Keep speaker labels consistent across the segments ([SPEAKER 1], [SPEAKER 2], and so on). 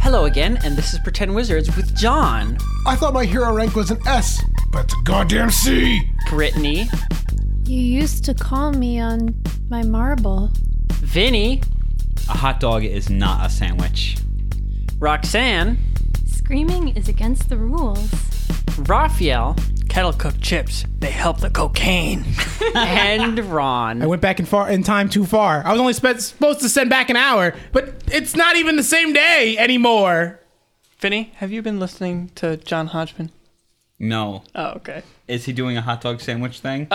[SPEAKER 1] Hello again, and this is Pretend Wizards with John,
[SPEAKER 2] I thought my hero rank was an S, but it's a goddamn C.
[SPEAKER 1] Brittany,
[SPEAKER 3] You used to call me on my marble.
[SPEAKER 1] Vinny,
[SPEAKER 4] A hot dog is not a sandwich.
[SPEAKER 1] Roxanne,
[SPEAKER 5] Screaming is against the rules.
[SPEAKER 1] Raphael,
[SPEAKER 6] Kettle cooked chips, they help the cocaine.
[SPEAKER 1] and
[SPEAKER 7] I
[SPEAKER 1] Ron.
[SPEAKER 7] went back in far in time too far. I was only spe- supposed to send back an hour, but it's not even the same day anymore.
[SPEAKER 6] Finny, have you been listening to John Hodgman?
[SPEAKER 4] No.
[SPEAKER 6] Oh, okay.
[SPEAKER 4] Is he doing a hot dog sandwich thing?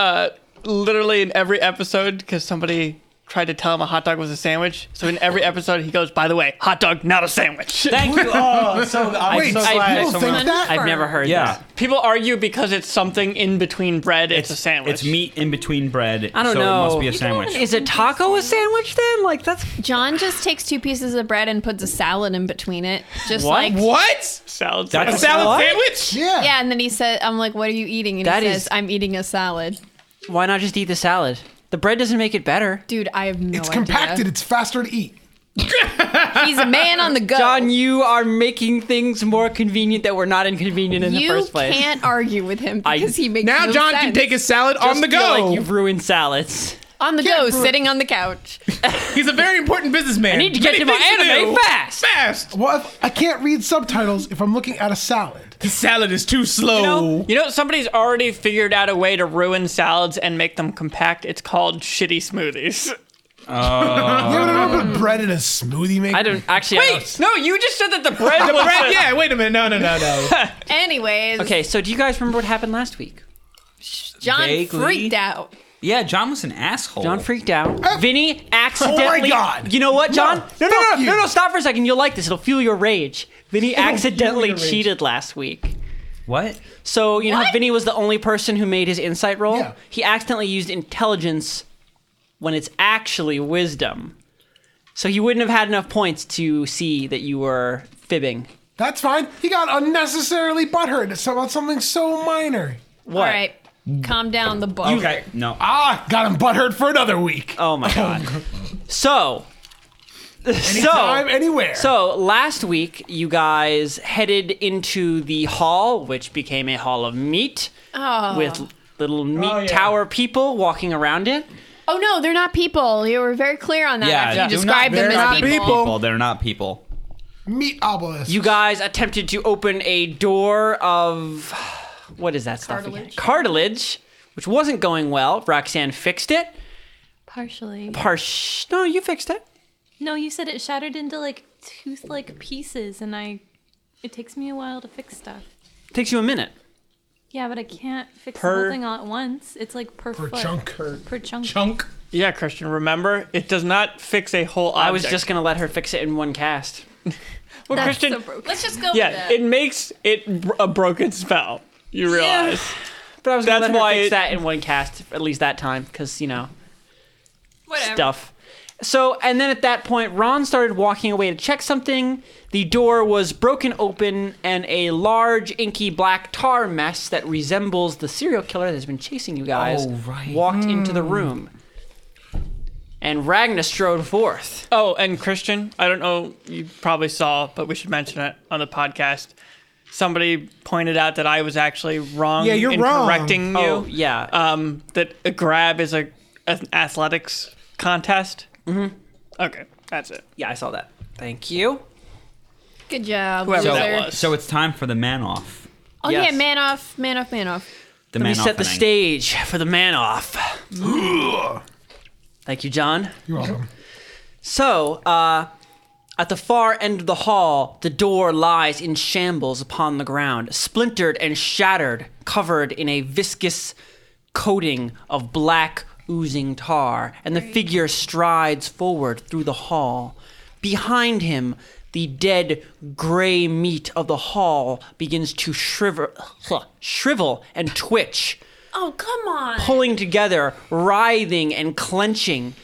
[SPEAKER 6] Literally in every episode, because somebody tried to tell him a hot dog was a sandwich. So in every episode, he goes, by the way, hot dog, not a sandwich.
[SPEAKER 4] Thank you. Oh, so I'm
[SPEAKER 2] Wait,
[SPEAKER 4] so
[SPEAKER 2] I-
[SPEAKER 4] glad
[SPEAKER 2] people
[SPEAKER 4] someone-
[SPEAKER 2] think that?
[SPEAKER 1] I've never heard
[SPEAKER 4] Yeah.
[SPEAKER 1] this.
[SPEAKER 6] People argue because it's something in between bread, it's, a sandwich.
[SPEAKER 4] It's meat in between bread.
[SPEAKER 1] I don't
[SPEAKER 4] so
[SPEAKER 1] know.
[SPEAKER 4] It must be a
[SPEAKER 1] You
[SPEAKER 4] sandwich.
[SPEAKER 1] Is a taco a sandwich then? Like that's
[SPEAKER 8] John just takes two pieces of bread and puts a salad in between it. Just
[SPEAKER 1] What?
[SPEAKER 8] like
[SPEAKER 7] What?
[SPEAKER 6] Salad.
[SPEAKER 7] A
[SPEAKER 4] That's-
[SPEAKER 7] salad
[SPEAKER 1] What?
[SPEAKER 7] sandwich?
[SPEAKER 2] Yeah.
[SPEAKER 8] Yeah, and then he said, I'm like, what are you eating? And
[SPEAKER 1] That
[SPEAKER 8] he
[SPEAKER 1] is-
[SPEAKER 8] says, I'm eating a salad.
[SPEAKER 1] why not just eat the salad? The bread doesn't make it better.
[SPEAKER 8] Dude, I have no
[SPEAKER 2] It's
[SPEAKER 8] idea.
[SPEAKER 2] compacted. It's faster to eat.
[SPEAKER 8] He's a man on the go.
[SPEAKER 1] John, you are making things more convenient that were not inconvenient in the
[SPEAKER 8] You
[SPEAKER 1] first place.
[SPEAKER 8] can't argue with him
[SPEAKER 1] I-
[SPEAKER 8] because he makes
[SPEAKER 7] Now
[SPEAKER 8] no
[SPEAKER 7] John can
[SPEAKER 8] sense.
[SPEAKER 7] take his salad on
[SPEAKER 1] Just
[SPEAKER 7] the
[SPEAKER 1] feel
[SPEAKER 7] go.
[SPEAKER 1] Like you've ruined salads.
[SPEAKER 8] on the go, sitting on the couch.
[SPEAKER 7] He's a very important businessman. I
[SPEAKER 1] need to get to my anime fast.
[SPEAKER 7] Fast.
[SPEAKER 2] Well, if, I can't read subtitles if I'm looking at a salad.
[SPEAKER 7] The salad is too slow.
[SPEAKER 6] No. You know, somebody's already figured out a way to ruin salads and make them compact. It's called shitty smoothies.
[SPEAKER 2] you ever never put bread in a smoothie maker?
[SPEAKER 1] I don't actually. I
[SPEAKER 6] Wait,
[SPEAKER 1] don't-
[SPEAKER 6] no, you just said that the bread
[SPEAKER 7] the
[SPEAKER 6] was.
[SPEAKER 7] bread, yeah, wait a minute. No, no, no, no.
[SPEAKER 8] Anyways,
[SPEAKER 1] Okay, so do you guys remember what happened last week?
[SPEAKER 8] John
[SPEAKER 4] vaguely.
[SPEAKER 8] freaked out.
[SPEAKER 4] yeah, John was an asshole.
[SPEAKER 1] John freaked out. Vinny accidentally.
[SPEAKER 2] God.
[SPEAKER 1] You know what, John? No, no, no,
[SPEAKER 2] fuck
[SPEAKER 1] no,
[SPEAKER 2] you.
[SPEAKER 1] no, Stop for a second. You'll like this. It'll fuel your rage. Vinny accidentally
[SPEAKER 7] your rage.
[SPEAKER 1] cheated last week.
[SPEAKER 4] What?
[SPEAKER 1] So you know how Vinny was the only person who made his insight roll.
[SPEAKER 2] Yeah.
[SPEAKER 1] He accidentally used intelligence when it's actually wisdom. So he wouldn't have had enough points to see that you were fibbing.
[SPEAKER 2] That's fine. He got unnecessarily butthurt about something so minor.
[SPEAKER 1] What?
[SPEAKER 8] All right, calm down the book.
[SPEAKER 4] Okay. No.
[SPEAKER 2] Ah, got him butthurt for another week.
[SPEAKER 1] Oh my god. so.
[SPEAKER 2] Time
[SPEAKER 1] So,
[SPEAKER 2] anywhere.
[SPEAKER 1] so last week you guys headed into the hall, which became a hall of meat, with
[SPEAKER 6] Oh,
[SPEAKER 1] little meat
[SPEAKER 7] yeah.
[SPEAKER 1] tower people walking around it.
[SPEAKER 8] Oh no, they're not people. You were very clear on that after
[SPEAKER 4] yeah.
[SPEAKER 8] you
[SPEAKER 4] do not-
[SPEAKER 8] described them
[SPEAKER 4] they're
[SPEAKER 8] as
[SPEAKER 4] not
[SPEAKER 8] people.
[SPEAKER 4] people. They're not people.
[SPEAKER 2] meat obelisk.
[SPEAKER 1] You guys attempted to open a door of what is that stuff? Again?
[SPEAKER 8] Cartilage.
[SPEAKER 1] Cartilage, which wasn't going well. Roxanne fixed it.
[SPEAKER 5] Partially.
[SPEAKER 1] Parsh. No, you fixed it.
[SPEAKER 5] No, you said it shattered into like tooth like pieces, and I. It takes me a while to fix stuff.
[SPEAKER 1] Takes you a minute.
[SPEAKER 5] Yeah, but I can't fix the
[SPEAKER 6] Per-
[SPEAKER 5] whole thing all at once. It's like per,
[SPEAKER 2] For
[SPEAKER 5] foot.
[SPEAKER 2] chunk.
[SPEAKER 5] Per chunk.
[SPEAKER 7] Chunk.
[SPEAKER 6] Yeah, Christian, remember, it does not fix a whole object.
[SPEAKER 1] I was just gonna let her fix it in one cast.
[SPEAKER 6] Well, Christian,
[SPEAKER 5] So broken.
[SPEAKER 8] Let's just go
[SPEAKER 6] yeah,
[SPEAKER 8] with it.
[SPEAKER 6] it makes it br- a broken spell. You realize.
[SPEAKER 1] But I was gonna
[SPEAKER 6] That's
[SPEAKER 1] let her
[SPEAKER 6] why
[SPEAKER 1] fix
[SPEAKER 6] it-
[SPEAKER 1] that in one cast at least that time, because you know
[SPEAKER 8] Whatever.
[SPEAKER 1] stuff. So, and then at that point, Ron started walking away to check something. The door was broken open, and a large, inky black tar mess that resembles the serial killer that has been chasing you guys
[SPEAKER 4] Oh, right.
[SPEAKER 1] walked into the room. And Ragna strode forth.
[SPEAKER 6] Oh, and Christian, I don't know, you probably saw, but we should mention it on the podcast. Somebody pointed out that I was actually wrong
[SPEAKER 7] Yeah, you're
[SPEAKER 6] in
[SPEAKER 7] wrong.
[SPEAKER 6] correcting you.
[SPEAKER 1] Oh, yeah.
[SPEAKER 6] Um, that a grab is a an athletics contest. Mm-hmm. Okay, that's it.
[SPEAKER 1] yeah, I saw that. Thank you.
[SPEAKER 8] Good job.
[SPEAKER 6] Whoever
[SPEAKER 8] loser.
[SPEAKER 6] that was.
[SPEAKER 4] So it's time for the man off.
[SPEAKER 8] Oh
[SPEAKER 1] Yes.
[SPEAKER 8] yeah, man off, man off, man off.
[SPEAKER 4] The
[SPEAKER 1] Let
[SPEAKER 4] man
[SPEAKER 1] me set
[SPEAKER 4] off
[SPEAKER 1] the
[SPEAKER 4] inning.
[SPEAKER 1] stage for the man off. Thank you, John.
[SPEAKER 2] You're welcome.
[SPEAKER 1] So, uh, at the far end of the hall, the door lies in shambles upon the ground, splintered and shattered, covered in a viscous coating of black oozing tar, and the figure strides forward through the hall. Behind him, the dead gray meat of the hall begins to shriver, shrivel and twitch
[SPEAKER 8] Oh come on.
[SPEAKER 1] pulling together, writhing and clenching,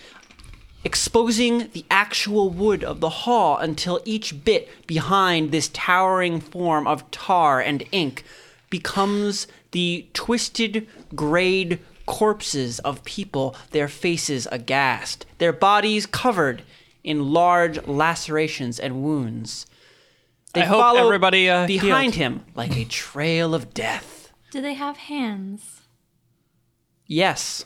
[SPEAKER 1] exposing the actual wood of the hall until each bit behind this towering form of tar and ink becomes the twisted, grayed corpses of people, their faces aghast, their bodies covered in large lacerations and wounds.
[SPEAKER 6] They
[SPEAKER 1] I hope
[SPEAKER 6] follow
[SPEAKER 1] everybody, uh,
[SPEAKER 6] behind him like a trail of death.
[SPEAKER 5] Do they have hands?
[SPEAKER 6] Yes.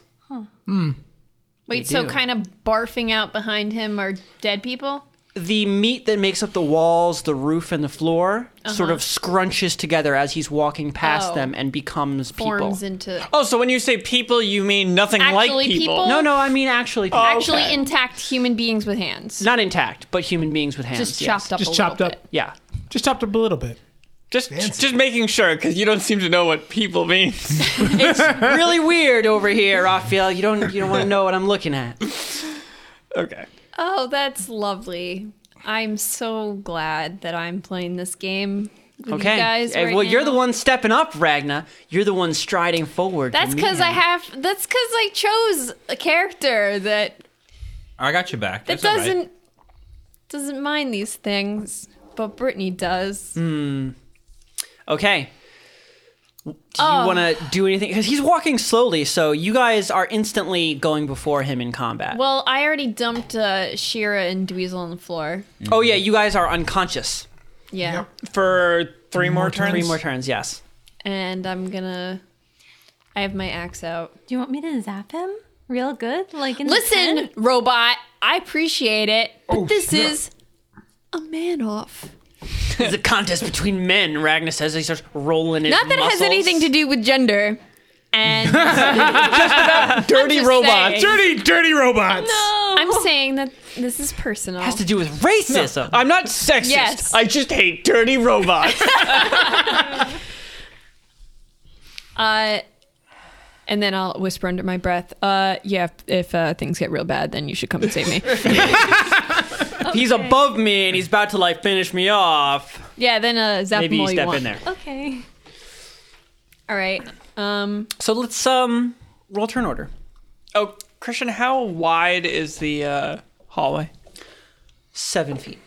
[SPEAKER 8] Wait, so
[SPEAKER 6] do.
[SPEAKER 8] kind of barfing out behind him are dead people?
[SPEAKER 6] the meat that makes up the walls, the roof, and the floor sort of scrunches together as he's walking past
[SPEAKER 8] Uh-huh. Oh.
[SPEAKER 6] them and becomes people.
[SPEAKER 8] Forms into
[SPEAKER 1] Oh, so when you say people, you mean nothing
[SPEAKER 8] Actually
[SPEAKER 1] like people.
[SPEAKER 8] people?
[SPEAKER 6] no, no, I mean actually,
[SPEAKER 8] actually
[SPEAKER 1] Okay.
[SPEAKER 8] intact human beings with hands.
[SPEAKER 6] not intact, but human beings with hands.
[SPEAKER 8] just
[SPEAKER 6] yes.
[SPEAKER 8] chopped up.
[SPEAKER 7] Just
[SPEAKER 8] a
[SPEAKER 7] chopped
[SPEAKER 8] little
[SPEAKER 7] up.
[SPEAKER 8] bit.
[SPEAKER 6] Yeah.
[SPEAKER 7] Just chopped up a little bit.
[SPEAKER 1] Just, just making sure, because you don't seem to know what people means.
[SPEAKER 6] really weird over here, Raphael. You don't you don't want to know what I'm looking at.
[SPEAKER 1] okay.
[SPEAKER 8] Oh, that's lovely. I'm so glad that I'm playing this game with
[SPEAKER 6] Okay.
[SPEAKER 8] you guys.
[SPEAKER 6] Eh,
[SPEAKER 8] right
[SPEAKER 6] well, you're the
[SPEAKER 8] now.
[SPEAKER 6] one stepping up, Ragna. You're the one striding forward. to
[SPEAKER 8] That's
[SPEAKER 6] meet
[SPEAKER 8] because I
[SPEAKER 6] him.
[SPEAKER 8] have. That's because I chose a character that
[SPEAKER 4] I got you back.
[SPEAKER 8] that
[SPEAKER 4] That's all right.
[SPEAKER 8] doesn't doesn't mind these things, but Brittany does.
[SPEAKER 6] Mm. Okay. Do
[SPEAKER 8] Oh.
[SPEAKER 6] you want to do anything? Because he's walking slowly, so you guys are instantly going before him in combat.
[SPEAKER 8] Well, I already dumped uh, Shira and Dweezil on the floor.
[SPEAKER 6] oh yeah, you guys are unconscious.
[SPEAKER 8] Yeah,
[SPEAKER 1] For three more, turns.
[SPEAKER 6] Three more turns, yes.
[SPEAKER 8] and I'm gonna. I have my axe out.
[SPEAKER 5] Do you want me to zap him real good? Like in The
[SPEAKER 8] Listen,
[SPEAKER 5] tent?
[SPEAKER 8] robot. I appreciate it, but
[SPEAKER 1] Oh,
[SPEAKER 8] this is a man off.
[SPEAKER 6] It's a contest between men, Ragnar says. He starts rolling his
[SPEAKER 8] Not that it has anything to do with gender. And
[SPEAKER 1] Dirty
[SPEAKER 8] just
[SPEAKER 1] robots.
[SPEAKER 8] saying.
[SPEAKER 7] Dirty, dirty robots.
[SPEAKER 8] I'm saying that this is personal.
[SPEAKER 6] has to do with racism.
[SPEAKER 1] I'm not sexist.
[SPEAKER 8] Yes.
[SPEAKER 1] I just hate dirty robots.
[SPEAKER 8] Uh, and then I'll whisper under my breath. Uh, yeah, if, if uh, things get real bad, then you should come and save me.
[SPEAKER 6] He's above me and he's about to like finish me off.
[SPEAKER 8] yeah, then uh, zap them
[SPEAKER 6] Maybe you
[SPEAKER 8] all
[SPEAKER 6] step
[SPEAKER 8] want.
[SPEAKER 6] in there.
[SPEAKER 5] Okay.
[SPEAKER 8] All right. Um,
[SPEAKER 6] So let's um roll turn order.
[SPEAKER 1] oh, Christian, how wide is the uh, hallway?
[SPEAKER 6] Seven feet.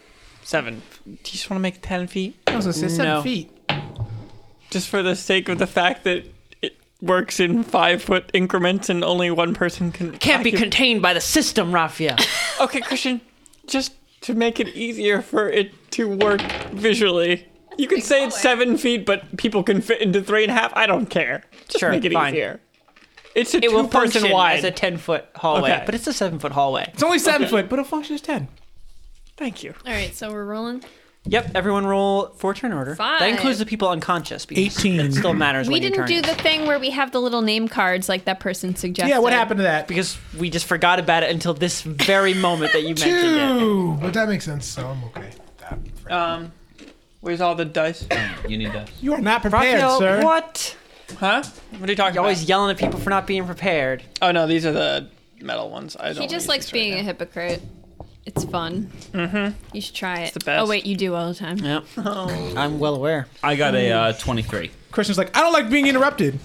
[SPEAKER 1] Seven. Do you just want to make it ten feet?
[SPEAKER 7] I was gonna say seven
[SPEAKER 6] No.
[SPEAKER 7] feet.
[SPEAKER 1] Just for the sake of the fact that it works in five foot increments and only one person can.
[SPEAKER 6] Can't be
[SPEAKER 1] occup-
[SPEAKER 6] contained by the system, Raphael.
[SPEAKER 1] Okay, Christian, just to make it easier for it to work visually, you could say it's seven feet, but people can fit into three and a half. I don't care. Just
[SPEAKER 6] Sure,
[SPEAKER 1] make it
[SPEAKER 6] fine.
[SPEAKER 1] easier. It's a
[SPEAKER 6] It will
[SPEAKER 1] two-person
[SPEAKER 6] function
[SPEAKER 1] wide.
[SPEAKER 6] as a ten foot hallway,
[SPEAKER 1] Okay.
[SPEAKER 6] but it's a seven foot hallway.
[SPEAKER 7] It's only seven foot, but it'll function as ten.
[SPEAKER 1] Thank you.
[SPEAKER 8] all right, so we're rolling.
[SPEAKER 6] Yep, everyone roll for turn order. That includes
[SPEAKER 8] Five.
[SPEAKER 6] the people unconscious. Because
[SPEAKER 7] 18.
[SPEAKER 6] It still matters.
[SPEAKER 8] We
[SPEAKER 6] when your
[SPEAKER 8] didn't
[SPEAKER 6] turn
[SPEAKER 8] do
[SPEAKER 6] is.
[SPEAKER 8] the thing where we have the little name cards like that person suggested.
[SPEAKER 7] Yeah, what happened to that?
[SPEAKER 6] because we just forgot about it until this very moment that you mentioned it.
[SPEAKER 2] Two, but that makes sense. So I'm okay. with That
[SPEAKER 1] Um, where's all the dice?
[SPEAKER 4] You need that.
[SPEAKER 7] You are not prepared,
[SPEAKER 6] Raphael,
[SPEAKER 7] sir.
[SPEAKER 6] what?
[SPEAKER 1] Huh? What are you talking
[SPEAKER 6] You're always
[SPEAKER 1] about?
[SPEAKER 6] yelling at people for not being prepared.
[SPEAKER 1] Oh no, these are the metal ones. I don't.
[SPEAKER 8] He
[SPEAKER 1] wanna use
[SPEAKER 8] just likes
[SPEAKER 1] these right
[SPEAKER 8] being
[SPEAKER 1] now.
[SPEAKER 8] a hypocrite. It's fun. Mm-hmm. You should try it.
[SPEAKER 1] the best.
[SPEAKER 8] Oh wait, you do all the time.
[SPEAKER 6] Yep. I'm well aware.
[SPEAKER 4] I got a uh, 23.
[SPEAKER 7] Christian's like, I don't like being interrupted.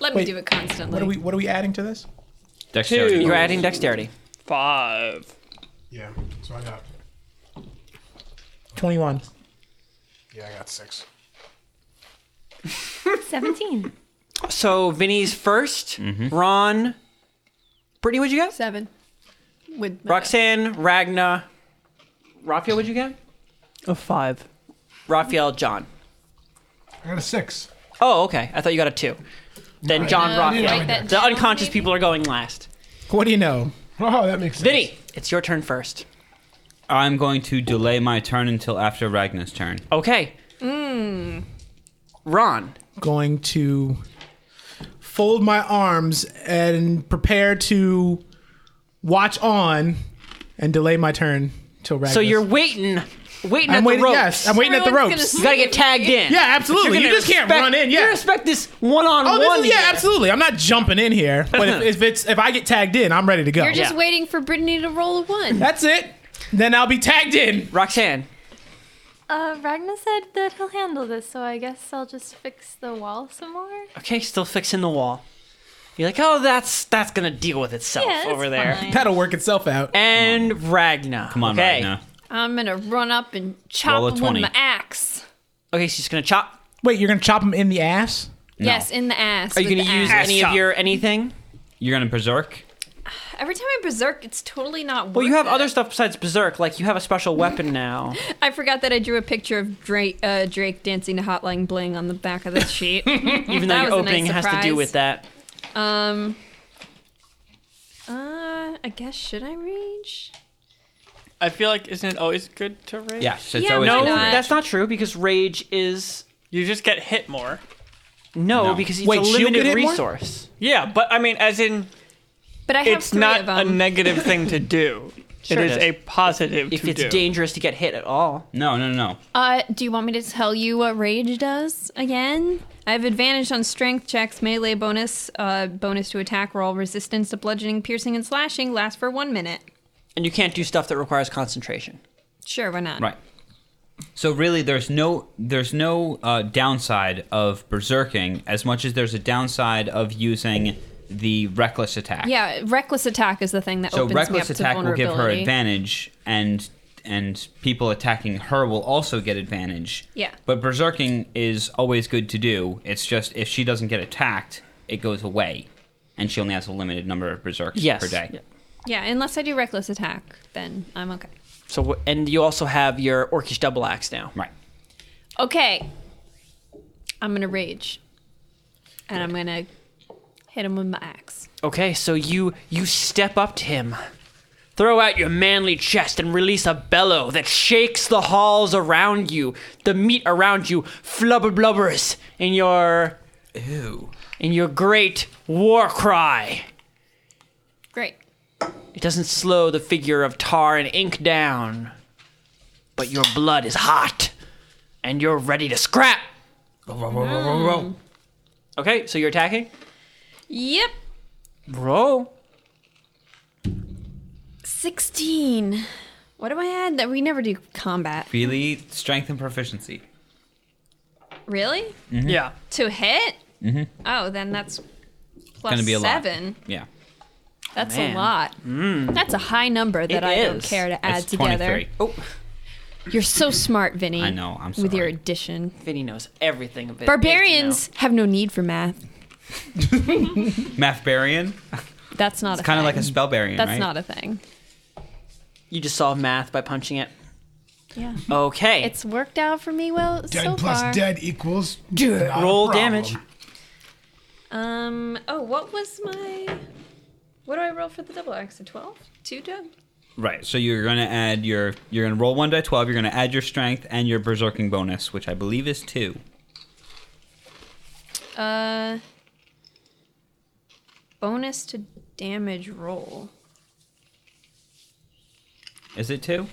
[SPEAKER 8] Let me
[SPEAKER 7] Wait,
[SPEAKER 8] do it constantly.
[SPEAKER 7] What are we? What are we adding to this?
[SPEAKER 4] Dexterity.
[SPEAKER 6] You're adding dexterity.
[SPEAKER 1] five.
[SPEAKER 2] yeah. So I got.
[SPEAKER 7] Twenty-one.
[SPEAKER 2] Yeah, I got six.
[SPEAKER 5] Seventeen.
[SPEAKER 6] So Vinny's 1st Ron, Brittany, what'd you get?
[SPEAKER 8] Seven. With
[SPEAKER 6] Roxanne, Ragna, Raphael, what'd you get?
[SPEAKER 1] A five.
[SPEAKER 6] Raphael, John.
[SPEAKER 2] I got a six.
[SPEAKER 6] Oh, okay. I thought you got a two. Then John,
[SPEAKER 8] Uh,
[SPEAKER 6] Raphael.
[SPEAKER 8] write that
[SPEAKER 6] The
[SPEAKER 8] down,
[SPEAKER 6] unconscious
[SPEAKER 8] maybe?
[SPEAKER 6] people are going last.
[SPEAKER 7] What do you know?
[SPEAKER 2] Oh, that makes sense.
[SPEAKER 6] Vinny, it's your turn first.
[SPEAKER 4] I'm going to delay my turn until after Ragnar's turn.
[SPEAKER 6] Okay.
[SPEAKER 8] Hmm.
[SPEAKER 6] Ron,
[SPEAKER 7] Going to fold my arms and prepare to watch on and delay my turn till Ragnar.
[SPEAKER 6] so you're waiting, waiting at
[SPEAKER 7] I'm waiting.
[SPEAKER 6] the ropes.
[SPEAKER 7] Yes, I'm waiting at the
[SPEAKER 8] Everyone's
[SPEAKER 7] ropes.
[SPEAKER 8] gonna
[SPEAKER 6] You gotta get tagged in.
[SPEAKER 7] Yeah, absolutely. You just can't run in.
[SPEAKER 6] You gotta
[SPEAKER 7] Yeah.
[SPEAKER 6] respect this one-on-one.
[SPEAKER 7] Oh, this is, yeah,
[SPEAKER 6] here.
[SPEAKER 7] absolutely. I'm not jumping in here, but if, if it's if I get tagged in, I'm ready to go.
[SPEAKER 8] You're just
[SPEAKER 6] Yeah.
[SPEAKER 8] waiting for Brittany to roll a one.
[SPEAKER 7] That's it. Then I'll be tagged in.
[SPEAKER 6] Roxanne,
[SPEAKER 5] Uh, Ragnar said that he'll handle this, so I guess I'll just fix the wall some more.
[SPEAKER 6] okay, still fixing the wall. You're like, oh, that's that's gonna deal with itself
[SPEAKER 5] Yeah, it's
[SPEAKER 6] over there.
[SPEAKER 5] fine.
[SPEAKER 7] That'll work itself out.
[SPEAKER 6] And Ragna.
[SPEAKER 4] Come on,
[SPEAKER 6] okay.
[SPEAKER 4] Ragnar.
[SPEAKER 8] I'm gonna run up and chop
[SPEAKER 4] Roll a
[SPEAKER 8] him with
[SPEAKER 4] 20.
[SPEAKER 8] my axe.
[SPEAKER 6] Okay, she's gonna chop.
[SPEAKER 7] Wait, you're gonna chop him in the ass?
[SPEAKER 8] Yes, in the ass.
[SPEAKER 6] Are you
[SPEAKER 8] with
[SPEAKER 6] gonna
[SPEAKER 8] the
[SPEAKER 6] use
[SPEAKER 8] axe.
[SPEAKER 6] any of your anything?
[SPEAKER 4] You're going to berserk?
[SPEAKER 9] Every time I berserk, it's totally not.
[SPEAKER 6] Well, you
[SPEAKER 9] worth
[SPEAKER 6] have
[SPEAKER 9] it.
[SPEAKER 6] other stuff besides Berserk. Like you have a special weapon now.
[SPEAKER 8] I forgot that I drew a picture of Drake, uh, Drake dancing to Hotline Bling on the back of the sheet.
[SPEAKER 6] Even though
[SPEAKER 8] That
[SPEAKER 6] your
[SPEAKER 8] was a nice
[SPEAKER 6] opening has to do
[SPEAKER 8] surprise.
[SPEAKER 6] with that.
[SPEAKER 8] um,
[SPEAKER 9] Uh, I guess should I rage?
[SPEAKER 1] I feel like isn't it always good to rage?
[SPEAKER 4] Yes, it's
[SPEAKER 8] Yeah,
[SPEAKER 4] always
[SPEAKER 8] why
[SPEAKER 6] No,
[SPEAKER 4] good for
[SPEAKER 8] not?
[SPEAKER 4] rage.
[SPEAKER 6] that's not true because rage is
[SPEAKER 1] You just get hit more.
[SPEAKER 6] no,
[SPEAKER 4] No.
[SPEAKER 6] because it's
[SPEAKER 10] Wait,
[SPEAKER 6] a
[SPEAKER 10] she'll
[SPEAKER 6] limited
[SPEAKER 10] get it more?
[SPEAKER 6] resource.
[SPEAKER 1] Yeah, but I mean, as in,
[SPEAKER 8] but I have
[SPEAKER 1] it's
[SPEAKER 8] three
[SPEAKER 1] not
[SPEAKER 8] of
[SPEAKER 1] a
[SPEAKER 8] them.
[SPEAKER 1] negative thing to do.
[SPEAKER 6] Sure
[SPEAKER 1] it is,
[SPEAKER 6] it is.
[SPEAKER 1] a positive
[SPEAKER 6] If
[SPEAKER 1] to
[SPEAKER 6] it's
[SPEAKER 1] do.
[SPEAKER 6] dangerous to get hit at all,
[SPEAKER 4] No, no, no.
[SPEAKER 8] Uh, do you want me to tell you what rage does again? I have advantage on strength checks, melee bonus, uh, bonus to attack roll, resistance to bludgeoning, piercing, and slashing. Lasts for one minute.
[SPEAKER 6] and you can't do stuff that requires concentration.
[SPEAKER 8] Sure, why not?
[SPEAKER 4] Right. So really, there's no there's no uh, downside of berserking as much as there's a downside of using the reckless attack.
[SPEAKER 8] Yeah, reckless attack is the thing that
[SPEAKER 4] So
[SPEAKER 8] opens me up
[SPEAKER 4] reckless
[SPEAKER 8] to
[SPEAKER 4] attack will give her
[SPEAKER 8] vulnerability.
[SPEAKER 4] advantage, and and people attacking her will also get advantage.
[SPEAKER 8] Yeah.
[SPEAKER 4] But berserking is always good to do. It's just if she doesn't get attacked, it goes away, and she only has a limited number of berserks
[SPEAKER 6] Yes.
[SPEAKER 4] per day.
[SPEAKER 6] Yeah.
[SPEAKER 8] Yeah, unless I do reckless attack, then I'm okay.
[SPEAKER 6] So w- and you also have your orcish double axe now.
[SPEAKER 4] Right.
[SPEAKER 8] Okay. I'm gonna rage. And I'm gonna hit him with my axe.
[SPEAKER 6] Okay, so you you step up to him. Throw out your manly chest and release a bellow that shakes the halls around you. The meat around you flubber blubbers in your
[SPEAKER 4] Ew.
[SPEAKER 6] in your great war cry.
[SPEAKER 8] Great.
[SPEAKER 6] It doesn't slow the figure of tar and ink down. But your blood is hot and you're ready to scrap. Okay, so you're attacking?
[SPEAKER 8] Yep.
[SPEAKER 6] Roll.
[SPEAKER 8] Sixteen. What do I add? That we never do combat.
[SPEAKER 4] Really, strength and proficiency.
[SPEAKER 8] Really?
[SPEAKER 6] Yeah.
[SPEAKER 8] To hit? Mm-hmm. Oh, then that's plus
[SPEAKER 4] Gonna be a lot.
[SPEAKER 8] seven.
[SPEAKER 4] Yeah.
[SPEAKER 8] That's
[SPEAKER 6] Man. Mm.
[SPEAKER 8] a lot. That's a high number that
[SPEAKER 6] It
[SPEAKER 8] I don't
[SPEAKER 6] is.
[SPEAKER 8] care to add
[SPEAKER 4] It's
[SPEAKER 8] together. Oh,
[SPEAKER 4] 23.
[SPEAKER 8] You're so smart, Vinny.
[SPEAKER 4] I know, I'm
[SPEAKER 8] With your
[SPEAKER 4] sorry.
[SPEAKER 8] addition.
[SPEAKER 6] Vinny knows everything of it.
[SPEAKER 8] Barbarians have no need for math.
[SPEAKER 4] Mathbarian?
[SPEAKER 8] That's not a
[SPEAKER 4] Kind of like a
[SPEAKER 8] thing.
[SPEAKER 4] spellbarian,
[SPEAKER 8] That's
[SPEAKER 4] right?
[SPEAKER 8] not a thing.
[SPEAKER 6] You just solve math by punching it.
[SPEAKER 8] Yeah.
[SPEAKER 6] Okay.
[SPEAKER 8] It's worked out for me well
[SPEAKER 2] Dead
[SPEAKER 8] so
[SPEAKER 2] plus
[SPEAKER 8] far.
[SPEAKER 2] dead equals. not a
[SPEAKER 6] roll
[SPEAKER 2] problem.
[SPEAKER 6] damage.
[SPEAKER 8] Um. Oh, what was my? What do I roll for the double axe? A twelve? Two dub?
[SPEAKER 4] Right. So you're gonna add your you're gonna roll one die twelve. You're gonna add your strength and your berserking bonus, which I believe is two.
[SPEAKER 8] Uh. Bonus to damage roll.
[SPEAKER 4] Is it two?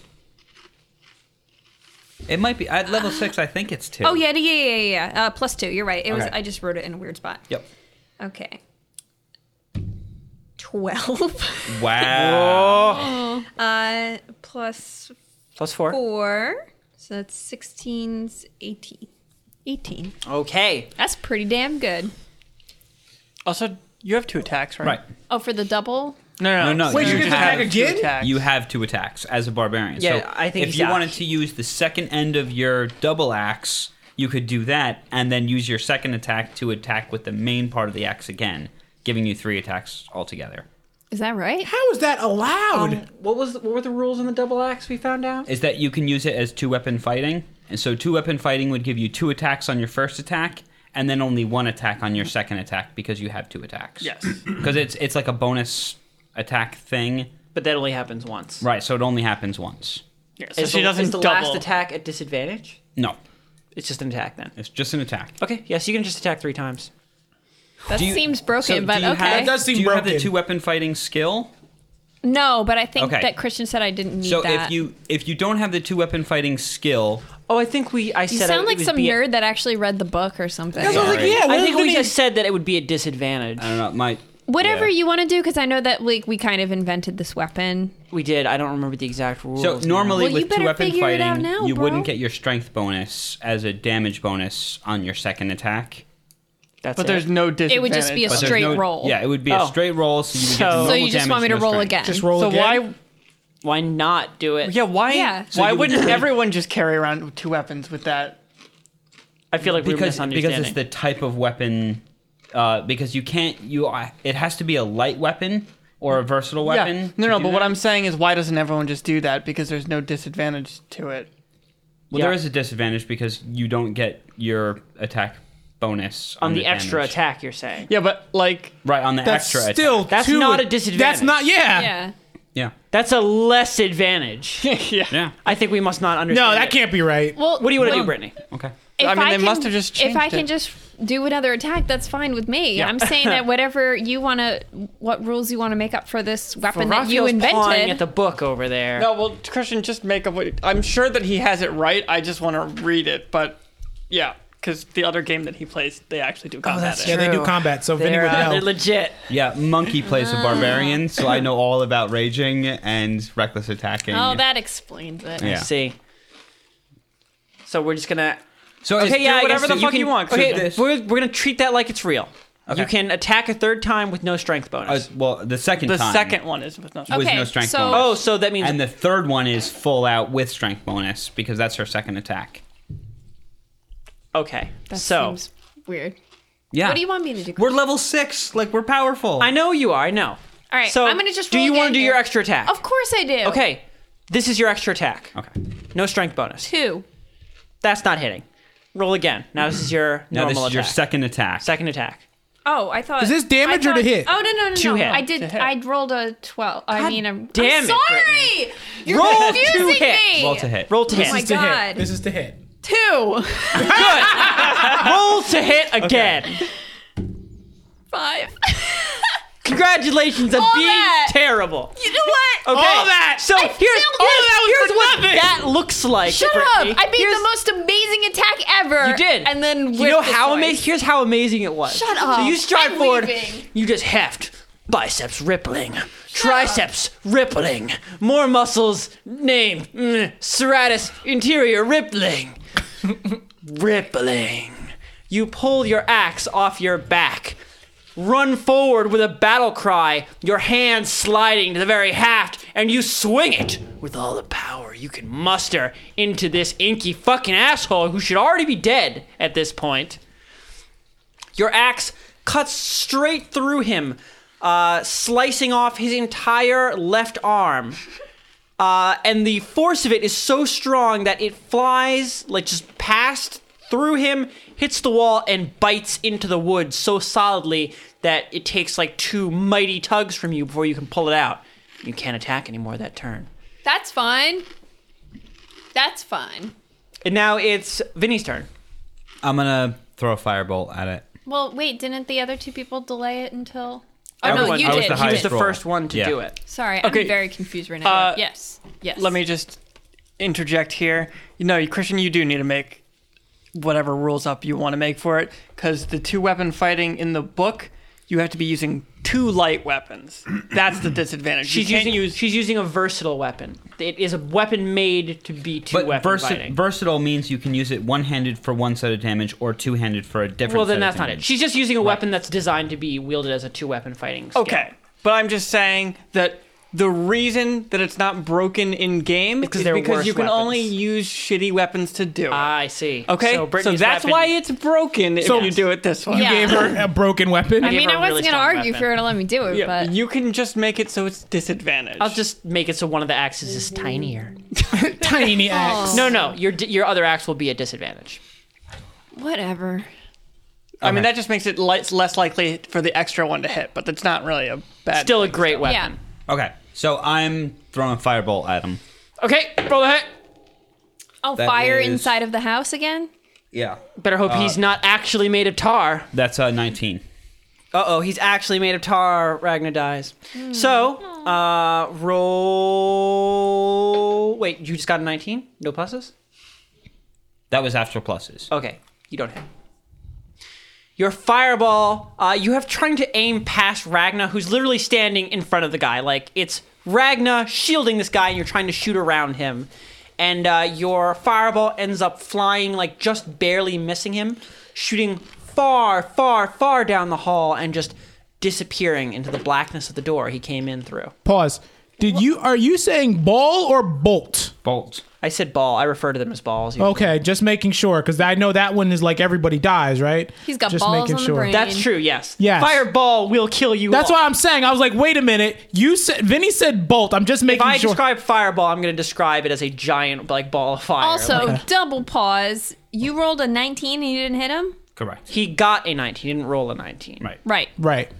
[SPEAKER 4] It might be at level six. I think it's two.
[SPEAKER 8] Oh yeah, yeah, yeah, yeah. yeah. Uh, plus two. You're right. It was.
[SPEAKER 4] Okay.
[SPEAKER 8] I just wrote it in a weird spot.
[SPEAKER 4] Yep.
[SPEAKER 8] Okay. Twelve.
[SPEAKER 4] Wow.
[SPEAKER 8] uh, plus
[SPEAKER 6] Plus four.
[SPEAKER 8] four. So that's sixteen's eighteen. Eighteen.
[SPEAKER 6] Okay.
[SPEAKER 8] That's pretty damn good.
[SPEAKER 1] Also, you have two attacks, right?
[SPEAKER 4] Right.
[SPEAKER 8] Oh, for the double.
[SPEAKER 1] No, no,
[SPEAKER 4] No, no, Wait, you you can just attack have
[SPEAKER 2] again?
[SPEAKER 4] You have two attacks as a barbarian. so
[SPEAKER 6] Yeah, I think
[SPEAKER 4] if
[SPEAKER 6] he's
[SPEAKER 4] you
[SPEAKER 6] out.
[SPEAKER 4] wanted to use the second end of your double axe, you could do that, and then use your second attack to attack with the main part of the axe again, giving you three attacks altogether.
[SPEAKER 8] Is that right?
[SPEAKER 10] How is that allowed?
[SPEAKER 2] Um,
[SPEAKER 6] What was what were the rules on the double axe we found out?
[SPEAKER 4] is that you can use it as two weapon fighting. And so two weapon fighting would give you two attacks on your first attack and then only one attack on your second attack because you have two attacks.
[SPEAKER 1] Yes.
[SPEAKER 4] Because it's it's like a bonus attack thing.
[SPEAKER 6] But that only happens once.
[SPEAKER 4] Right, so it only happens once.
[SPEAKER 1] Yeah, so
[SPEAKER 6] Is
[SPEAKER 1] she
[SPEAKER 6] the,
[SPEAKER 1] doesn't
[SPEAKER 6] is the
[SPEAKER 1] double.
[SPEAKER 6] last attack at disadvantage?
[SPEAKER 4] No.
[SPEAKER 6] It's just an attack then.
[SPEAKER 4] It's just an attack.
[SPEAKER 6] Okay, yes, you can just attack three times.
[SPEAKER 8] That
[SPEAKER 4] Do you-
[SPEAKER 8] seems
[SPEAKER 4] so
[SPEAKER 8] broken,
[SPEAKER 4] do
[SPEAKER 8] but
[SPEAKER 4] you
[SPEAKER 8] okay.
[SPEAKER 10] That
[SPEAKER 4] Have,
[SPEAKER 10] does seem
[SPEAKER 4] do you have
[SPEAKER 10] broken.
[SPEAKER 4] the two weapon fighting skill?
[SPEAKER 8] no, but I think
[SPEAKER 4] Okay.
[SPEAKER 8] that Christian said I didn't need
[SPEAKER 4] So
[SPEAKER 8] that.
[SPEAKER 4] if you if you don't have the two weapon fighting skill,
[SPEAKER 6] Oh, I think we I
[SPEAKER 8] You
[SPEAKER 6] said
[SPEAKER 8] sound
[SPEAKER 6] it
[SPEAKER 8] like
[SPEAKER 6] was
[SPEAKER 8] some
[SPEAKER 6] be at-
[SPEAKER 8] nerd that actually read the book or something.
[SPEAKER 10] I was like,
[SPEAKER 4] Sorry.
[SPEAKER 10] yeah.
[SPEAKER 6] I
[SPEAKER 10] what
[SPEAKER 6] think
[SPEAKER 10] did
[SPEAKER 6] we
[SPEAKER 10] we-
[SPEAKER 6] just said that it would be a disadvantage.
[SPEAKER 4] I don't know, my
[SPEAKER 8] Whatever
[SPEAKER 4] yeah.
[SPEAKER 8] you want to do, because I know that like we kind of invented this weapon.
[SPEAKER 6] we did. I don't remember the exact rules.
[SPEAKER 4] So
[SPEAKER 6] now.
[SPEAKER 4] normally
[SPEAKER 8] Well, you
[SPEAKER 4] with two
[SPEAKER 8] better
[SPEAKER 4] weapon
[SPEAKER 8] figure it
[SPEAKER 4] fighting,
[SPEAKER 8] out now,
[SPEAKER 4] you
[SPEAKER 8] bro.
[SPEAKER 4] wouldn't get your strength bonus as a damage bonus on your second attack.
[SPEAKER 6] that's
[SPEAKER 1] But
[SPEAKER 6] it.
[SPEAKER 1] there's no disadvantage.
[SPEAKER 8] It would just be a
[SPEAKER 4] But there's
[SPEAKER 8] straight
[SPEAKER 4] no-
[SPEAKER 8] roll.
[SPEAKER 4] Yeah, it would be
[SPEAKER 6] Oh.
[SPEAKER 4] a straight roll. So you would
[SPEAKER 6] So-
[SPEAKER 4] get
[SPEAKER 6] So
[SPEAKER 8] So you just want me to roll again?
[SPEAKER 10] Just roll
[SPEAKER 1] So
[SPEAKER 10] again.
[SPEAKER 1] why?
[SPEAKER 6] why not do it?
[SPEAKER 1] Yeah, why?
[SPEAKER 8] Yeah. So
[SPEAKER 1] Why
[SPEAKER 4] you would-
[SPEAKER 1] wouldn't everyone just carry around two weapons with that?
[SPEAKER 6] I feel like we we're
[SPEAKER 4] because because
[SPEAKER 6] misunderstanding.
[SPEAKER 4] it's the type of weapon. Uh, because you can't you it has to be a light weapon or a versatile
[SPEAKER 1] Yeah.
[SPEAKER 4] weapon.
[SPEAKER 1] No,
[SPEAKER 4] to
[SPEAKER 1] no,
[SPEAKER 4] do
[SPEAKER 1] but
[SPEAKER 4] that?
[SPEAKER 1] what I'm saying is, why doesn't everyone just do that? Because there's no disadvantage to it.
[SPEAKER 4] Well, there is a disadvantage because you don't get your attack bonus
[SPEAKER 6] on the
[SPEAKER 4] damage.
[SPEAKER 6] extra attack, you're saying.
[SPEAKER 1] Yeah, but like,
[SPEAKER 4] Right on the
[SPEAKER 7] That's
[SPEAKER 4] extra attack.
[SPEAKER 7] still
[SPEAKER 6] That's
[SPEAKER 7] two-
[SPEAKER 6] not a disadvantage.
[SPEAKER 7] That's not yeah.
[SPEAKER 8] Yeah.
[SPEAKER 4] yeah
[SPEAKER 6] That's a less advantage.
[SPEAKER 1] yeah.
[SPEAKER 4] yeah
[SPEAKER 6] I think we must not understand.
[SPEAKER 7] No, that
[SPEAKER 6] it.
[SPEAKER 7] can't be right.
[SPEAKER 8] Well,
[SPEAKER 6] What do you want to do, Brittany?
[SPEAKER 4] okay.
[SPEAKER 8] If
[SPEAKER 1] I mean, they
[SPEAKER 8] can-
[SPEAKER 1] must have just
[SPEAKER 8] If I
[SPEAKER 1] changed
[SPEAKER 8] can
[SPEAKER 1] it.
[SPEAKER 8] just do another attack, that's fine with me. I'm saying that whatever you want to, what rules you want to make up for this weapon that you
[SPEAKER 6] Raphael's pawing
[SPEAKER 8] invented.
[SPEAKER 6] at the book over there.
[SPEAKER 1] No, well, Christian, just make up what. I'm sure that he has it right. I just want to read it, but yeah, because the other game that he plays, they actually do combat
[SPEAKER 6] Oh, that's
[SPEAKER 1] it.
[SPEAKER 7] Yeah, they do
[SPEAKER 6] True.
[SPEAKER 7] combat, so Vinny
[SPEAKER 6] They're,
[SPEAKER 7] would
[SPEAKER 6] uh,
[SPEAKER 7] know.
[SPEAKER 6] they're legit.
[SPEAKER 4] Yeah, monkey plays
[SPEAKER 6] Ah.
[SPEAKER 4] a barbarian, so I know all about raging and reckless attacking.
[SPEAKER 8] oh, that explains it.
[SPEAKER 4] Yeah.
[SPEAKER 6] See. So we're just gonna.
[SPEAKER 4] So
[SPEAKER 6] Okay, yeah, I guess
[SPEAKER 1] whatever the
[SPEAKER 6] so
[SPEAKER 1] fuck
[SPEAKER 6] can-
[SPEAKER 1] you want.
[SPEAKER 6] Okay,
[SPEAKER 4] So this-
[SPEAKER 6] we're, we're gonna treat that like it's real.
[SPEAKER 4] Okay.
[SPEAKER 6] You can attack a third time with no strength
[SPEAKER 4] Uh,
[SPEAKER 6] bonus.
[SPEAKER 4] well, the second
[SPEAKER 1] The
[SPEAKER 4] time
[SPEAKER 1] second one is with no.
[SPEAKER 4] was
[SPEAKER 8] Okay,
[SPEAKER 4] no strength
[SPEAKER 8] so-
[SPEAKER 4] bonus.
[SPEAKER 6] oh, so that means
[SPEAKER 4] and the third one is full out with strength bonus because that's her second attack.
[SPEAKER 6] okay.
[SPEAKER 8] That
[SPEAKER 6] so
[SPEAKER 8] seems weird.
[SPEAKER 4] Yeah.
[SPEAKER 8] What do you want me to do?
[SPEAKER 4] We're level six. Like we're powerful.
[SPEAKER 6] I know you are. I know.
[SPEAKER 8] All right,
[SPEAKER 6] So
[SPEAKER 8] I'm gonna just.
[SPEAKER 6] do
[SPEAKER 8] roll
[SPEAKER 6] you
[SPEAKER 8] again
[SPEAKER 6] want to do
[SPEAKER 8] here.
[SPEAKER 6] your extra attack?
[SPEAKER 8] Of course I do.
[SPEAKER 6] Okay. This is your extra attack.
[SPEAKER 4] Okay.
[SPEAKER 6] No strength bonus.
[SPEAKER 8] Two.
[SPEAKER 6] That's not hitting. Roll again. Now this is your
[SPEAKER 4] Now this
[SPEAKER 6] normal
[SPEAKER 4] is your
[SPEAKER 6] attack.
[SPEAKER 4] section attack.
[SPEAKER 6] second attack.
[SPEAKER 8] Oh, I thought.
[SPEAKER 7] Is this damage
[SPEAKER 8] I
[SPEAKER 7] or to
[SPEAKER 8] thought-
[SPEAKER 7] hit?
[SPEAKER 8] Oh no no no!
[SPEAKER 6] To
[SPEAKER 8] no.
[SPEAKER 6] hit.
[SPEAKER 8] I did. I rolled a twelve. I mean, I'm,
[SPEAKER 6] damn
[SPEAKER 8] I'm
[SPEAKER 6] it,
[SPEAKER 8] sorry. You're
[SPEAKER 6] Roll to
[SPEAKER 8] confusing
[SPEAKER 6] hit.
[SPEAKER 8] me. Oh
[SPEAKER 4] Roll to hit.
[SPEAKER 6] Roll to
[SPEAKER 7] this
[SPEAKER 6] hit.
[SPEAKER 8] my
[SPEAKER 7] is to
[SPEAKER 8] God.
[SPEAKER 7] hit. This is to hit.
[SPEAKER 8] Two.
[SPEAKER 6] Good. Roll to hit again.
[SPEAKER 8] Five.
[SPEAKER 6] Congratulations on
[SPEAKER 8] All
[SPEAKER 6] being
[SPEAKER 8] that.
[SPEAKER 6] terrible.
[SPEAKER 8] you know what?
[SPEAKER 6] Okay.
[SPEAKER 7] All that.
[SPEAKER 6] So
[SPEAKER 8] I
[SPEAKER 6] here's
[SPEAKER 8] failed it.
[SPEAKER 6] here's what that looks like.
[SPEAKER 8] Shut
[SPEAKER 6] Brittany.
[SPEAKER 8] up! I made
[SPEAKER 6] Here's-
[SPEAKER 8] the most amazing attack ever.
[SPEAKER 6] You did.
[SPEAKER 8] And then
[SPEAKER 6] you know
[SPEAKER 8] whipped
[SPEAKER 6] how
[SPEAKER 8] it twice.
[SPEAKER 6] amazing. Here's how amazing it was.
[SPEAKER 8] Shut
[SPEAKER 6] So
[SPEAKER 8] up.
[SPEAKER 6] you stride
[SPEAKER 8] I'm
[SPEAKER 6] forward.
[SPEAKER 8] leaving.
[SPEAKER 6] You just heft. Biceps rippling, triceps rippling, more muscles. Name mm, serratus interior rippling, rippling. You pull your axe off your back, run forward with a battle cry. Your hand sliding to the very haft, and you swing it with all the power you can muster into this inky fucking asshole who should already be dead at this point. Your axe cuts straight through him, uh, slicing off his entire left arm. Uh, and the force of it is so strong that it flies, like just past through him, hits the wall, and bites into the wood so solidly that it takes like two mighty tugs from you before you can pull it out. You can't attack anymore that turn.
[SPEAKER 8] That's fine. That's fine.
[SPEAKER 6] And now it's Vinny's turn.
[SPEAKER 4] I'm gonna throw a firebolt at it.
[SPEAKER 8] Well, wait, didn't the other two people delay it until?
[SPEAKER 6] I
[SPEAKER 8] Oh no,
[SPEAKER 6] was-
[SPEAKER 8] you
[SPEAKER 6] I was
[SPEAKER 8] did.
[SPEAKER 4] the
[SPEAKER 8] you did.
[SPEAKER 4] highest
[SPEAKER 6] He's the
[SPEAKER 4] roll.
[SPEAKER 6] first one to
[SPEAKER 4] Yeah.
[SPEAKER 6] do it.
[SPEAKER 8] Sorry,
[SPEAKER 1] Okay.
[SPEAKER 8] I'm very confused right now.
[SPEAKER 1] Uh,
[SPEAKER 8] yes, yes.
[SPEAKER 1] Let me just interject here. You know, Christian, you do need to make whatever rules up you want to make for it, because the two weapon fighting in the book, you have to be using two light weapons. That's the disadvantage.
[SPEAKER 6] She's
[SPEAKER 1] you can't
[SPEAKER 6] using
[SPEAKER 1] use.
[SPEAKER 6] she's using a versatile weapon. It is a weapon made to be two
[SPEAKER 4] But
[SPEAKER 6] weapon
[SPEAKER 4] versi-
[SPEAKER 6] fighting.
[SPEAKER 4] versatile means you can use it one-handed for one set of damage or two-handed for a different.
[SPEAKER 6] well,
[SPEAKER 4] set
[SPEAKER 6] then
[SPEAKER 4] of
[SPEAKER 6] that's not it.
[SPEAKER 4] damage.
[SPEAKER 6] She's just using a weapon that's designed to be wielded as a two weapon fighting. Skill.
[SPEAKER 1] Okay, but I'm just saying that the reason that it's not broken in game
[SPEAKER 6] Because
[SPEAKER 1] is
[SPEAKER 6] they're
[SPEAKER 1] because
[SPEAKER 6] worse
[SPEAKER 1] you can
[SPEAKER 6] weapons.
[SPEAKER 1] only use shitty weapons to do it.
[SPEAKER 6] I see.
[SPEAKER 1] okay,
[SPEAKER 6] so,
[SPEAKER 1] so,
[SPEAKER 6] Brittany's
[SPEAKER 1] that's
[SPEAKER 6] weapon-
[SPEAKER 1] why it's broken if
[SPEAKER 7] So-
[SPEAKER 1] you do it this way.
[SPEAKER 8] Yeah.
[SPEAKER 7] Gave her a broken weapon.
[SPEAKER 8] I
[SPEAKER 6] gave
[SPEAKER 8] mean,
[SPEAKER 6] her
[SPEAKER 8] I
[SPEAKER 6] a
[SPEAKER 8] wasn't
[SPEAKER 6] really
[SPEAKER 8] gonna
[SPEAKER 6] strong
[SPEAKER 8] argue if
[SPEAKER 6] weapon.
[SPEAKER 8] you're gonna let me do it,
[SPEAKER 1] Yeah,
[SPEAKER 8] but
[SPEAKER 1] you can just make it so it's disadvantage.
[SPEAKER 6] I'll just make it so one of the axes is tinier.
[SPEAKER 8] Mm-hmm.
[SPEAKER 7] Tiny
[SPEAKER 8] oh.
[SPEAKER 7] axe.
[SPEAKER 6] No, no, your d- your other axe will be a disadvantage.
[SPEAKER 8] whatever.
[SPEAKER 1] I mean,
[SPEAKER 4] Okay.
[SPEAKER 1] that just makes it li- less likely for the extra one to hit, but that's not really a bad.
[SPEAKER 6] Still a great
[SPEAKER 8] Yeah.
[SPEAKER 6] weapon.
[SPEAKER 4] Okay, so I'm throwing a firebolt at him.
[SPEAKER 6] Okay, roll the hit.
[SPEAKER 8] Oh,
[SPEAKER 4] That
[SPEAKER 8] fire
[SPEAKER 4] is-
[SPEAKER 8] inside of the house again?
[SPEAKER 4] Yeah,
[SPEAKER 6] Better hope
[SPEAKER 1] Uh,
[SPEAKER 6] he's not actually made of tar.
[SPEAKER 4] that's uh, 19.
[SPEAKER 6] Uh oh, he's actually made of tar. Ragnar dies. So,
[SPEAKER 1] Hmm.
[SPEAKER 6] uh, roll. Wait, you just got a 19? No pluses?
[SPEAKER 4] That was after pluses.
[SPEAKER 6] Okay, you don't hit. Your fireball, uh, you have trying to aim past Ragna, who's literally standing in front of the guy. Like, it's Ragna shielding this guy, and you're trying to shoot around him. And uh, your fireball ends up flying, like, just barely missing him, shooting far, far, far down the hall, and just disappearing into the blackness of the door he came in through.
[SPEAKER 7] Pause. Did you are you saying ball or bolt?
[SPEAKER 4] Bolt.
[SPEAKER 6] I said ball. I refer to them as balls. usually.
[SPEAKER 7] Okay, just making sure because I know that one is like everybody dies, right?
[SPEAKER 8] He's got
[SPEAKER 7] just
[SPEAKER 8] balls on the brain.
[SPEAKER 6] That's true, yes.
[SPEAKER 7] Yes.
[SPEAKER 6] Fireball will kill you.
[SPEAKER 7] That's
[SPEAKER 6] all.
[SPEAKER 7] why I'm saying I was like, wait a minute. You said Vinny said bolt. I'm just
[SPEAKER 6] If
[SPEAKER 7] making
[SPEAKER 6] I
[SPEAKER 7] sure.
[SPEAKER 6] describe fireball, I'm going to describe it as a giant like ball of fire.
[SPEAKER 8] Also,
[SPEAKER 6] Like,
[SPEAKER 8] double pause. You rolled a 19 and you didn't hit him?
[SPEAKER 4] Correct.
[SPEAKER 6] he got a 19. He didn't roll a 19.
[SPEAKER 4] Right.
[SPEAKER 8] Right.
[SPEAKER 7] right.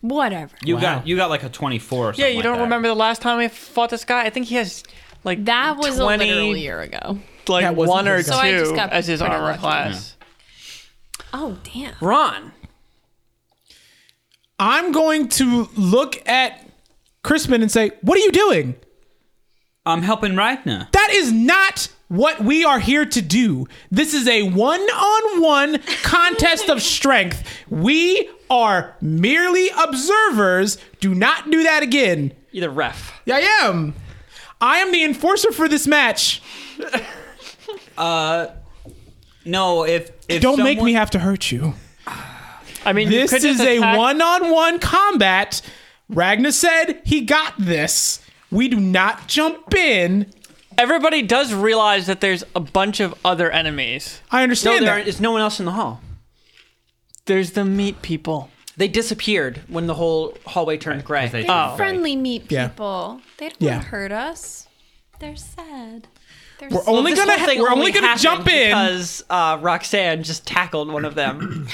[SPEAKER 8] Whatever.
[SPEAKER 4] You got you got like a twenty-four. Or something
[SPEAKER 1] Yeah,
[SPEAKER 6] Oh
[SPEAKER 1] you
[SPEAKER 4] like
[SPEAKER 1] don't
[SPEAKER 4] that.
[SPEAKER 1] remember the last time we fought this guy? I think he has like
[SPEAKER 8] That was a
[SPEAKER 1] 20
[SPEAKER 8] literal year ago.
[SPEAKER 1] like
[SPEAKER 7] That wasn't
[SPEAKER 1] one or
[SPEAKER 7] his
[SPEAKER 1] two
[SPEAKER 8] So
[SPEAKER 7] guy.
[SPEAKER 8] I just got
[SPEAKER 1] as his
[SPEAKER 8] pretty
[SPEAKER 1] armor
[SPEAKER 8] lucky. Mm.
[SPEAKER 1] class.
[SPEAKER 8] Oh, damn.
[SPEAKER 6] Ron,
[SPEAKER 7] I'm going to look at Crispin and say, what are you doing?
[SPEAKER 4] I'm helping Ragna.
[SPEAKER 7] That is not what we are here to do. This is a one on one contest of strength. We are merely observers. Do not do that again.
[SPEAKER 6] you're the ref.
[SPEAKER 7] Yeah, I am. I am the enforcer for this match.
[SPEAKER 4] No, if if
[SPEAKER 7] Don't make
[SPEAKER 4] someone-
[SPEAKER 7] me have to hurt you.
[SPEAKER 1] I mean,
[SPEAKER 7] This
[SPEAKER 1] you could
[SPEAKER 7] is
[SPEAKER 1] just
[SPEAKER 7] a
[SPEAKER 1] attack-
[SPEAKER 7] one on one combat. Ragnar said he got this. We do not jump in.
[SPEAKER 1] Everybody does realize that there's a bunch of other enemies.
[SPEAKER 7] I
[SPEAKER 6] No,
[SPEAKER 7] understand
[SPEAKER 6] there
[SPEAKER 7] that.
[SPEAKER 6] is no one else in the hall.
[SPEAKER 1] There's the meat people.
[SPEAKER 6] They disappeared when the whole hallway turned gray.
[SPEAKER 4] They-
[SPEAKER 1] Oh.
[SPEAKER 8] Friendly meat
[SPEAKER 7] Yeah.
[SPEAKER 8] people. They don't
[SPEAKER 7] Yeah.
[SPEAKER 8] hurt us.
[SPEAKER 5] They're sad.
[SPEAKER 8] They're
[SPEAKER 7] We're
[SPEAKER 8] so-
[SPEAKER 7] only
[SPEAKER 6] This
[SPEAKER 7] gonna
[SPEAKER 6] whole thing
[SPEAKER 7] we're only, gonna
[SPEAKER 6] happened
[SPEAKER 7] jump in.
[SPEAKER 6] because uh, Roxanne just tackled one of them.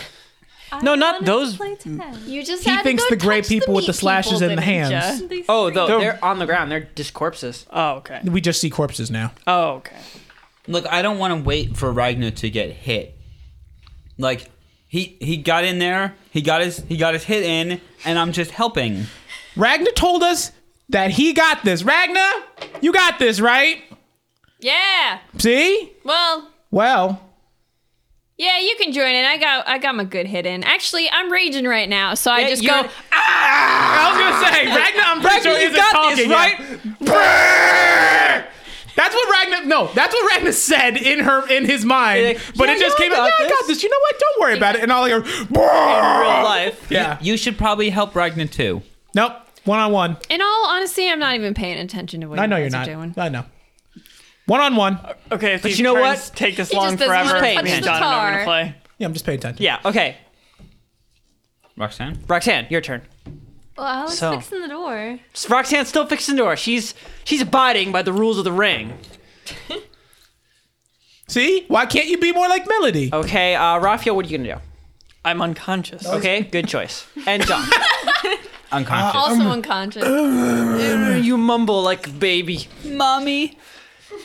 [SPEAKER 1] No,
[SPEAKER 5] I
[SPEAKER 1] not
[SPEAKER 5] wanted to
[SPEAKER 1] those-
[SPEAKER 5] play tag.
[SPEAKER 8] you just
[SPEAKER 7] he
[SPEAKER 8] had to
[SPEAKER 7] thinks
[SPEAKER 8] go
[SPEAKER 7] the gray
[SPEAKER 8] touch
[SPEAKER 7] people with the
[SPEAKER 8] meat
[SPEAKER 7] slashes
[SPEAKER 8] people,
[SPEAKER 7] in the
[SPEAKER 8] didn't ya?
[SPEAKER 7] hands.
[SPEAKER 5] These
[SPEAKER 6] oh, though
[SPEAKER 1] They're-
[SPEAKER 6] they're on the ground. They're just corpses.
[SPEAKER 1] Oh, okay.
[SPEAKER 7] We just see corpses now.
[SPEAKER 1] Oh, okay.
[SPEAKER 4] Look, I don't want to wait for Ragnar to get hit. Like he he got in there, he got his he got his hit in, and I'm just helping.
[SPEAKER 7] Ragnar told us that he got this. Ragnar, you got this, right?
[SPEAKER 8] Yeah.
[SPEAKER 7] See?
[SPEAKER 8] Well,
[SPEAKER 7] Well,
[SPEAKER 8] yeah, you can join in. I got I got my good hit in. Actually, I'm raging right now, so I just
[SPEAKER 6] you're-
[SPEAKER 8] go.
[SPEAKER 7] I was gonna say Ragnar. I'm pretty sure
[SPEAKER 6] you
[SPEAKER 7] isn't
[SPEAKER 6] got this,
[SPEAKER 7] talking yet. That's what Ragnar. No, that's what Ragnar said in her in his mind.
[SPEAKER 6] Like,
[SPEAKER 7] But
[SPEAKER 6] yeah,
[SPEAKER 7] it just
[SPEAKER 6] yeah,
[SPEAKER 7] came
[SPEAKER 6] I
[SPEAKER 7] out.
[SPEAKER 6] got
[SPEAKER 7] Yeah, I got
[SPEAKER 6] this.
[SPEAKER 7] this. You know what? Don't worry about it. And all like,
[SPEAKER 6] in real
[SPEAKER 7] yeah.
[SPEAKER 6] life.
[SPEAKER 7] yeah.
[SPEAKER 4] You should probably help Ragnar too.
[SPEAKER 7] Nope. One on one.
[SPEAKER 8] In all honesty, I'm not even paying attention to what
[SPEAKER 7] I know
[SPEAKER 8] you
[SPEAKER 7] you're
[SPEAKER 8] guys
[SPEAKER 7] not.
[SPEAKER 8] are doing.
[SPEAKER 7] I know. One on one.
[SPEAKER 1] Okay, if these
[SPEAKER 6] you know
[SPEAKER 1] turns
[SPEAKER 6] what?
[SPEAKER 1] Take this
[SPEAKER 8] He
[SPEAKER 1] long
[SPEAKER 8] just doesn't
[SPEAKER 1] forever.
[SPEAKER 8] wanna
[SPEAKER 1] it's
[SPEAKER 6] touch
[SPEAKER 1] me
[SPEAKER 6] the
[SPEAKER 1] and John and I'm gonna
[SPEAKER 8] tar.
[SPEAKER 1] play.
[SPEAKER 7] Yeah, I'm just paying attention.
[SPEAKER 6] Yeah. Okay,
[SPEAKER 4] Roxanne?
[SPEAKER 6] Roxanne, your turn.
[SPEAKER 5] Well, I was
[SPEAKER 6] So.
[SPEAKER 5] fixing the door.
[SPEAKER 6] Roxanne's still fixing the door. She's she's abiding by the rules of the ring.
[SPEAKER 7] See? Why can't you be more like Melody?
[SPEAKER 6] Okay, uh, Raphael, what are you gonna do?
[SPEAKER 1] I'm unconscious.
[SPEAKER 6] Okay, good choice. And John,
[SPEAKER 4] Unconscious.
[SPEAKER 8] Also
[SPEAKER 7] Um,
[SPEAKER 8] unconscious.
[SPEAKER 6] you mumble like baby.
[SPEAKER 8] Mommy.
[SPEAKER 7] Uh,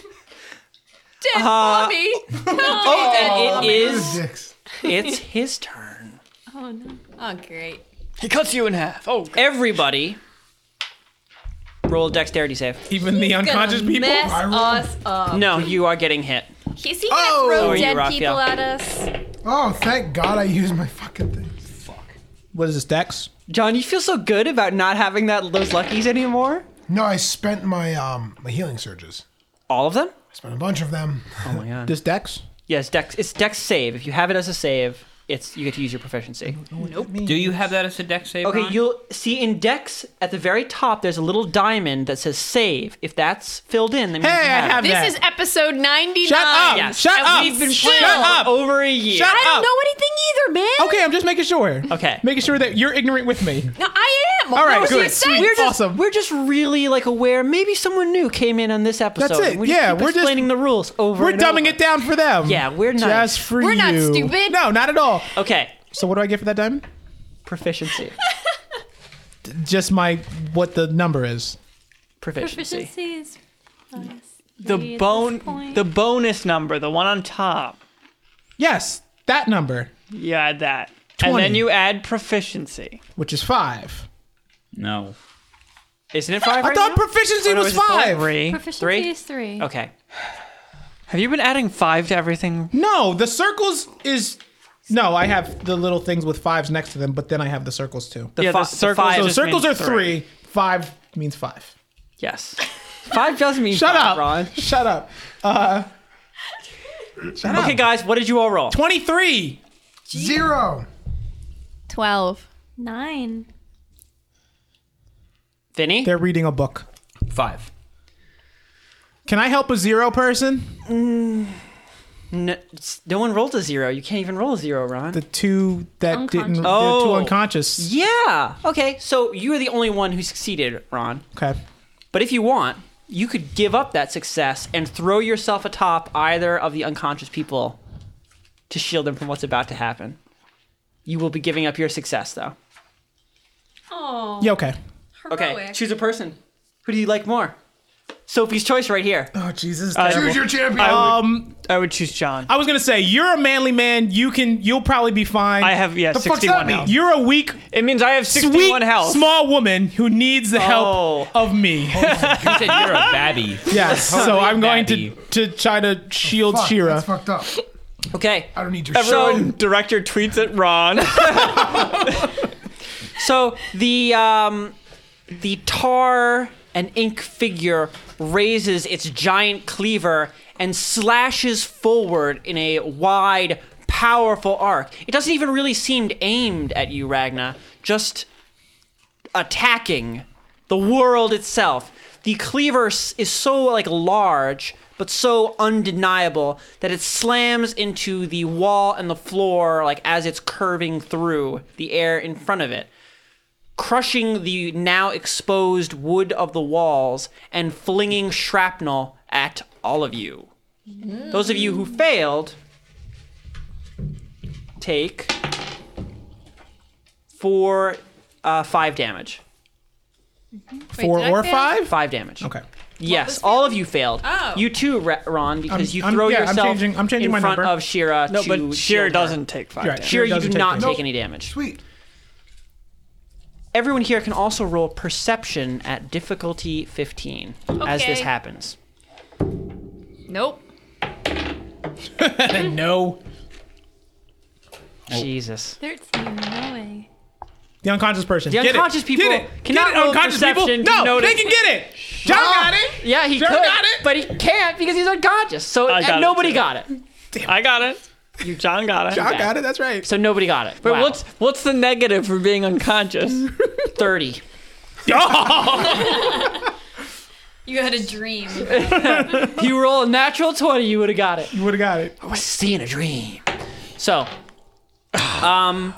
[SPEAKER 8] Dead mommy. Oh.
[SPEAKER 6] And it is
[SPEAKER 2] Dicks.
[SPEAKER 6] it's his turn.
[SPEAKER 5] Oh no.
[SPEAKER 8] Oh, great.
[SPEAKER 1] He cuts you in half. Oh, God.
[SPEAKER 6] Everybody, roll a dexterity save.
[SPEAKER 7] Even the unconscious
[SPEAKER 8] Gonna
[SPEAKER 7] people.
[SPEAKER 8] Mess
[SPEAKER 7] I-
[SPEAKER 8] us up.
[SPEAKER 6] No, you are getting hit.
[SPEAKER 8] Is he gonna
[SPEAKER 2] Oh.
[SPEAKER 6] How
[SPEAKER 8] throw
[SPEAKER 6] are you,
[SPEAKER 8] dead
[SPEAKER 6] Raphael?
[SPEAKER 8] people at us?
[SPEAKER 2] Oh, thank God I used my fucking thing.
[SPEAKER 7] What is this, Dex?
[SPEAKER 6] John, you feel so good about not having that those luckies anymore.
[SPEAKER 2] No, I spent my um my healing surges.
[SPEAKER 6] All of them?
[SPEAKER 2] I spent a bunch of them.
[SPEAKER 6] Oh my god.
[SPEAKER 7] This Dex?
[SPEAKER 6] Yes, dex. It's dex save. If you have it as a save, it's you get to use your proficiency.
[SPEAKER 4] Do you have that as a deck save?
[SPEAKER 6] Okay,
[SPEAKER 4] Ron?
[SPEAKER 6] you'll see in Dex at the very top. There's a little diamond that says "save." If that's filled in, then
[SPEAKER 7] Hey, I have
[SPEAKER 8] This
[SPEAKER 7] that.
[SPEAKER 8] is episode 99.
[SPEAKER 7] Shut up! Shut
[SPEAKER 6] and
[SPEAKER 7] up!
[SPEAKER 6] We've been
[SPEAKER 7] Shut
[SPEAKER 6] playing for
[SPEAKER 7] up!
[SPEAKER 6] over a year.
[SPEAKER 7] Shut
[SPEAKER 8] I don't
[SPEAKER 7] up.
[SPEAKER 8] know anything either, man.
[SPEAKER 7] Okay, I'm just making sure.
[SPEAKER 6] Okay.
[SPEAKER 7] Making sure that you're ignorant with me.
[SPEAKER 8] No, I am.
[SPEAKER 7] All right,
[SPEAKER 8] What was
[SPEAKER 7] good,
[SPEAKER 8] your
[SPEAKER 7] sweet.
[SPEAKER 8] sense?
[SPEAKER 6] We're just,
[SPEAKER 7] Awesome.
[SPEAKER 6] we're just really like aware. Maybe someone new came in on this episode.
[SPEAKER 7] That's it.
[SPEAKER 6] and We just
[SPEAKER 7] Yeah,
[SPEAKER 6] keep
[SPEAKER 7] we're just-
[SPEAKER 6] explaining the rules over.
[SPEAKER 7] We're
[SPEAKER 6] and
[SPEAKER 7] dumbing
[SPEAKER 6] over.
[SPEAKER 7] it down for them.
[SPEAKER 6] Yeah, we're nice.
[SPEAKER 7] Just for
[SPEAKER 8] We're
[SPEAKER 7] you.
[SPEAKER 8] not stupid.
[SPEAKER 7] No, not at all.
[SPEAKER 6] Okay,
[SPEAKER 7] So what do I get for that diamond?
[SPEAKER 6] proficiency,
[SPEAKER 7] Just my what the number is.
[SPEAKER 6] proficiency.
[SPEAKER 5] Proficiency is bonus three at
[SPEAKER 1] the
[SPEAKER 5] this
[SPEAKER 1] bone,
[SPEAKER 5] point.
[SPEAKER 1] the bonus number, the one on top.
[SPEAKER 7] Yes, that number,
[SPEAKER 1] You add that, and
[SPEAKER 7] 20.
[SPEAKER 1] then you add proficiency.
[SPEAKER 7] which is five.
[SPEAKER 4] No.
[SPEAKER 6] Isn't it five?
[SPEAKER 7] I
[SPEAKER 6] right
[SPEAKER 7] thought
[SPEAKER 6] now?
[SPEAKER 7] proficiency
[SPEAKER 6] Oh, no,
[SPEAKER 7] was
[SPEAKER 6] is it four?
[SPEAKER 7] five.
[SPEAKER 1] Three.
[SPEAKER 5] proficiency
[SPEAKER 6] Three?
[SPEAKER 5] is three.
[SPEAKER 6] Okay,
[SPEAKER 1] Have you been adding five to everything?
[SPEAKER 7] No, the circles is. No, I have the little things with fives next to them, but then I have the circles too.
[SPEAKER 6] the,
[SPEAKER 1] Yeah,
[SPEAKER 6] fi-
[SPEAKER 1] the circles
[SPEAKER 6] five
[SPEAKER 7] so
[SPEAKER 6] is-
[SPEAKER 1] just
[SPEAKER 7] circles are
[SPEAKER 1] means
[SPEAKER 7] three.
[SPEAKER 1] three.
[SPEAKER 7] Five means five.
[SPEAKER 6] yes, five does mean
[SPEAKER 7] Shut
[SPEAKER 6] five,
[SPEAKER 7] up.
[SPEAKER 6] Ron.
[SPEAKER 7] Shut up. Uh, shut
[SPEAKER 6] Okay,
[SPEAKER 7] up.
[SPEAKER 6] guys, what did you all roll?
[SPEAKER 7] Twenty-three.
[SPEAKER 2] Zero.
[SPEAKER 8] 12.
[SPEAKER 5] Nine.
[SPEAKER 6] Vinny,
[SPEAKER 7] They're reading a book.
[SPEAKER 4] Five.
[SPEAKER 7] Can I help a zero person?
[SPEAKER 6] No, it's- no one rolled a zero. You can't even roll a zero, Ron.
[SPEAKER 7] The two that
[SPEAKER 5] Unconscious.
[SPEAKER 7] didn't. The two
[SPEAKER 6] Oh.
[SPEAKER 7] unconscious.
[SPEAKER 6] yeah. Okay. So you are the only one who succeeded, Ron.
[SPEAKER 7] Okay.
[SPEAKER 6] But if you want, you could give up that success and throw yourself atop either of the unconscious people to shield them from what's about to happen. You will be giving up your success, though.
[SPEAKER 5] Oh,
[SPEAKER 7] Yeah. Okay.
[SPEAKER 6] Okay.
[SPEAKER 5] Heroic.
[SPEAKER 6] Choose a person. Who do you like more? Sophie's choice right here.
[SPEAKER 7] Oh Jesus.
[SPEAKER 2] Choose your champion.
[SPEAKER 7] um,
[SPEAKER 1] I would choose John.
[SPEAKER 7] I was gonna say you're a manly man. You can. You'll probably be fine.
[SPEAKER 1] I have yeah,
[SPEAKER 2] The fuck's that
[SPEAKER 1] 61
[SPEAKER 2] mean?
[SPEAKER 1] health.
[SPEAKER 7] You're a weak,
[SPEAKER 1] It means I have 61
[SPEAKER 7] sweet,
[SPEAKER 1] health.
[SPEAKER 7] small woman who needs the
[SPEAKER 6] Oh.
[SPEAKER 7] help of me.
[SPEAKER 4] You said you're a babby.
[SPEAKER 7] yes. So I'm going to
[SPEAKER 4] Babby.
[SPEAKER 7] to try to shield
[SPEAKER 2] Fuck, That's
[SPEAKER 7] Shira.
[SPEAKER 2] fucked up.
[SPEAKER 6] Okay.
[SPEAKER 2] I don't need your
[SPEAKER 6] Everyone-
[SPEAKER 2] shit.
[SPEAKER 1] Director tweets at Ron.
[SPEAKER 6] So the um, the tar and ink figure raises its giant cleaver and slashes forward in a wide, powerful arc. It doesn't even really seem aimed at you, Ragna. Just attacking the world itself. The cleaver s- is so like large, but so undeniable that it slams into the wall and the floor like as it's curving through the air in front of it, crushing the now exposed wood of the walls and flinging shrapnel at all of you. Those of you who failed take four, uh, five damage.
[SPEAKER 7] Four
[SPEAKER 8] did I
[SPEAKER 7] or
[SPEAKER 8] fail?
[SPEAKER 7] five.
[SPEAKER 6] Five damage.
[SPEAKER 7] Okay.
[SPEAKER 6] Yes, all of you failed.
[SPEAKER 8] Oh.
[SPEAKER 6] You too, Ra- Ron, because
[SPEAKER 7] I'm-
[SPEAKER 6] you
[SPEAKER 7] I'm-
[SPEAKER 6] throw
[SPEAKER 7] yeah, I'm
[SPEAKER 6] yourself
[SPEAKER 7] changing- I'm changing
[SPEAKER 6] in
[SPEAKER 7] my
[SPEAKER 6] front
[SPEAKER 7] number.
[SPEAKER 6] of Shira.
[SPEAKER 1] no,
[SPEAKER 6] to
[SPEAKER 1] but
[SPEAKER 6] shield
[SPEAKER 1] Sheer
[SPEAKER 6] her.
[SPEAKER 1] doesn't take five
[SPEAKER 7] Right.
[SPEAKER 1] damage.
[SPEAKER 7] Sheer
[SPEAKER 6] Shira, you do
[SPEAKER 7] doesn't take
[SPEAKER 6] not
[SPEAKER 7] damage.
[SPEAKER 6] take any damage.
[SPEAKER 2] Sweet.
[SPEAKER 6] Everyone here can also roll perception at difficulty 15 as this
[SPEAKER 8] Okay.
[SPEAKER 6] happens.
[SPEAKER 8] Nope.
[SPEAKER 7] No.
[SPEAKER 6] Jesus.
[SPEAKER 5] thirteen. No way.
[SPEAKER 7] The unconscious person.
[SPEAKER 6] The
[SPEAKER 7] Get it.
[SPEAKER 6] unconscious people
[SPEAKER 7] Get it.
[SPEAKER 6] cannot
[SPEAKER 7] Get it,
[SPEAKER 6] roll
[SPEAKER 7] unconscious
[SPEAKER 6] perception to
[SPEAKER 7] people. No,
[SPEAKER 6] notice. Ah.
[SPEAKER 7] they can get it. John got it.
[SPEAKER 6] Yeah, he
[SPEAKER 7] Shira
[SPEAKER 6] could,
[SPEAKER 7] got it.
[SPEAKER 6] but he can't because he's unconscious. So
[SPEAKER 1] I
[SPEAKER 6] and
[SPEAKER 1] got it
[SPEAKER 6] nobody
[SPEAKER 1] too.
[SPEAKER 6] got it.
[SPEAKER 1] I got it. You, John got it.
[SPEAKER 7] John got it. That's right.
[SPEAKER 6] So nobody got it.
[SPEAKER 1] But
[SPEAKER 6] Wow.
[SPEAKER 1] what's what's the negative for being unconscious?
[SPEAKER 6] 30?
[SPEAKER 1] Oh!
[SPEAKER 8] You had a dream.
[SPEAKER 6] you roll a natural 20, you would have got it.
[SPEAKER 7] You would have got it.
[SPEAKER 6] was seeing a dream. So, um,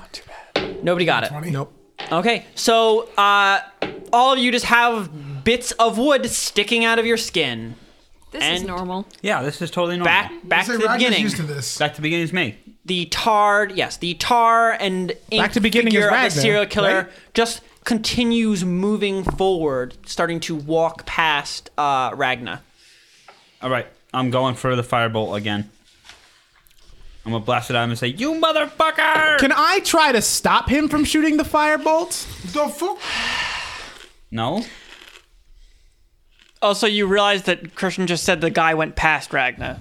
[SPEAKER 6] nobody got it.
[SPEAKER 7] Nope.
[SPEAKER 6] Okay, so uh, all of you just have bits of wood sticking out of your skin.
[SPEAKER 8] This is
[SPEAKER 6] And-
[SPEAKER 8] normal.
[SPEAKER 4] Yeah, this is totally normal.
[SPEAKER 6] Back, back
[SPEAKER 2] Mm-hmm. Say
[SPEAKER 6] to the
[SPEAKER 2] Ragna's
[SPEAKER 6] beginning.
[SPEAKER 2] used to this.
[SPEAKER 4] Back to beginning is me.
[SPEAKER 6] the tar, yes, the tar and ink
[SPEAKER 7] Back to beginning
[SPEAKER 6] figure
[SPEAKER 7] is
[SPEAKER 6] of the
[SPEAKER 7] Ragnar,
[SPEAKER 6] serial killer
[SPEAKER 7] right?
[SPEAKER 6] just continues moving forward, starting to walk past uh, Ragna.
[SPEAKER 4] All right, I'm going for the firebolt again. I'm gonna blast it out and say, "You motherfucker!"
[SPEAKER 7] Can I try to stop him from shooting the firebolt?
[SPEAKER 2] The fuck?
[SPEAKER 4] no.
[SPEAKER 1] also, you realize that Christian just said the guy went past Ragna.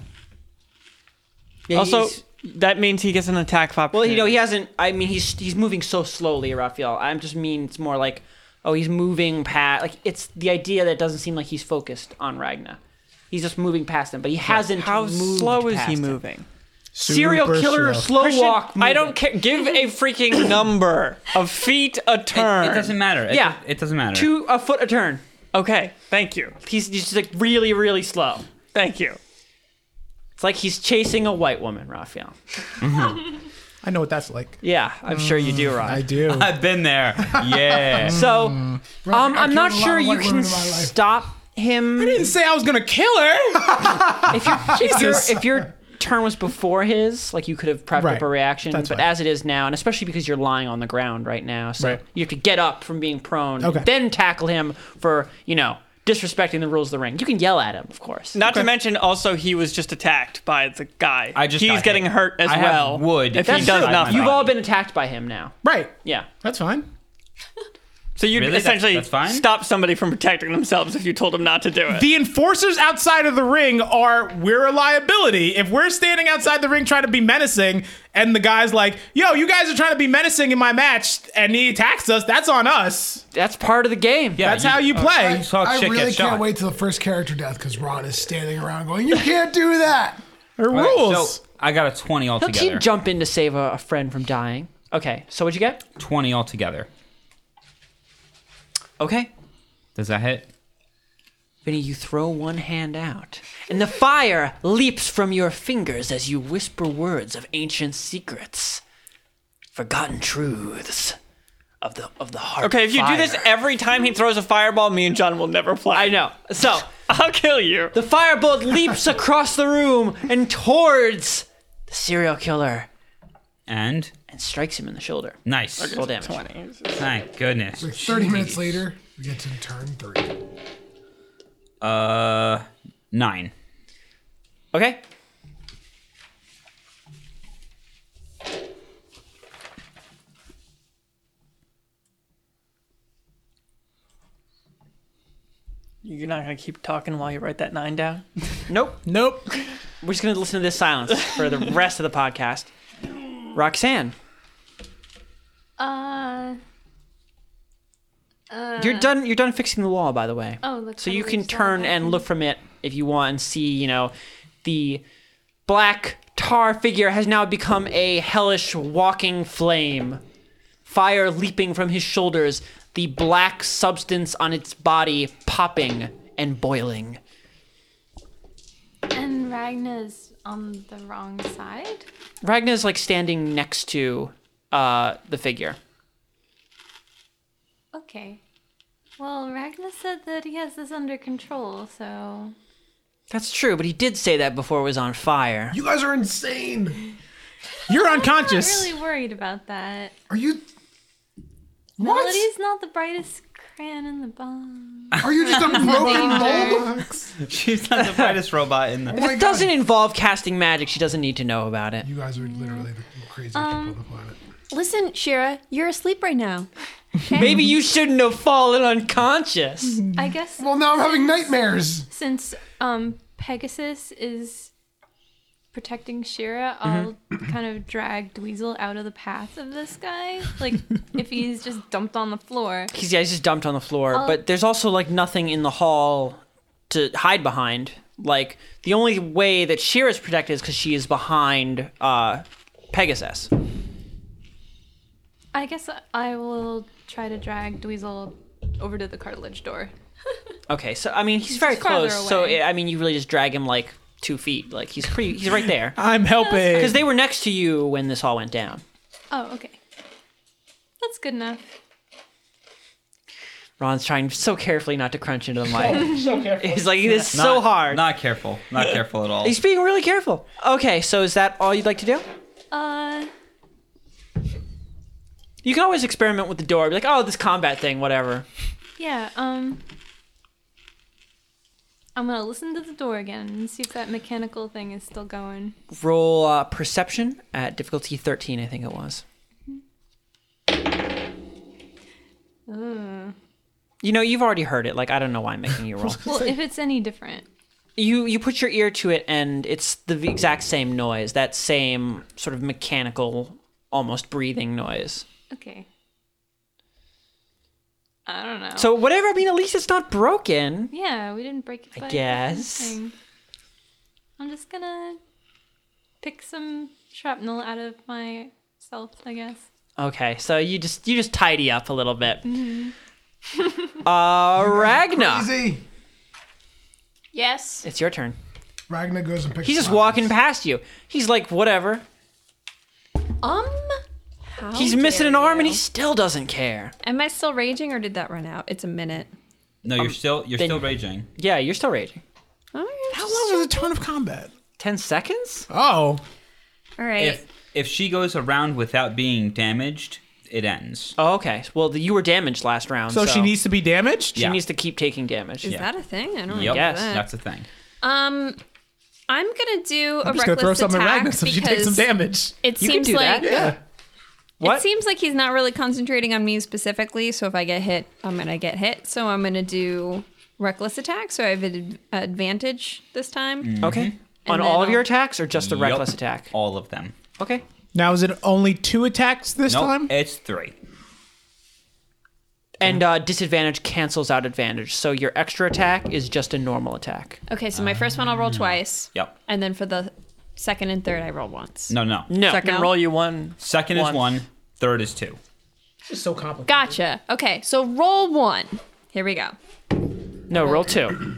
[SPEAKER 6] Yeah,
[SPEAKER 1] Also,
[SPEAKER 6] he's-
[SPEAKER 1] that means he gets an attack of
[SPEAKER 6] Well,
[SPEAKER 1] opportunity.
[SPEAKER 6] you know, he hasn't. I mean, he's he's moving so slowly, Raphael. I just mean it's more like, oh, he's moving past. Like it's the idea that it doesn't seem like he's focused on Ragna. He's just moving past him, but he hasn't.
[SPEAKER 1] How
[SPEAKER 6] moved
[SPEAKER 1] slow is
[SPEAKER 6] past
[SPEAKER 1] he
[SPEAKER 6] him.
[SPEAKER 1] moving?
[SPEAKER 6] Serial
[SPEAKER 7] Super
[SPEAKER 6] killer,
[SPEAKER 7] slow.
[SPEAKER 6] slow,
[SPEAKER 1] Christian,
[SPEAKER 6] walk.
[SPEAKER 1] I
[SPEAKER 6] moving.
[SPEAKER 1] don't care. Give a freaking number of feet a
[SPEAKER 4] It,
[SPEAKER 1] turn.
[SPEAKER 4] it doesn't matter. It,
[SPEAKER 6] Yeah.
[SPEAKER 4] it doesn't matter.
[SPEAKER 6] Two a foot a turn.
[SPEAKER 1] Okay, thank you,
[SPEAKER 6] He's, he's just like really, really slow.
[SPEAKER 1] thank you.
[SPEAKER 6] It's like he's chasing a white woman, Raphael.
[SPEAKER 7] I know what that's like.
[SPEAKER 6] Yeah, I'm sure you do, Rob.
[SPEAKER 7] I do.
[SPEAKER 4] I've been there. Yeah.
[SPEAKER 6] so, um, I'm not
[SPEAKER 2] killed a lot
[SPEAKER 6] sure
[SPEAKER 2] of
[SPEAKER 6] you
[SPEAKER 2] white
[SPEAKER 6] can
[SPEAKER 2] women in my life.
[SPEAKER 6] stop him
[SPEAKER 7] I didn't say I was gonna kill her.
[SPEAKER 6] if your if your if your turn was before his, like you could have prepped
[SPEAKER 7] Right.
[SPEAKER 6] up a reaction.
[SPEAKER 7] That's
[SPEAKER 6] but
[SPEAKER 7] fine.
[SPEAKER 6] as it is now, and especially because you're lying on the ground right now, so
[SPEAKER 7] Right.
[SPEAKER 6] you have to get up from being prone,
[SPEAKER 7] Okay.
[SPEAKER 6] and then tackle him for you know disrespecting the rules of the ring. You can yell at him, of course.
[SPEAKER 1] Not to mention, also he was just attacked by the guy.
[SPEAKER 4] I just
[SPEAKER 1] he's
[SPEAKER 4] got
[SPEAKER 1] getting
[SPEAKER 4] hit.
[SPEAKER 1] hurt as
[SPEAKER 4] I have
[SPEAKER 1] well.
[SPEAKER 4] wood
[SPEAKER 1] if
[SPEAKER 6] That's
[SPEAKER 1] he does
[SPEAKER 6] true.
[SPEAKER 1] nothing.
[SPEAKER 6] You've all been attacked by him now.
[SPEAKER 7] Right.
[SPEAKER 6] Yeah.
[SPEAKER 7] That's fine.
[SPEAKER 1] so you'd
[SPEAKER 4] Really? That's-
[SPEAKER 1] essentially
[SPEAKER 4] that's fine?
[SPEAKER 1] stop somebody from protecting themselves if you told them not to do it.
[SPEAKER 7] The enforcers outside of the ring are we're a liability. If we're standing outside the ring trying to be menacing, and the guy's like, "Yo, you guys are trying to be menacing in my match," and he attacks us, that's on us.
[SPEAKER 6] That's part of the game.
[SPEAKER 4] Yeah,
[SPEAKER 7] That's how you play.
[SPEAKER 4] I saw a
[SPEAKER 2] I
[SPEAKER 4] chick
[SPEAKER 2] really
[SPEAKER 4] get
[SPEAKER 2] can't
[SPEAKER 4] shot.
[SPEAKER 2] wait till the first character death because Ron is standing around going, "You can't do that."
[SPEAKER 7] There are
[SPEAKER 4] All right,
[SPEAKER 7] rules.
[SPEAKER 4] So I got a twenty
[SPEAKER 6] Don't
[SPEAKER 4] altogether.
[SPEAKER 6] you jump in to save a, a friend from dying? Okay. So what'd you get?
[SPEAKER 4] Twenty altogether.
[SPEAKER 6] Okay.
[SPEAKER 4] Does that hit?
[SPEAKER 1] Vinny, you throw one hand out, and the fire leaps from your fingers as you whisper words of ancient secrets, forgotten truths of the of the heart.
[SPEAKER 6] Okay, if you do this
[SPEAKER 1] fire.
[SPEAKER 6] every time he throws a fireball, me and John will never play.
[SPEAKER 1] I know. So
[SPEAKER 6] I'll kill you.
[SPEAKER 1] the firebolt leaps across the room and towards the serial killer
[SPEAKER 4] And
[SPEAKER 1] and strikes him in the shoulder.
[SPEAKER 4] nice.
[SPEAKER 1] Full damage.
[SPEAKER 4] Thank goodness.
[SPEAKER 2] Thirty minutes later, we get to turn three.
[SPEAKER 4] Uh, nine.
[SPEAKER 1] Okay.
[SPEAKER 6] You're not gonna keep talking while you write that nine down.
[SPEAKER 1] Nope.
[SPEAKER 7] Nope.
[SPEAKER 1] We're just gonna listen to this silence for the rest of the podcast. Roxanne,
[SPEAKER 5] Uh,
[SPEAKER 1] you're done. You're done fixing the wall, by the way.
[SPEAKER 5] oh, look.
[SPEAKER 1] So you can turn and look from it if you want and see, you know, the black tar figure has now become a hellish walking flame. Fire leaping from his shoulders, the black substance on its body popping and boiling.
[SPEAKER 5] And Ragna's on the wrong side.
[SPEAKER 1] Ragna's like standing next to uh the figure.
[SPEAKER 5] Okay. Well, Ragna said that he has this under control, so
[SPEAKER 1] That's true, but he did say that before it was on fire.
[SPEAKER 2] You guys are insane.
[SPEAKER 7] You're
[SPEAKER 5] I'm not
[SPEAKER 7] unconscious.
[SPEAKER 5] really worried about that.
[SPEAKER 2] Are you? What?
[SPEAKER 5] Melody's not the brightest crayon in the bomb.
[SPEAKER 2] Are you just a broken mold?
[SPEAKER 4] She's not the brightest robot in the.
[SPEAKER 2] Oh my
[SPEAKER 1] It
[SPEAKER 2] God.
[SPEAKER 1] doesn't involve casting magic. She doesn't need to know about it.
[SPEAKER 2] You guys are literally the craziest people on the planet.
[SPEAKER 8] Listen, Shira, you're asleep right now.
[SPEAKER 1] Maybe you shouldn't have fallen unconscious.
[SPEAKER 5] I guess
[SPEAKER 2] Well, now I'm having nightmares.
[SPEAKER 5] since um Pegasus is protecting Shira, I'll kind of drag Dweezil out of the path of this guy. Like if he's just dumped on the floor.
[SPEAKER 1] He's yeah, he's just dumped on the floor. but there's also like nothing in the hall to hide behind. Like the only way that Shira is protected is because she is behind uh, Pegasus.
[SPEAKER 5] I guess I will try to drag Dweezil over to the cartilage door.
[SPEAKER 1] Okay, so I mean he's very
[SPEAKER 5] farther
[SPEAKER 1] close. So
[SPEAKER 5] away.
[SPEAKER 1] I mean you really just drag him like two feet. Like he's pretty. He's right there
[SPEAKER 7] I'm helping.
[SPEAKER 1] because they were next to you when this all went down.
[SPEAKER 5] Oh, okay. That's good enough.
[SPEAKER 1] Ron's trying so carefully not to crunch into the mic. so careful. He's like it's so
[SPEAKER 4] Not-
[SPEAKER 1] hard.
[SPEAKER 4] Not careful. Not careful at all.
[SPEAKER 1] He's being really careful. Okay, so is that all you'd like to do?
[SPEAKER 5] Uh
[SPEAKER 1] You can always experiment with the door. Be like, oh, this combat thing, whatever.
[SPEAKER 5] yeah, um I'm gonna listen to the door again and see if that mechanical thing is still going.
[SPEAKER 1] roll uh, perception at difficulty 13 i think it was you know you've already heard it like i don't know why i'm making you roll
[SPEAKER 5] Well, if it's any different.
[SPEAKER 1] you you put your ear to it and it's the v- exact same noise that same sort of mechanical almost breathing noise
[SPEAKER 5] Okay. I don't know.
[SPEAKER 1] so whatever i mean at least it's not broken
[SPEAKER 5] yeah, we didn't break it. by
[SPEAKER 1] guess.
[SPEAKER 5] anything. I'm just gonna pick some shrapnel out of myself, I guess.
[SPEAKER 1] okay so you just you just tidy up a little bit uh ragna
[SPEAKER 2] Easy.
[SPEAKER 8] Yes.
[SPEAKER 1] it's your turn
[SPEAKER 2] Ragnar goes and picks.
[SPEAKER 1] he's just
[SPEAKER 2] flowers.
[SPEAKER 1] walking past you he's like whatever
[SPEAKER 8] Um.
[SPEAKER 1] he's missing an arm and he still doesn't care
[SPEAKER 8] Am I still raging or did that run out? It's a minute.
[SPEAKER 4] no, you're still you're
[SPEAKER 1] um, then-
[SPEAKER 4] still raging.
[SPEAKER 1] Yeah, you're still raging.
[SPEAKER 8] All
[SPEAKER 7] How
[SPEAKER 8] right.
[SPEAKER 7] long was a turn of combat?
[SPEAKER 1] Ten seconds?
[SPEAKER 7] Oh,
[SPEAKER 8] All right.
[SPEAKER 4] If if she goes around without being damaged, it ends.
[SPEAKER 1] Oh, okay. Well, the, you were damaged last round,
[SPEAKER 7] so,
[SPEAKER 1] so,
[SPEAKER 7] she needs to be damaged.
[SPEAKER 1] She
[SPEAKER 4] Yeah.
[SPEAKER 1] needs to keep taking damage.
[SPEAKER 8] Is that a thing? I don't know
[SPEAKER 4] Yep,
[SPEAKER 1] guess.
[SPEAKER 8] that.
[SPEAKER 4] that's the thing.
[SPEAKER 8] Um, I'm gonna do a
[SPEAKER 7] I'm just gonna
[SPEAKER 8] reckless
[SPEAKER 7] throw something at
[SPEAKER 8] attack
[SPEAKER 7] Ragnar so
[SPEAKER 8] because
[SPEAKER 7] she takes some damage.
[SPEAKER 8] it
[SPEAKER 1] You can
[SPEAKER 8] seems
[SPEAKER 1] do that.
[SPEAKER 8] like
[SPEAKER 7] Yeah.
[SPEAKER 1] What?
[SPEAKER 8] it seems like he's not really concentrating on me specifically. So if I get hit, I'm gonna get hit. So I'm gonna do reckless attack. So I have an ad- advantage this time.
[SPEAKER 6] Oh.
[SPEAKER 1] Okay. On
[SPEAKER 8] And
[SPEAKER 1] all
[SPEAKER 8] then
[SPEAKER 1] of your attacks, or just the
[SPEAKER 4] Yup,
[SPEAKER 1] reckless attack?
[SPEAKER 4] All of them.
[SPEAKER 1] Okay.
[SPEAKER 7] Now is it only two attacks this
[SPEAKER 4] No,
[SPEAKER 7] time?
[SPEAKER 4] it's three.
[SPEAKER 1] And uh, disadvantage cancels out advantage, so your extra attack is just a normal attack.
[SPEAKER 8] Okay, so my first one I'll
[SPEAKER 1] Mm.
[SPEAKER 8] roll twice.
[SPEAKER 4] Yep.
[SPEAKER 8] And then for the second and third, I roll once.
[SPEAKER 4] No, no.
[SPEAKER 1] No.
[SPEAKER 6] Second
[SPEAKER 8] No.
[SPEAKER 6] roll, you won.
[SPEAKER 4] Second
[SPEAKER 6] One.
[SPEAKER 4] is one. Third is two.
[SPEAKER 7] It's so complicated.
[SPEAKER 8] Gotcha. Okay, so roll one. Here we go.
[SPEAKER 11] No, roll two.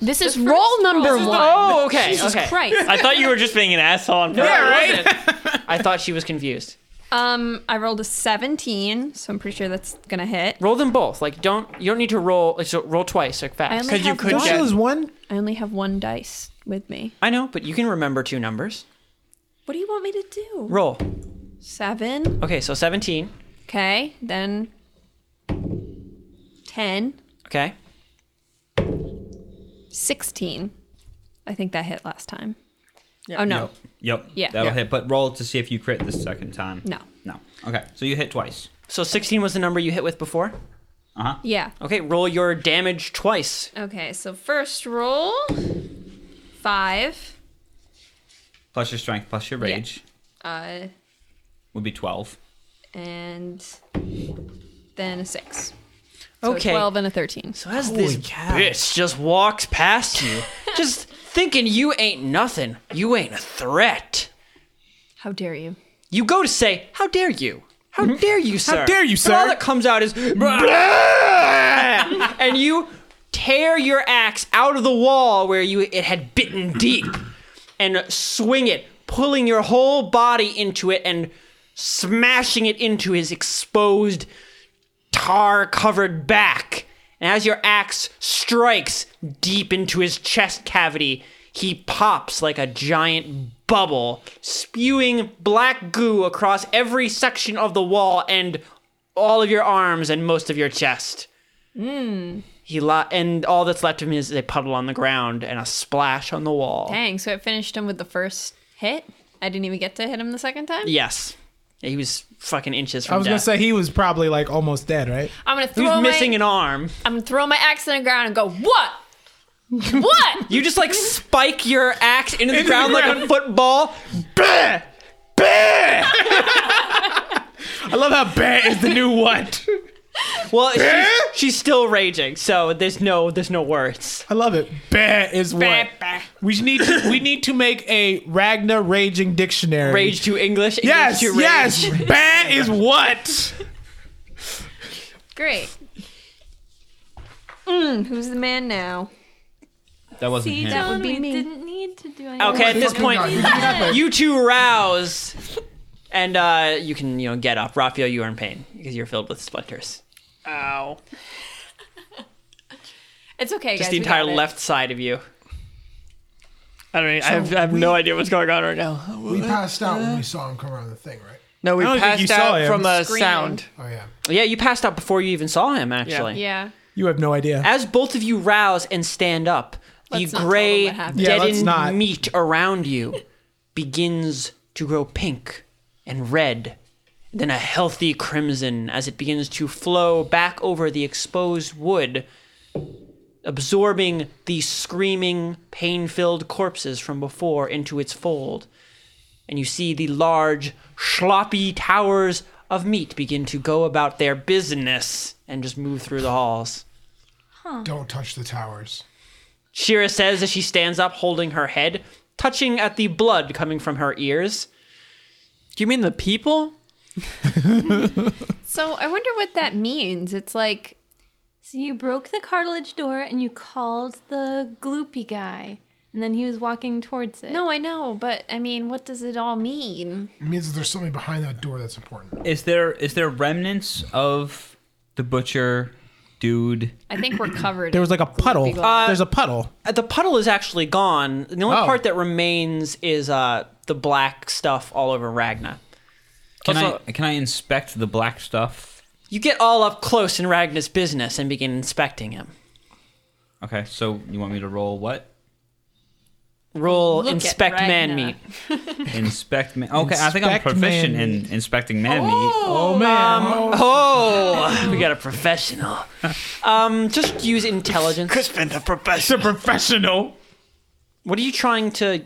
[SPEAKER 8] This is roll number one.
[SPEAKER 11] Oh, okay.
[SPEAKER 8] Jesus
[SPEAKER 11] okay.
[SPEAKER 8] Christ.
[SPEAKER 1] I thought you were just being an asshole on purpose.
[SPEAKER 11] Yeah, right. I thought she was confused.
[SPEAKER 8] Um, I rolled a 17, so I'm pretty sure that's gonna hit.
[SPEAKER 11] Roll them both. Like, don't you don't need to roll. Like, so roll twice, like
[SPEAKER 8] I
[SPEAKER 11] fast.
[SPEAKER 8] only,
[SPEAKER 1] you
[SPEAKER 8] have
[SPEAKER 1] could
[SPEAKER 8] one,
[SPEAKER 1] get-
[SPEAKER 7] is one.
[SPEAKER 8] I only have one dice with me.
[SPEAKER 6] I know, but you can remember two numbers.
[SPEAKER 8] What do you want me to do?
[SPEAKER 6] Roll.
[SPEAKER 8] Seven.
[SPEAKER 6] Okay, so 17.
[SPEAKER 8] Okay, then. Ten.
[SPEAKER 6] Okay.
[SPEAKER 8] Sixteen. I think that hit last time. Oh, no.
[SPEAKER 4] Yep. Yep.
[SPEAKER 8] Yeah.
[SPEAKER 4] That'll
[SPEAKER 8] Yeah.
[SPEAKER 4] hit. But roll to see if you crit the second time.
[SPEAKER 8] No.
[SPEAKER 4] No. Okay. So you hit twice.
[SPEAKER 6] So 16 was the number you hit with before?
[SPEAKER 8] Yeah.
[SPEAKER 6] Okay, roll your damage twice.
[SPEAKER 8] Okay, so first roll. Five.
[SPEAKER 4] Plus your strength, plus your rage
[SPEAKER 8] Uh,
[SPEAKER 4] would be twelve.
[SPEAKER 8] and then a six. So a
[SPEAKER 6] Okay.
[SPEAKER 8] 12 and a 13.
[SPEAKER 6] So as this bitch just walks past you, just thinking you ain't nothing, you ain't a threat.
[SPEAKER 8] How dare you?
[SPEAKER 6] You go to say, "How dare you? Mm-hmm. How dare you, sir?
[SPEAKER 7] dare you,
[SPEAKER 6] And all
[SPEAKER 7] sir?"
[SPEAKER 6] that comes out is, "Bruh!" and you tear your axe out of the wall where you it had bitten deep, and swing it, pulling your whole body into it and smashing it into his exposed, tar-covered back. And as your axe strikes deep into his chest cavity, he pops like a giant bubble, spewing black goo across every section of the wall and all of your arms and most of your chest. He lo- and all that's left of him is a puddle on the ground and a splash on the wall.
[SPEAKER 8] Dang, so it finished him with the first hit? I didn't even get to hit him the second time?
[SPEAKER 6] Yes, he was fucking inches from
[SPEAKER 7] I was gonna
[SPEAKER 6] death.
[SPEAKER 7] say he was probably like almost dead, right?
[SPEAKER 8] I'm gonna throw
[SPEAKER 6] he was missing
[SPEAKER 8] my,
[SPEAKER 6] an arm.
[SPEAKER 8] I'm gonna throw my axe in the ground and go, what? what?
[SPEAKER 6] You just like spike your axe into the ground like a football.
[SPEAKER 7] Bah! Bah! I love how bad is the new what.
[SPEAKER 6] Well, she's, she's still raging, so there's no there's no words.
[SPEAKER 7] I love it. Bah is what. We need to we need to make a Ragna raging dictionary.
[SPEAKER 6] Rage to English. English
[SPEAKER 7] Yes,
[SPEAKER 6] to rage.
[SPEAKER 7] yes. Bah is what.
[SPEAKER 8] Great. Mm, who's the man now?
[SPEAKER 4] That wasn't
[SPEAKER 5] See,
[SPEAKER 4] him.
[SPEAKER 5] John,
[SPEAKER 8] would be
[SPEAKER 5] we
[SPEAKER 8] me.
[SPEAKER 5] didn't need to do anything.
[SPEAKER 6] Okay, at this
[SPEAKER 2] Fucking
[SPEAKER 6] point,
[SPEAKER 2] God, you got it.
[SPEAKER 6] you two rouse, and uh, you can you know get up. Raphael, you are in pain because you're filled with splinters.
[SPEAKER 1] Ow.
[SPEAKER 8] It's okay,
[SPEAKER 6] Just
[SPEAKER 8] guys.
[SPEAKER 6] the
[SPEAKER 8] we
[SPEAKER 6] entire
[SPEAKER 8] got it.
[SPEAKER 6] left side of you.
[SPEAKER 1] I don't. Even, I have, I have no idea what's going on right now.
[SPEAKER 2] We passed out when we saw him come around the thing, right?
[SPEAKER 1] No, we
[SPEAKER 7] I don't think you
[SPEAKER 1] passed
[SPEAKER 7] saw
[SPEAKER 1] out
[SPEAKER 7] him.
[SPEAKER 1] from a
[SPEAKER 8] Screaming.
[SPEAKER 1] sound.
[SPEAKER 2] Oh yeah.
[SPEAKER 6] Yeah, you passed out before you even saw him. Actually,
[SPEAKER 8] Yeah.
[SPEAKER 7] You have no idea.
[SPEAKER 6] as both of you rouse and stand up,
[SPEAKER 8] Let's not
[SPEAKER 6] the
[SPEAKER 8] tell them
[SPEAKER 6] gray
[SPEAKER 8] what happened.
[SPEAKER 7] Yeah, let's
[SPEAKER 6] deadened
[SPEAKER 7] not.
[SPEAKER 6] meat around you begins to grow pink and red, then a healthy crimson as it begins to flow back over the exposed wood, absorbing the screaming, pain-filled corpses from before into its fold. And you see the large, sloppy towers of meat begin to go about their business and just move through the halls.
[SPEAKER 2] Don't touch the towers.
[SPEAKER 6] Shira says as she stands up, holding her head, touching at the blood coming from her ears.
[SPEAKER 1] Do you mean the people?
[SPEAKER 8] So I wonder what that means. It's like,
[SPEAKER 5] So you broke the cartilage door and you called the gloopy guy, and then he was walking towards it.
[SPEAKER 8] no, I know, but I mean, what does it all mean?
[SPEAKER 2] It means that there's something behind that door that's important.
[SPEAKER 4] Is there is there remnants of the butcher dude?
[SPEAKER 8] I think we're covered.
[SPEAKER 7] There was like a puddle.
[SPEAKER 8] Uh,
[SPEAKER 7] There's a puddle.
[SPEAKER 6] Uh, The puddle is actually gone. The only
[SPEAKER 7] Oh.
[SPEAKER 6] part that remains is uh, the black stuff all over Ragna.
[SPEAKER 4] Can
[SPEAKER 6] Also-
[SPEAKER 4] I can I inspect the black stuff?
[SPEAKER 6] You get all up close in Ragna's business and begin inspecting him.
[SPEAKER 4] Okay. So you want me to roll what?
[SPEAKER 6] Roll
[SPEAKER 8] Look at
[SPEAKER 6] inspect man
[SPEAKER 8] Ragna.
[SPEAKER 6] meat.
[SPEAKER 4] Inspect man. Okay, I think I'm
[SPEAKER 7] Inspect
[SPEAKER 4] proficient
[SPEAKER 7] man
[SPEAKER 4] in inspecting man meat.
[SPEAKER 7] Oh man.
[SPEAKER 1] Um,
[SPEAKER 6] Oh, we got a professional. Um, just use intelligence.
[SPEAKER 1] Crispin, the professor.
[SPEAKER 7] It's a professional.
[SPEAKER 6] What are you trying to?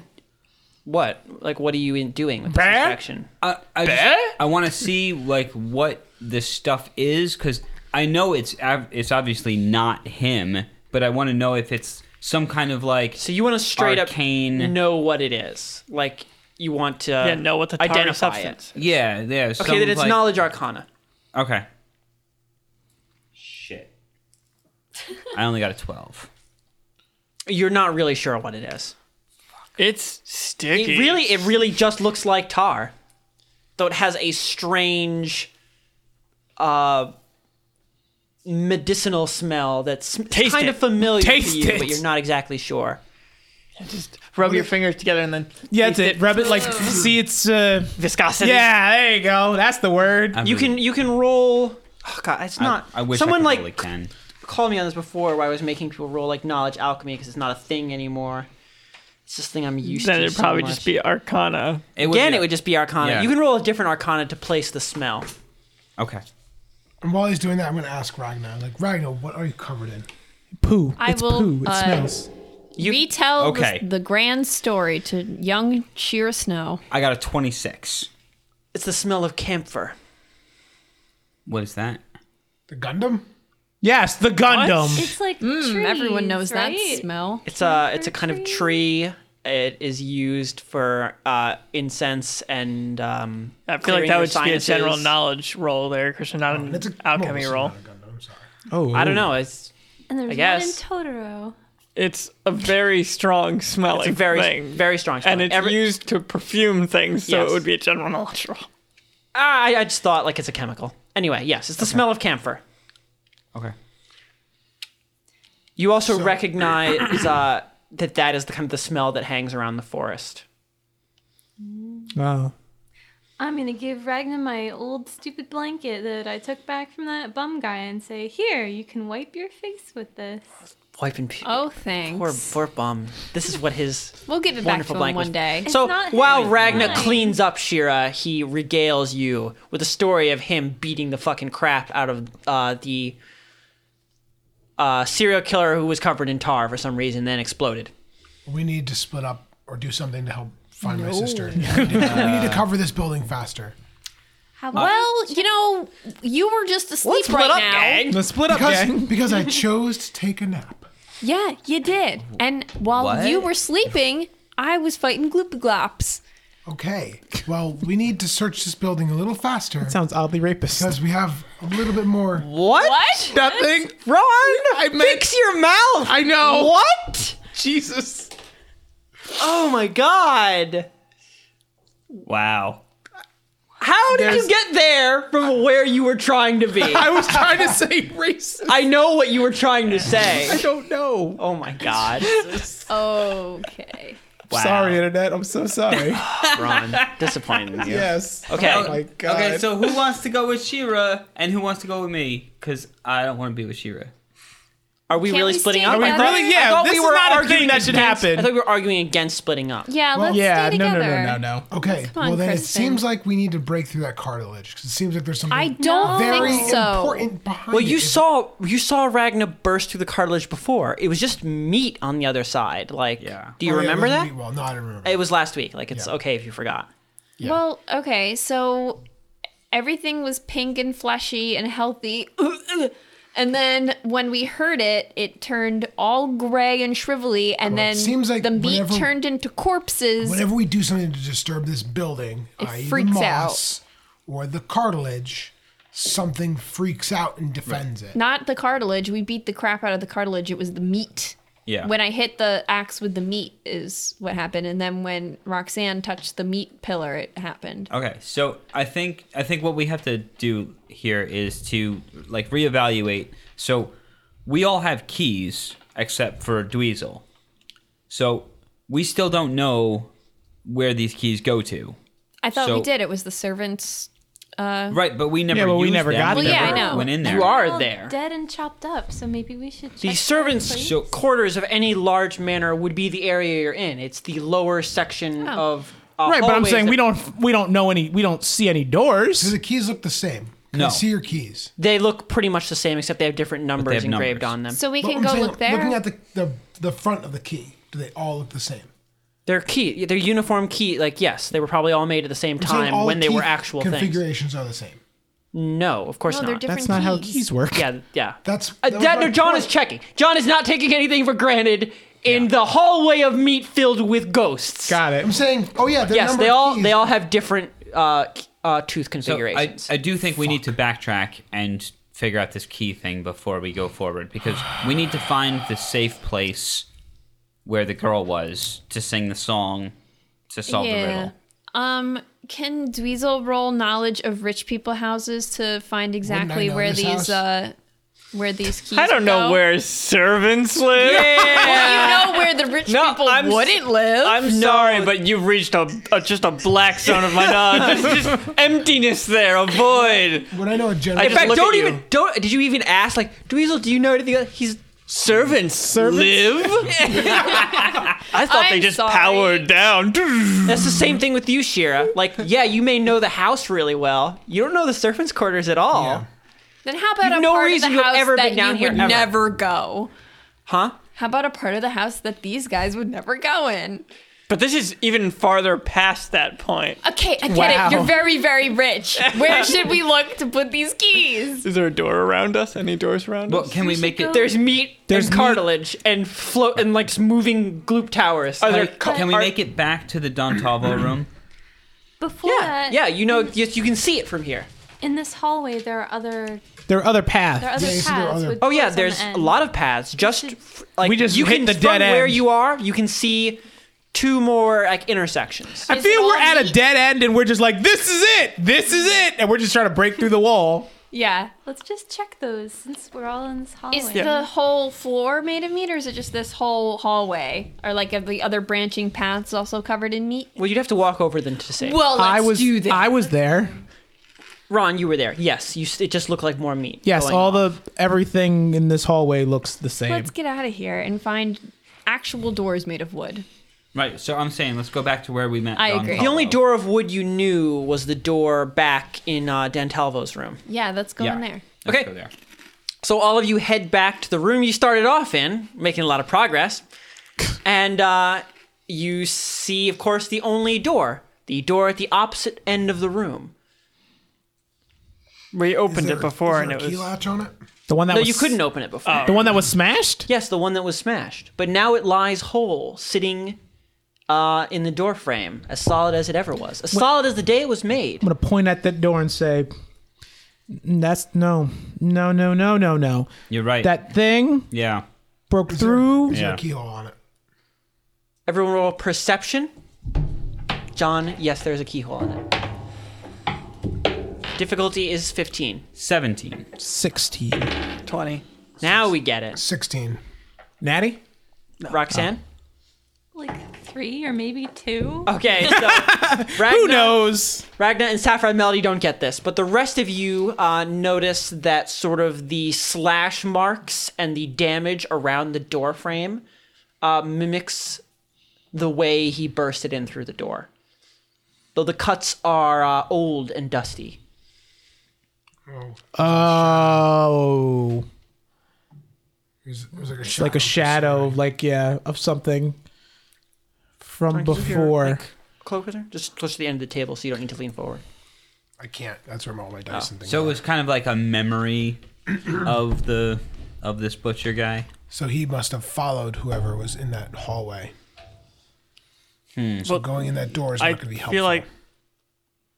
[SPEAKER 6] What like what are you in- doing with this
[SPEAKER 7] Bear?
[SPEAKER 6] inspection?
[SPEAKER 4] I, I, just- I want to see like what this stuff is because I know it's ob- it's obviously not him, but I want to know if it's some kind of like.
[SPEAKER 6] So you want to straight up
[SPEAKER 4] Arcane-
[SPEAKER 6] know what it is. Like you want to
[SPEAKER 1] Yeah, know what the target
[SPEAKER 6] identify
[SPEAKER 1] substance
[SPEAKER 6] it.
[SPEAKER 4] yeah, yeah.
[SPEAKER 6] Okay, then it's knowledge arcana.
[SPEAKER 4] Okay. Shit. I only got a 12.
[SPEAKER 6] You're not really sure what it is.
[SPEAKER 1] It's sticky.
[SPEAKER 6] It really, it really just looks like tar, though it has a strange, uh, medicinal smell that's m-
[SPEAKER 1] Taste
[SPEAKER 6] kind
[SPEAKER 1] it.
[SPEAKER 6] of familiar
[SPEAKER 7] Taste
[SPEAKER 6] to you,
[SPEAKER 7] it.
[SPEAKER 6] but you're not exactly sure.
[SPEAKER 1] Just rub your fingers together and then
[SPEAKER 7] Yeah, that's it. Rub it like see it's. Uh,
[SPEAKER 1] viscosity.
[SPEAKER 7] yeah, there you go. That's the word.
[SPEAKER 1] Um,
[SPEAKER 4] I
[SPEAKER 6] You
[SPEAKER 4] really-
[SPEAKER 6] can you can roll. Oh God, it's
[SPEAKER 4] I-
[SPEAKER 6] not.
[SPEAKER 4] I, wish
[SPEAKER 6] someone
[SPEAKER 4] I could
[SPEAKER 6] like
[SPEAKER 4] roll a 10.
[SPEAKER 6] called me on this before, where I was making people roll like knowledge alchemy because it's not a thing anymore. It's this thing I'm used
[SPEAKER 1] Then
[SPEAKER 6] to.
[SPEAKER 1] it'd
[SPEAKER 6] so
[SPEAKER 1] probably
[SPEAKER 6] much.
[SPEAKER 1] just be Arcana.
[SPEAKER 4] would
[SPEAKER 6] Again,
[SPEAKER 4] be-
[SPEAKER 6] it would just be Arcana.
[SPEAKER 4] Yeah.
[SPEAKER 6] You can roll a different Arcana to place the smell.
[SPEAKER 4] Okay.
[SPEAKER 2] And while he's doing that, I'm going to ask Ragnar, like, Ragnar, what are you covered in?
[SPEAKER 7] Poo.
[SPEAKER 8] I
[SPEAKER 7] it's
[SPEAKER 8] will,
[SPEAKER 7] poo. It
[SPEAKER 8] uh,
[SPEAKER 7] smells.
[SPEAKER 8] Retell
[SPEAKER 4] Okay.
[SPEAKER 8] the, the grand story to young Sheer Snow.
[SPEAKER 4] I got a 26.
[SPEAKER 6] It's the smell of camphor.
[SPEAKER 4] What is that?
[SPEAKER 2] The Gundam?
[SPEAKER 7] Yes, the Gundam.
[SPEAKER 5] It's like
[SPEAKER 6] Hmm,
[SPEAKER 5] trees,
[SPEAKER 8] Everyone knows that
[SPEAKER 5] right?
[SPEAKER 8] smell.
[SPEAKER 6] It's a it's a kind of tree. It is used for uh, incense and. Um,
[SPEAKER 1] I feel like
[SPEAKER 6] clearing
[SPEAKER 1] that
[SPEAKER 6] your
[SPEAKER 1] would just be a
[SPEAKER 6] sinuses.
[SPEAKER 1] general knowledge roll there, Christian, not an
[SPEAKER 2] Oh, That's a
[SPEAKER 1] alchemy
[SPEAKER 2] well, it's
[SPEAKER 1] roll.
[SPEAKER 2] not a Gundam, I'm sorry.
[SPEAKER 7] Oh,
[SPEAKER 6] I don't know. It's
[SPEAKER 5] And there's
[SPEAKER 6] guess.
[SPEAKER 5] one in Totoro.
[SPEAKER 1] It's a very strong smelling
[SPEAKER 6] it's a very
[SPEAKER 1] thing.
[SPEAKER 6] very strong. Smell.
[SPEAKER 1] and it's
[SPEAKER 6] Every-
[SPEAKER 1] used to perfume things, so
[SPEAKER 6] Yes.
[SPEAKER 1] it would be a general knowledge roll.
[SPEAKER 6] I, I just thought like it's a chemical. Anyway, yes, it's the smell of camphor.
[SPEAKER 4] Okay.
[SPEAKER 6] You also recognize uh, that that is the kind of the smell that hangs around the forest.
[SPEAKER 7] Oh.
[SPEAKER 5] I'm gonna give Ragnar my old stupid blanket that I took back from that bum guy and say, "Here, you can wipe your face with this."
[SPEAKER 6] Wiping people.
[SPEAKER 8] Oh, thanks.
[SPEAKER 6] Poor, poor bum. This is what his
[SPEAKER 8] we'll give it back to
[SPEAKER 6] wonderful
[SPEAKER 8] him
[SPEAKER 6] blank was-
[SPEAKER 8] one day.
[SPEAKER 6] So
[SPEAKER 5] not
[SPEAKER 6] while
[SPEAKER 5] his
[SPEAKER 6] Ragnar
[SPEAKER 5] line.
[SPEAKER 6] cleans up Shira, he regales you with a story of him beating the fucking crap out of uh, the uh, serial killer who was covered in tar for some reason, then exploded.
[SPEAKER 2] We need to split up or do something to help find my sister. We need, to, we need to cover this building faster.
[SPEAKER 5] How
[SPEAKER 8] well, you know, you were just asleep right now.
[SPEAKER 7] Let's split up,
[SPEAKER 2] Because,
[SPEAKER 7] gang.
[SPEAKER 2] because I chose to take a nap.
[SPEAKER 8] Yeah, you did. And while
[SPEAKER 4] What?
[SPEAKER 8] you were sleeping, I was fighting gloopaglops.
[SPEAKER 2] Okay. Well, we need to search this building a little faster
[SPEAKER 7] Sounds oddly rapist.
[SPEAKER 2] because we have a little bit more.
[SPEAKER 6] What? What?
[SPEAKER 7] Nothing.
[SPEAKER 6] Ron,
[SPEAKER 7] I meant-
[SPEAKER 6] fix your mouth.
[SPEAKER 7] I know.
[SPEAKER 6] What?
[SPEAKER 7] Jesus.
[SPEAKER 6] Oh my god.
[SPEAKER 4] Wow.
[SPEAKER 6] How did you get there from where you were trying to be?
[SPEAKER 7] I was trying to say racist.
[SPEAKER 6] I know what you were trying to
[SPEAKER 7] I
[SPEAKER 6] say.
[SPEAKER 7] don't know.
[SPEAKER 6] Oh my god.
[SPEAKER 8] Okay.
[SPEAKER 4] Wow.
[SPEAKER 7] Sorry, internet. I'm so sorry.
[SPEAKER 6] Ron, disappointing you.
[SPEAKER 7] yes.
[SPEAKER 6] Okay.
[SPEAKER 7] Oh my god.
[SPEAKER 4] Okay, so who wants to go with Shira and who wants to go with me? Because I don't want to be with Shira.
[SPEAKER 6] Are we
[SPEAKER 8] Can't
[SPEAKER 6] really
[SPEAKER 8] we
[SPEAKER 6] splitting
[SPEAKER 8] stay
[SPEAKER 6] up?
[SPEAKER 8] Are we
[SPEAKER 6] I thought-
[SPEAKER 7] really-
[SPEAKER 6] I
[SPEAKER 7] yeah,
[SPEAKER 6] thought
[SPEAKER 7] this
[SPEAKER 6] we
[SPEAKER 7] is
[SPEAKER 6] were
[SPEAKER 7] not a
[SPEAKER 6] arguing
[SPEAKER 7] thing that should
[SPEAKER 6] against-
[SPEAKER 7] happen.
[SPEAKER 6] I thought we were arguing against splitting up.
[SPEAKER 8] Yeah, let's
[SPEAKER 7] yeah.
[SPEAKER 8] stay
[SPEAKER 7] No, no,
[SPEAKER 8] together.
[SPEAKER 7] no, no, no.
[SPEAKER 2] Okay.
[SPEAKER 8] on,
[SPEAKER 2] well, then it
[SPEAKER 8] Kristen.
[SPEAKER 2] seems like we need to break through that cartilage because it seems like there's something
[SPEAKER 8] I don't
[SPEAKER 2] very
[SPEAKER 8] think so.
[SPEAKER 2] important behind
[SPEAKER 6] Well,
[SPEAKER 2] it.
[SPEAKER 6] you
[SPEAKER 2] If-
[SPEAKER 6] saw you saw Ragna burst through the cartilage before. It was just meat on the other side. Like,
[SPEAKER 4] Yeah.
[SPEAKER 6] do you
[SPEAKER 2] Oh, yeah,
[SPEAKER 6] remember
[SPEAKER 2] there's a
[SPEAKER 6] that?
[SPEAKER 2] meat wall. No, I don't remember.
[SPEAKER 6] It was last week. Like, it's
[SPEAKER 2] Yeah.
[SPEAKER 6] okay if you forgot.
[SPEAKER 8] Well, okay, so everything was pink and fleshy and healthy. And then when we heard it, it turned all gray and shrivelly, and then
[SPEAKER 2] seems like
[SPEAKER 8] the meat
[SPEAKER 2] whenever-
[SPEAKER 8] turned into corpses.
[SPEAKER 2] Whenever we do something to disturb this building, i.e., the
[SPEAKER 8] freaks
[SPEAKER 2] moss or the cartilage, something freaks out and defends it.
[SPEAKER 8] Not the cartilage. We beat the crap out of the cartilage. It was the meat.
[SPEAKER 4] Yeah.
[SPEAKER 8] When I hit the axe with the meat is what happened, and then when Roxanne touched the meat pillar, it happened.
[SPEAKER 4] Okay, so I think I think what we have to do here is to like reevaluate. So we all have keys except for Dweezil. So we still don't know where these keys go to.
[SPEAKER 8] I thought
[SPEAKER 4] So-
[SPEAKER 8] we did. It was the servants.
[SPEAKER 4] Right, but we never
[SPEAKER 7] Yeah, but we
[SPEAKER 4] used
[SPEAKER 7] never
[SPEAKER 4] them.
[SPEAKER 7] got
[SPEAKER 8] Well, yeah,
[SPEAKER 4] never
[SPEAKER 8] I know.
[SPEAKER 4] Went in there.
[SPEAKER 6] You are
[SPEAKER 5] Well,
[SPEAKER 6] there.
[SPEAKER 5] Dead and chopped up, so maybe we should.
[SPEAKER 6] The
[SPEAKER 5] check
[SPEAKER 6] servants'
[SPEAKER 5] that place.
[SPEAKER 4] So-
[SPEAKER 6] quarters of any large manor would be the area you're in. It's the lower section
[SPEAKER 8] Oh.
[SPEAKER 6] of uh,
[SPEAKER 7] Right, but I'm
[SPEAKER 6] hallways
[SPEAKER 7] saying
[SPEAKER 6] that-
[SPEAKER 7] we don't we don't know any we don't see any
[SPEAKER 2] Do
[SPEAKER 7] doors.
[SPEAKER 2] the keys look the same? Can
[SPEAKER 4] No.
[SPEAKER 2] I see your keys?
[SPEAKER 6] They look pretty much the same, except they have different numbers
[SPEAKER 4] have
[SPEAKER 6] engraved
[SPEAKER 4] numbers.
[SPEAKER 6] on them.
[SPEAKER 8] So we
[SPEAKER 2] But
[SPEAKER 8] can
[SPEAKER 2] I'm
[SPEAKER 8] go
[SPEAKER 2] saying,
[SPEAKER 8] look there.
[SPEAKER 2] Looking at the, the the front of the key, do they all look the same?
[SPEAKER 6] They're key. They're uniform key. Like yes, they were probably all made at the same
[SPEAKER 2] I'm saying
[SPEAKER 6] time
[SPEAKER 2] all
[SPEAKER 6] when
[SPEAKER 2] the
[SPEAKER 6] they were
[SPEAKER 2] key
[SPEAKER 6] actual things.
[SPEAKER 2] configurations are the same.
[SPEAKER 6] No, of course
[SPEAKER 8] no, Oh, they're
[SPEAKER 6] not.
[SPEAKER 8] different.
[SPEAKER 7] That's not how
[SPEAKER 8] keys.
[SPEAKER 7] keys work.
[SPEAKER 6] yeah, yeah.
[SPEAKER 2] That's-
[SPEAKER 6] uh,
[SPEAKER 2] that was
[SPEAKER 6] that-
[SPEAKER 2] my
[SPEAKER 6] no, John
[SPEAKER 2] point.
[SPEAKER 6] is checking. John is not taking anything for granted in the hallway of meat filled with ghosts.
[SPEAKER 7] Got
[SPEAKER 2] I'm
[SPEAKER 7] it.
[SPEAKER 2] saying, oh yeah, the
[SPEAKER 6] yes,
[SPEAKER 2] number
[SPEAKER 6] they
[SPEAKER 2] of
[SPEAKER 6] all
[SPEAKER 2] keys-
[SPEAKER 6] they all have different uh, k- uh, tooth
[SPEAKER 4] So I,
[SPEAKER 6] configurations.
[SPEAKER 4] I do think we need to backtrack and figure out this key thing before we go forward because we need to find the safe place where the girl was to sing the song to solve the riddle.
[SPEAKER 8] Um, can Dweezil roll knowledge of rich people houses to find exactly
[SPEAKER 2] know
[SPEAKER 8] where
[SPEAKER 2] this
[SPEAKER 8] these
[SPEAKER 2] house?
[SPEAKER 8] uh where these keys?
[SPEAKER 1] I don't know
[SPEAKER 8] go?
[SPEAKER 1] where servants live.
[SPEAKER 8] Well, you know where the rich
[SPEAKER 1] No,
[SPEAKER 8] people
[SPEAKER 1] I'm s-
[SPEAKER 8] wouldn't live.
[SPEAKER 1] I'm sorry, but you've reached a, a just a black zone of my knowledge. There's just emptiness there, a void.
[SPEAKER 2] Would I know a general?
[SPEAKER 1] just look
[SPEAKER 6] don't
[SPEAKER 1] at
[SPEAKER 6] even
[SPEAKER 1] you.
[SPEAKER 6] don't. Did you even ask like Dweezil? Do you know anything? else?" He's
[SPEAKER 1] Servants, live. I thought they
[SPEAKER 8] I'm
[SPEAKER 1] just
[SPEAKER 8] sorry.
[SPEAKER 1] powered down.
[SPEAKER 6] that's the same thing with you, Shira. Like yeah, you may know the house really well. You don't know the servants' quarters at all,
[SPEAKER 8] then how about
[SPEAKER 6] You've
[SPEAKER 8] a
[SPEAKER 6] no
[SPEAKER 8] part
[SPEAKER 6] reason
[SPEAKER 8] of
[SPEAKER 6] you
[SPEAKER 8] the
[SPEAKER 6] have
[SPEAKER 8] house
[SPEAKER 6] ever
[SPEAKER 8] that
[SPEAKER 6] been down
[SPEAKER 8] you
[SPEAKER 6] here,
[SPEAKER 8] would
[SPEAKER 6] ever.
[SPEAKER 8] never go?
[SPEAKER 6] huh?
[SPEAKER 8] How about a part of the house that these guys would never go in?
[SPEAKER 1] But this is even farther past that point.
[SPEAKER 8] Okay, I get
[SPEAKER 7] Wow.
[SPEAKER 8] it. You're very, very rich. Where should we look to put these keys?
[SPEAKER 1] Is there a door around us? Any doors around
[SPEAKER 4] Well,
[SPEAKER 1] us?
[SPEAKER 4] can we make it?
[SPEAKER 6] There's meat.
[SPEAKER 7] There's
[SPEAKER 6] and
[SPEAKER 7] meat.
[SPEAKER 6] cartilage and float and like moving gloop towers.
[SPEAKER 1] Are there
[SPEAKER 6] Like,
[SPEAKER 1] co-
[SPEAKER 4] Can we
[SPEAKER 1] are-
[SPEAKER 4] make it back to the Don Tavo room?
[SPEAKER 5] Before
[SPEAKER 6] yeah,
[SPEAKER 5] that,
[SPEAKER 6] yeah, you know, yes, you can see it from here.
[SPEAKER 5] in this hallway there are other
[SPEAKER 7] There are
[SPEAKER 5] there are
[SPEAKER 7] other paths.
[SPEAKER 5] other
[SPEAKER 2] you
[SPEAKER 5] paths.
[SPEAKER 2] see there are other-
[SPEAKER 5] with
[SPEAKER 6] Oh yeah,
[SPEAKER 5] doors on
[SPEAKER 6] there's
[SPEAKER 5] the
[SPEAKER 6] a
[SPEAKER 5] end.
[SPEAKER 6] lot of paths. Just
[SPEAKER 5] should-
[SPEAKER 6] f- like
[SPEAKER 7] We just
[SPEAKER 6] you
[SPEAKER 7] hit
[SPEAKER 6] can
[SPEAKER 7] the
[SPEAKER 6] from
[SPEAKER 7] dead
[SPEAKER 6] where
[SPEAKER 7] end.
[SPEAKER 6] you are, you can see two more like intersections.
[SPEAKER 7] I
[SPEAKER 8] Is it
[SPEAKER 7] feel
[SPEAKER 8] all
[SPEAKER 7] we're at a
[SPEAKER 8] meat?
[SPEAKER 7] dead end and we're just like, this is it, this is it, and we're just trying to break through the wall.
[SPEAKER 8] Yeah.
[SPEAKER 5] Let's just check those since we're all in this hallway.
[SPEAKER 8] Is the whole floor made of meat, or is it just this whole hallway? Or like are the other branching paths also covered in meat?
[SPEAKER 6] Well, you'd have to walk over them to see.
[SPEAKER 8] Well, let's
[SPEAKER 7] I was,
[SPEAKER 8] do that.
[SPEAKER 7] I was there.
[SPEAKER 6] Ron, you were there. Yes, you. s- It just looked like more meat.
[SPEAKER 7] Yes,
[SPEAKER 6] going
[SPEAKER 7] all
[SPEAKER 6] on.
[SPEAKER 7] the everything in this hallway looks the same.
[SPEAKER 8] Let's get out of here and find actual doors made of wood.
[SPEAKER 4] Right. So I'm saying let's go back to where we met.
[SPEAKER 8] I
[SPEAKER 4] Don
[SPEAKER 8] agree.
[SPEAKER 6] The only
[SPEAKER 4] Tavo.
[SPEAKER 6] door of wood you knew was the door back in uh, Dantalvo's room.
[SPEAKER 8] Yeah, let's go
[SPEAKER 4] Yeah.
[SPEAKER 8] in there.
[SPEAKER 4] Let's
[SPEAKER 6] Okay.
[SPEAKER 4] go there.
[SPEAKER 6] So all of you head back to the room you started off in, making a lot of progress. And uh, you see, of course, the only door, the door at the opposite end of the room.
[SPEAKER 1] We
[SPEAKER 2] Is
[SPEAKER 1] opened
[SPEAKER 2] there-
[SPEAKER 1] it before,
[SPEAKER 2] is
[SPEAKER 1] and
[SPEAKER 2] there
[SPEAKER 1] it
[SPEAKER 2] a key
[SPEAKER 1] was.
[SPEAKER 2] latch on it.
[SPEAKER 7] the one that
[SPEAKER 6] No,
[SPEAKER 7] was, Oh.
[SPEAKER 6] you couldn't open it before.
[SPEAKER 7] The one that was smashed.
[SPEAKER 6] Yes, the one that was smashed. But now it lies whole, sitting uh, in the door frame, as solid as it ever was, as solid as the day it was made.
[SPEAKER 7] I'm gonna point at that door and say, "That's no, no, no, no, no, no.
[SPEAKER 4] You're right.
[SPEAKER 7] That thing
[SPEAKER 4] yeah.
[SPEAKER 7] broke through."
[SPEAKER 2] Is there
[SPEAKER 4] Yeah.
[SPEAKER 2] a keyhole on it?
[SPEAKER 6] Everyone roll perception. John, yes, there's a keyhole in it. Difficulty is 15.
[SPEAKER 4] Seventeen.
[SPEAKER 7] Sixteen.
[SPEAKER 1] 20.
[SPEAKER 6] Now we get it.
[SPEAKER 2] Sixteen.
[SPEAKER 7] Natty.
[SPEAKER 6] Roxanne?
[SPEAKER 7] Oh.
[SPEAKER 5] like three or maybe two.
[SPEAKER 6] Okay, so Ragna,
[SPEAKER 7] Who knows?
[SPEAKER 6] Ragna and Sapphire Melody don't get this, but the rest of you uh, notice that sort of the slash marks and the damage around the door frame uh, mimics the way he bursted in through the door. Though the cuts are uh, old and dusty.
[SPEAKER 7] Oh,
[SPEAKER 2] It was, it was like a
[SPEAKER 7] it's like a shadow, like yeah, of something from before.
[SPEAKER 6] Cloak with her? Just close to the end of the table so you don't need to lean forward.
[SPEAKER 2] I can't. That's where all my dice and things.
[SPEAKER 4] So it
[SPEAKER 2] are.
[SPEAKER 4] was kind of like a memory of the of this butcher guy.
[SPEAKER 2] So he must have followed whoever was in that hallway. So
[SPEAKER 1] Hmm. Well,
[SPEAKER 2] going in that door is
[SPEAKER 1] I
[SPEAKER 2] not going to be helpful.
[SPEAKER 1] feel like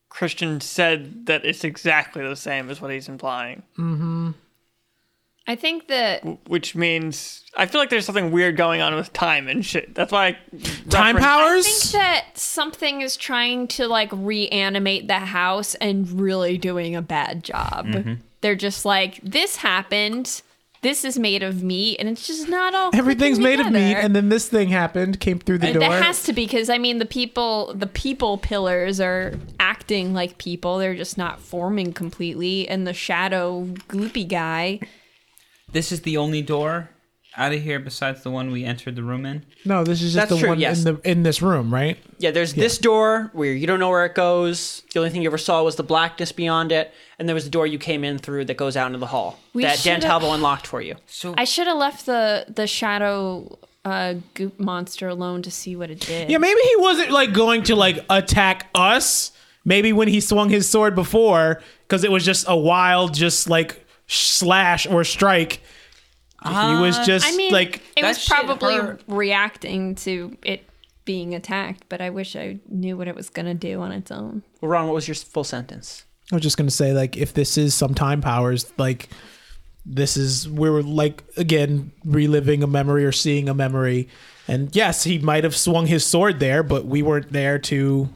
[SPEAKER 1] Christian said that it's exactly the same as what he's implying,
[SPEAKER 8] I think that
[SPEAKER 1] which means I feel like there's something weird going on with time and shit. That's why I referenced-
[SPEAKER 7] Time
[SPEAKER 8] I
[SPEAKER 7] powers.
[SPEAKER 8] think that something is trying to like reanimate the house and really doing a bad job.
[SPEAKER 7] Mm-hmm.
[SPEAKER 8] They're just like, this happened. This is made of meat, and it's just not all.
[SPEAKER 7] Everything's made of meat, and then this thing happened, came through the
[SPEAKER 8] that
[SPEAKER 7] door.
[SPEAKER 8] has to be because I mean the people, the people pillars are acting like people. They're just not forming completely, and the shadow gloopy guy.
[SPEAKER 4] This is the only door out of here besides the one we entered the room in.
[SPEAKER 7] no, this is just the
[SPEAKER 6] That's true,
[SPEAKER 7] one
[SPEAKER 6] yes.
[SPEAKER 7] in the in this room, right?
[SPEAKER 6] Yeah, there's this door where you don't know where it goes. The only thing you ever saw was the blackness beyond it, and there was the door you came in through that goes out into the hall that Dan
[SPEAKER 8] should've-
[SPEAKER 6] Talbo unlocked for you.
[SPEAKER 4] So
[SPEAKER 8] I should have left the the shadow uh, goop monster alone to see what it did.
[SPEAKER 7] Yeah, maybe he wasn't like going to like attack us. Maybe when he swung his sword before, because it was just a wild, just like slash or strike. he was just
[SPEAKER 8] Uh, I mean,
[SPEAKER 7] like
[SPEAKER 8] it
[SPEAKER 4] That
[SPEAKER 8] was
[SPEAKER 4] shit
[SPEAKER 8] probably
[SPEAKER 4] hurt.
[SPEAKER 8] reacting to it being attacked, but I wish I knew what it was gonna do on its own.
[SPEAKER 6] Well, Ron, what was your full sentence?
[SPEAKER 7] I was just gonna say like if this is some time powers like this is we're like again reliving a memory or seeing a memory and yes he might have swung his sword there but we weren't there to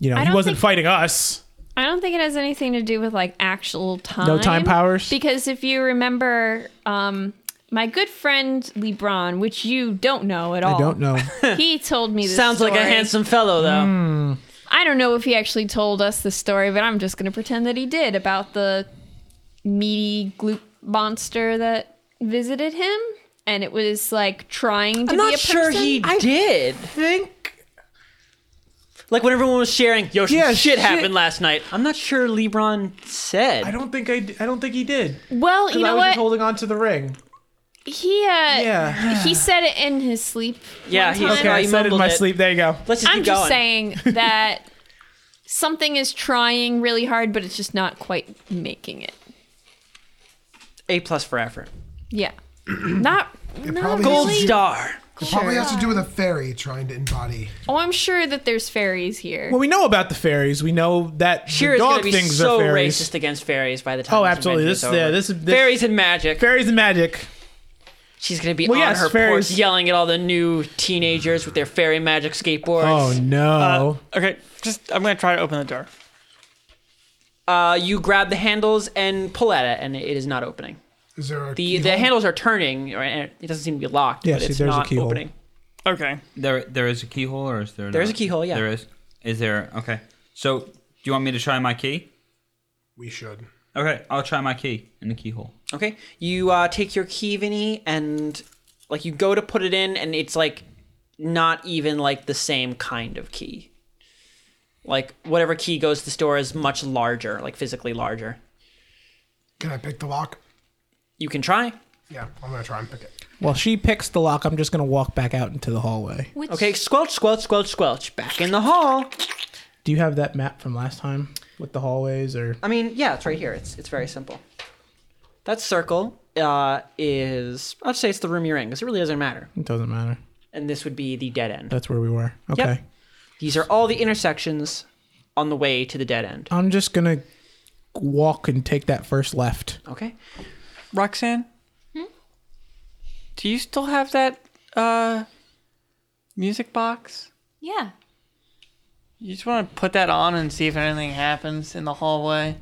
[SPEAKER 7] you know
[SPEAKER 8] I
[SPEAKER 7] he
[SPEAKER 8] don't
[SPEAKER 7] wasn't
[SPEAKER 8] think-
[SPEAKER 7] fighting us
[SPEAKER 8] I don't think it has anything to do with like actual time.
[SPEAKER 7] No time powers?
[SPEAKER 8] Because if you remember, um, my good friend LeBron, which you don't know at all.
[SPEAKER 7] I don't know
[SPEAKER 8] He told me this.
[SPEAKER 6] Sounds like a
[SPEAKER 8] story.
[SPEAKER 6] handsome fellow, though.
[SPEAKER 7] Hmm.
[SPEAKER 8] I don't know if he actually told us the story, but I'm just going to pretend that he did about the meaty gloop monster that visited him, and it was like trying to
[SPEAKER 6] I'm
[SPEAKER 8] be
[SPEAKER 6] not
[SPEAKER 8] a
[SPEAKER 6] sure
[SPEAKER 8] person.
[SPEAKER 6] he did.
[SPEAKER 7] think
[SPEAKER 6] Like when everyone was sharing, yo, some
[SPEAKER 7] Yeah,
[SPEAKER 6] shit,
[SPEAKER 7] shit.
[SPEAKER 6] happened last night. I'm not sure LeBron said.
[SPEAKER 7] I don't think I, I don't think he did
[SPEAKER 8] well, you
[SPEAKER 7] I
[SPEAKER 8] know
[SPEAKER 7] was
[SPEAKER 8] what?
[SPEAKER 7] just holding on to the ring
[SPEAKER 8] he uh,
[SPEAKER 7] Yeah.
[SPEAKER 8] he said it in his sleep.
[SPEAKER 6] yeah,
[SPEAKER 8] one
[SPEAKER 6] he,
[SPEAKER 8] time.
[SPEAKER 7] okay I
[SPEAKER 6] he
[SPEAKER 7] said it in
[SPEAKER 6] mumbled
[SPEAKER 7] my
[SPEAKER 6] it.
[SPEAKER 7] sleep there you go
[SPEAKER 6] Let's just
[SPEAKER 8] I'm
[SPEAKER 6] keep
[SPEAKER 8] just
[SPEAKER 6] going.
[SPEAKER 8] saying that something is trying really hard, but it's just not quite making it.
[SPEAKER 6] A plus for effort.
[SPEAKER 8] Yeah, not. not
[SPEAKER 2] probably
[SPEAKER 6] Gold
[SPEAKER 8] really.
[SPEAKER 6] star.
[SPEAKER 2] It probably has to do with a fairy trying to embody.
[SPEAKER 8] Oh, I'm sure that there's fairies here.
[SPEAKER 7] well we know about the fairies we know that
[SPEAKER 6] Sheer
[SPEAKER 7] the
[SPEAKER 6] is
[SPEAKER 7] dog
[SPEAKER 6] going to be
[SPEAKER 7] things
[SPEAKER 6] so
[SPEAKER 7] are fairies
[SPEAKER 6] racist against fairies by the time.
[SPEAKER 7] Oh, absolutely.
[SPEAKER 6] adventure
[SPEAKER 7] This- yeah,
[SPEAKER 6] over.
[SPEAKER 7] this is- this-
[SPEAKER 6] fairies and magic.
[SPEAKER 7] fairies and magic
[SPEAKER 6] She's going to be
[SPEAKER 7] Well,
[SPEAKER 6] on
[SPEAKER 7] yes,
[SPEAKER 6] her
[SPEAKER 7] fairies-
[SPEAKER 6] porch yelling at all the new teenagers with their fairy magic
[SPEAKER 7] oh
[SPEAKER 6] skateboards.
[SPEAKER 7] no
[SPEAKER 1] Oh. Okay, just I'm gonna try to open the door.
[SPEAKER 6] Uh, you grab the handles and pull at it, and it is not opening.
[SPEAKER 2] Is there a
[SPEAKER 6] The the
[SPEAKER 2] keyhole?
[SPEAKER 6] handles are turning, or- and it doesn't seem to be locked,
[SPEAKER 7] Yeah,
[SPEAKER 6] but
[SPEAKER 7] see,
[SPEAKER 6] it's
[SPEAKER 7] there's a
[SPEAKER 6] not
[SPEAKER 7] keyhole.
[SPEAKER 6] opening.
[SPEAKER 1] Okay.
[SPEAKER 4] There, there is a keyhole, or is there?
[SPEAKER 6] There's
[SPEAKER 4] not?
[SPEAKER 6] a keyhole, yeah.
[SPEAKER 4] There is. Is there? Okay. So, do you want me to try my key?
[SPEAKER 2] We should.
[SPEAKER 4] Okay, I'll try my key in the keyhole.
[SPEAKER 6] Okay, you uh, take your key, Vinny, and like you go to put it in, and it's like not even like the same kind of key. Like whatever key goes to the store is much larger, like physically larger.
[SPEAKER 2] Can I pick the lock?
[SPEAKER 6] You can try.
[SPEAKER 2] Yeah, I'm gonna try and pick it.
[SPEAKER 7] while she picks the lock I'm just gonna walk back out into the hallway
[SPEAKER 5] Which,
[SPEAKER 6] Okay, squelch, squelch, squelch, squelch. Back in the hall.
[SPEAKER 7] Do you have that map from last time with the hallways or
[SPEAKER 6] I mean, yeah, it's right here. It's it's very simple. That circle uh, is I'd say it's the room you're in because it really doesn't matter.
[SPEAKER 7] it doesn't matter.
[SPEAKER 6] And this would be the dead end.
[SPEAKER 7] That's where we were. Okay.
[SPEAKER 6] Yep. These are all the intersections on the way to the dead end.
[SPEAKER 7] I'm just going to walk and take that first left. Oh
[SPEAKER 6] Okay.
[SPEAKER 1] Roxanne, do you still have that uh, music box?
[SPEAKER 5] yeah.
[SPEAKER 1] You just want to put that on and see if anything happens in the hallway.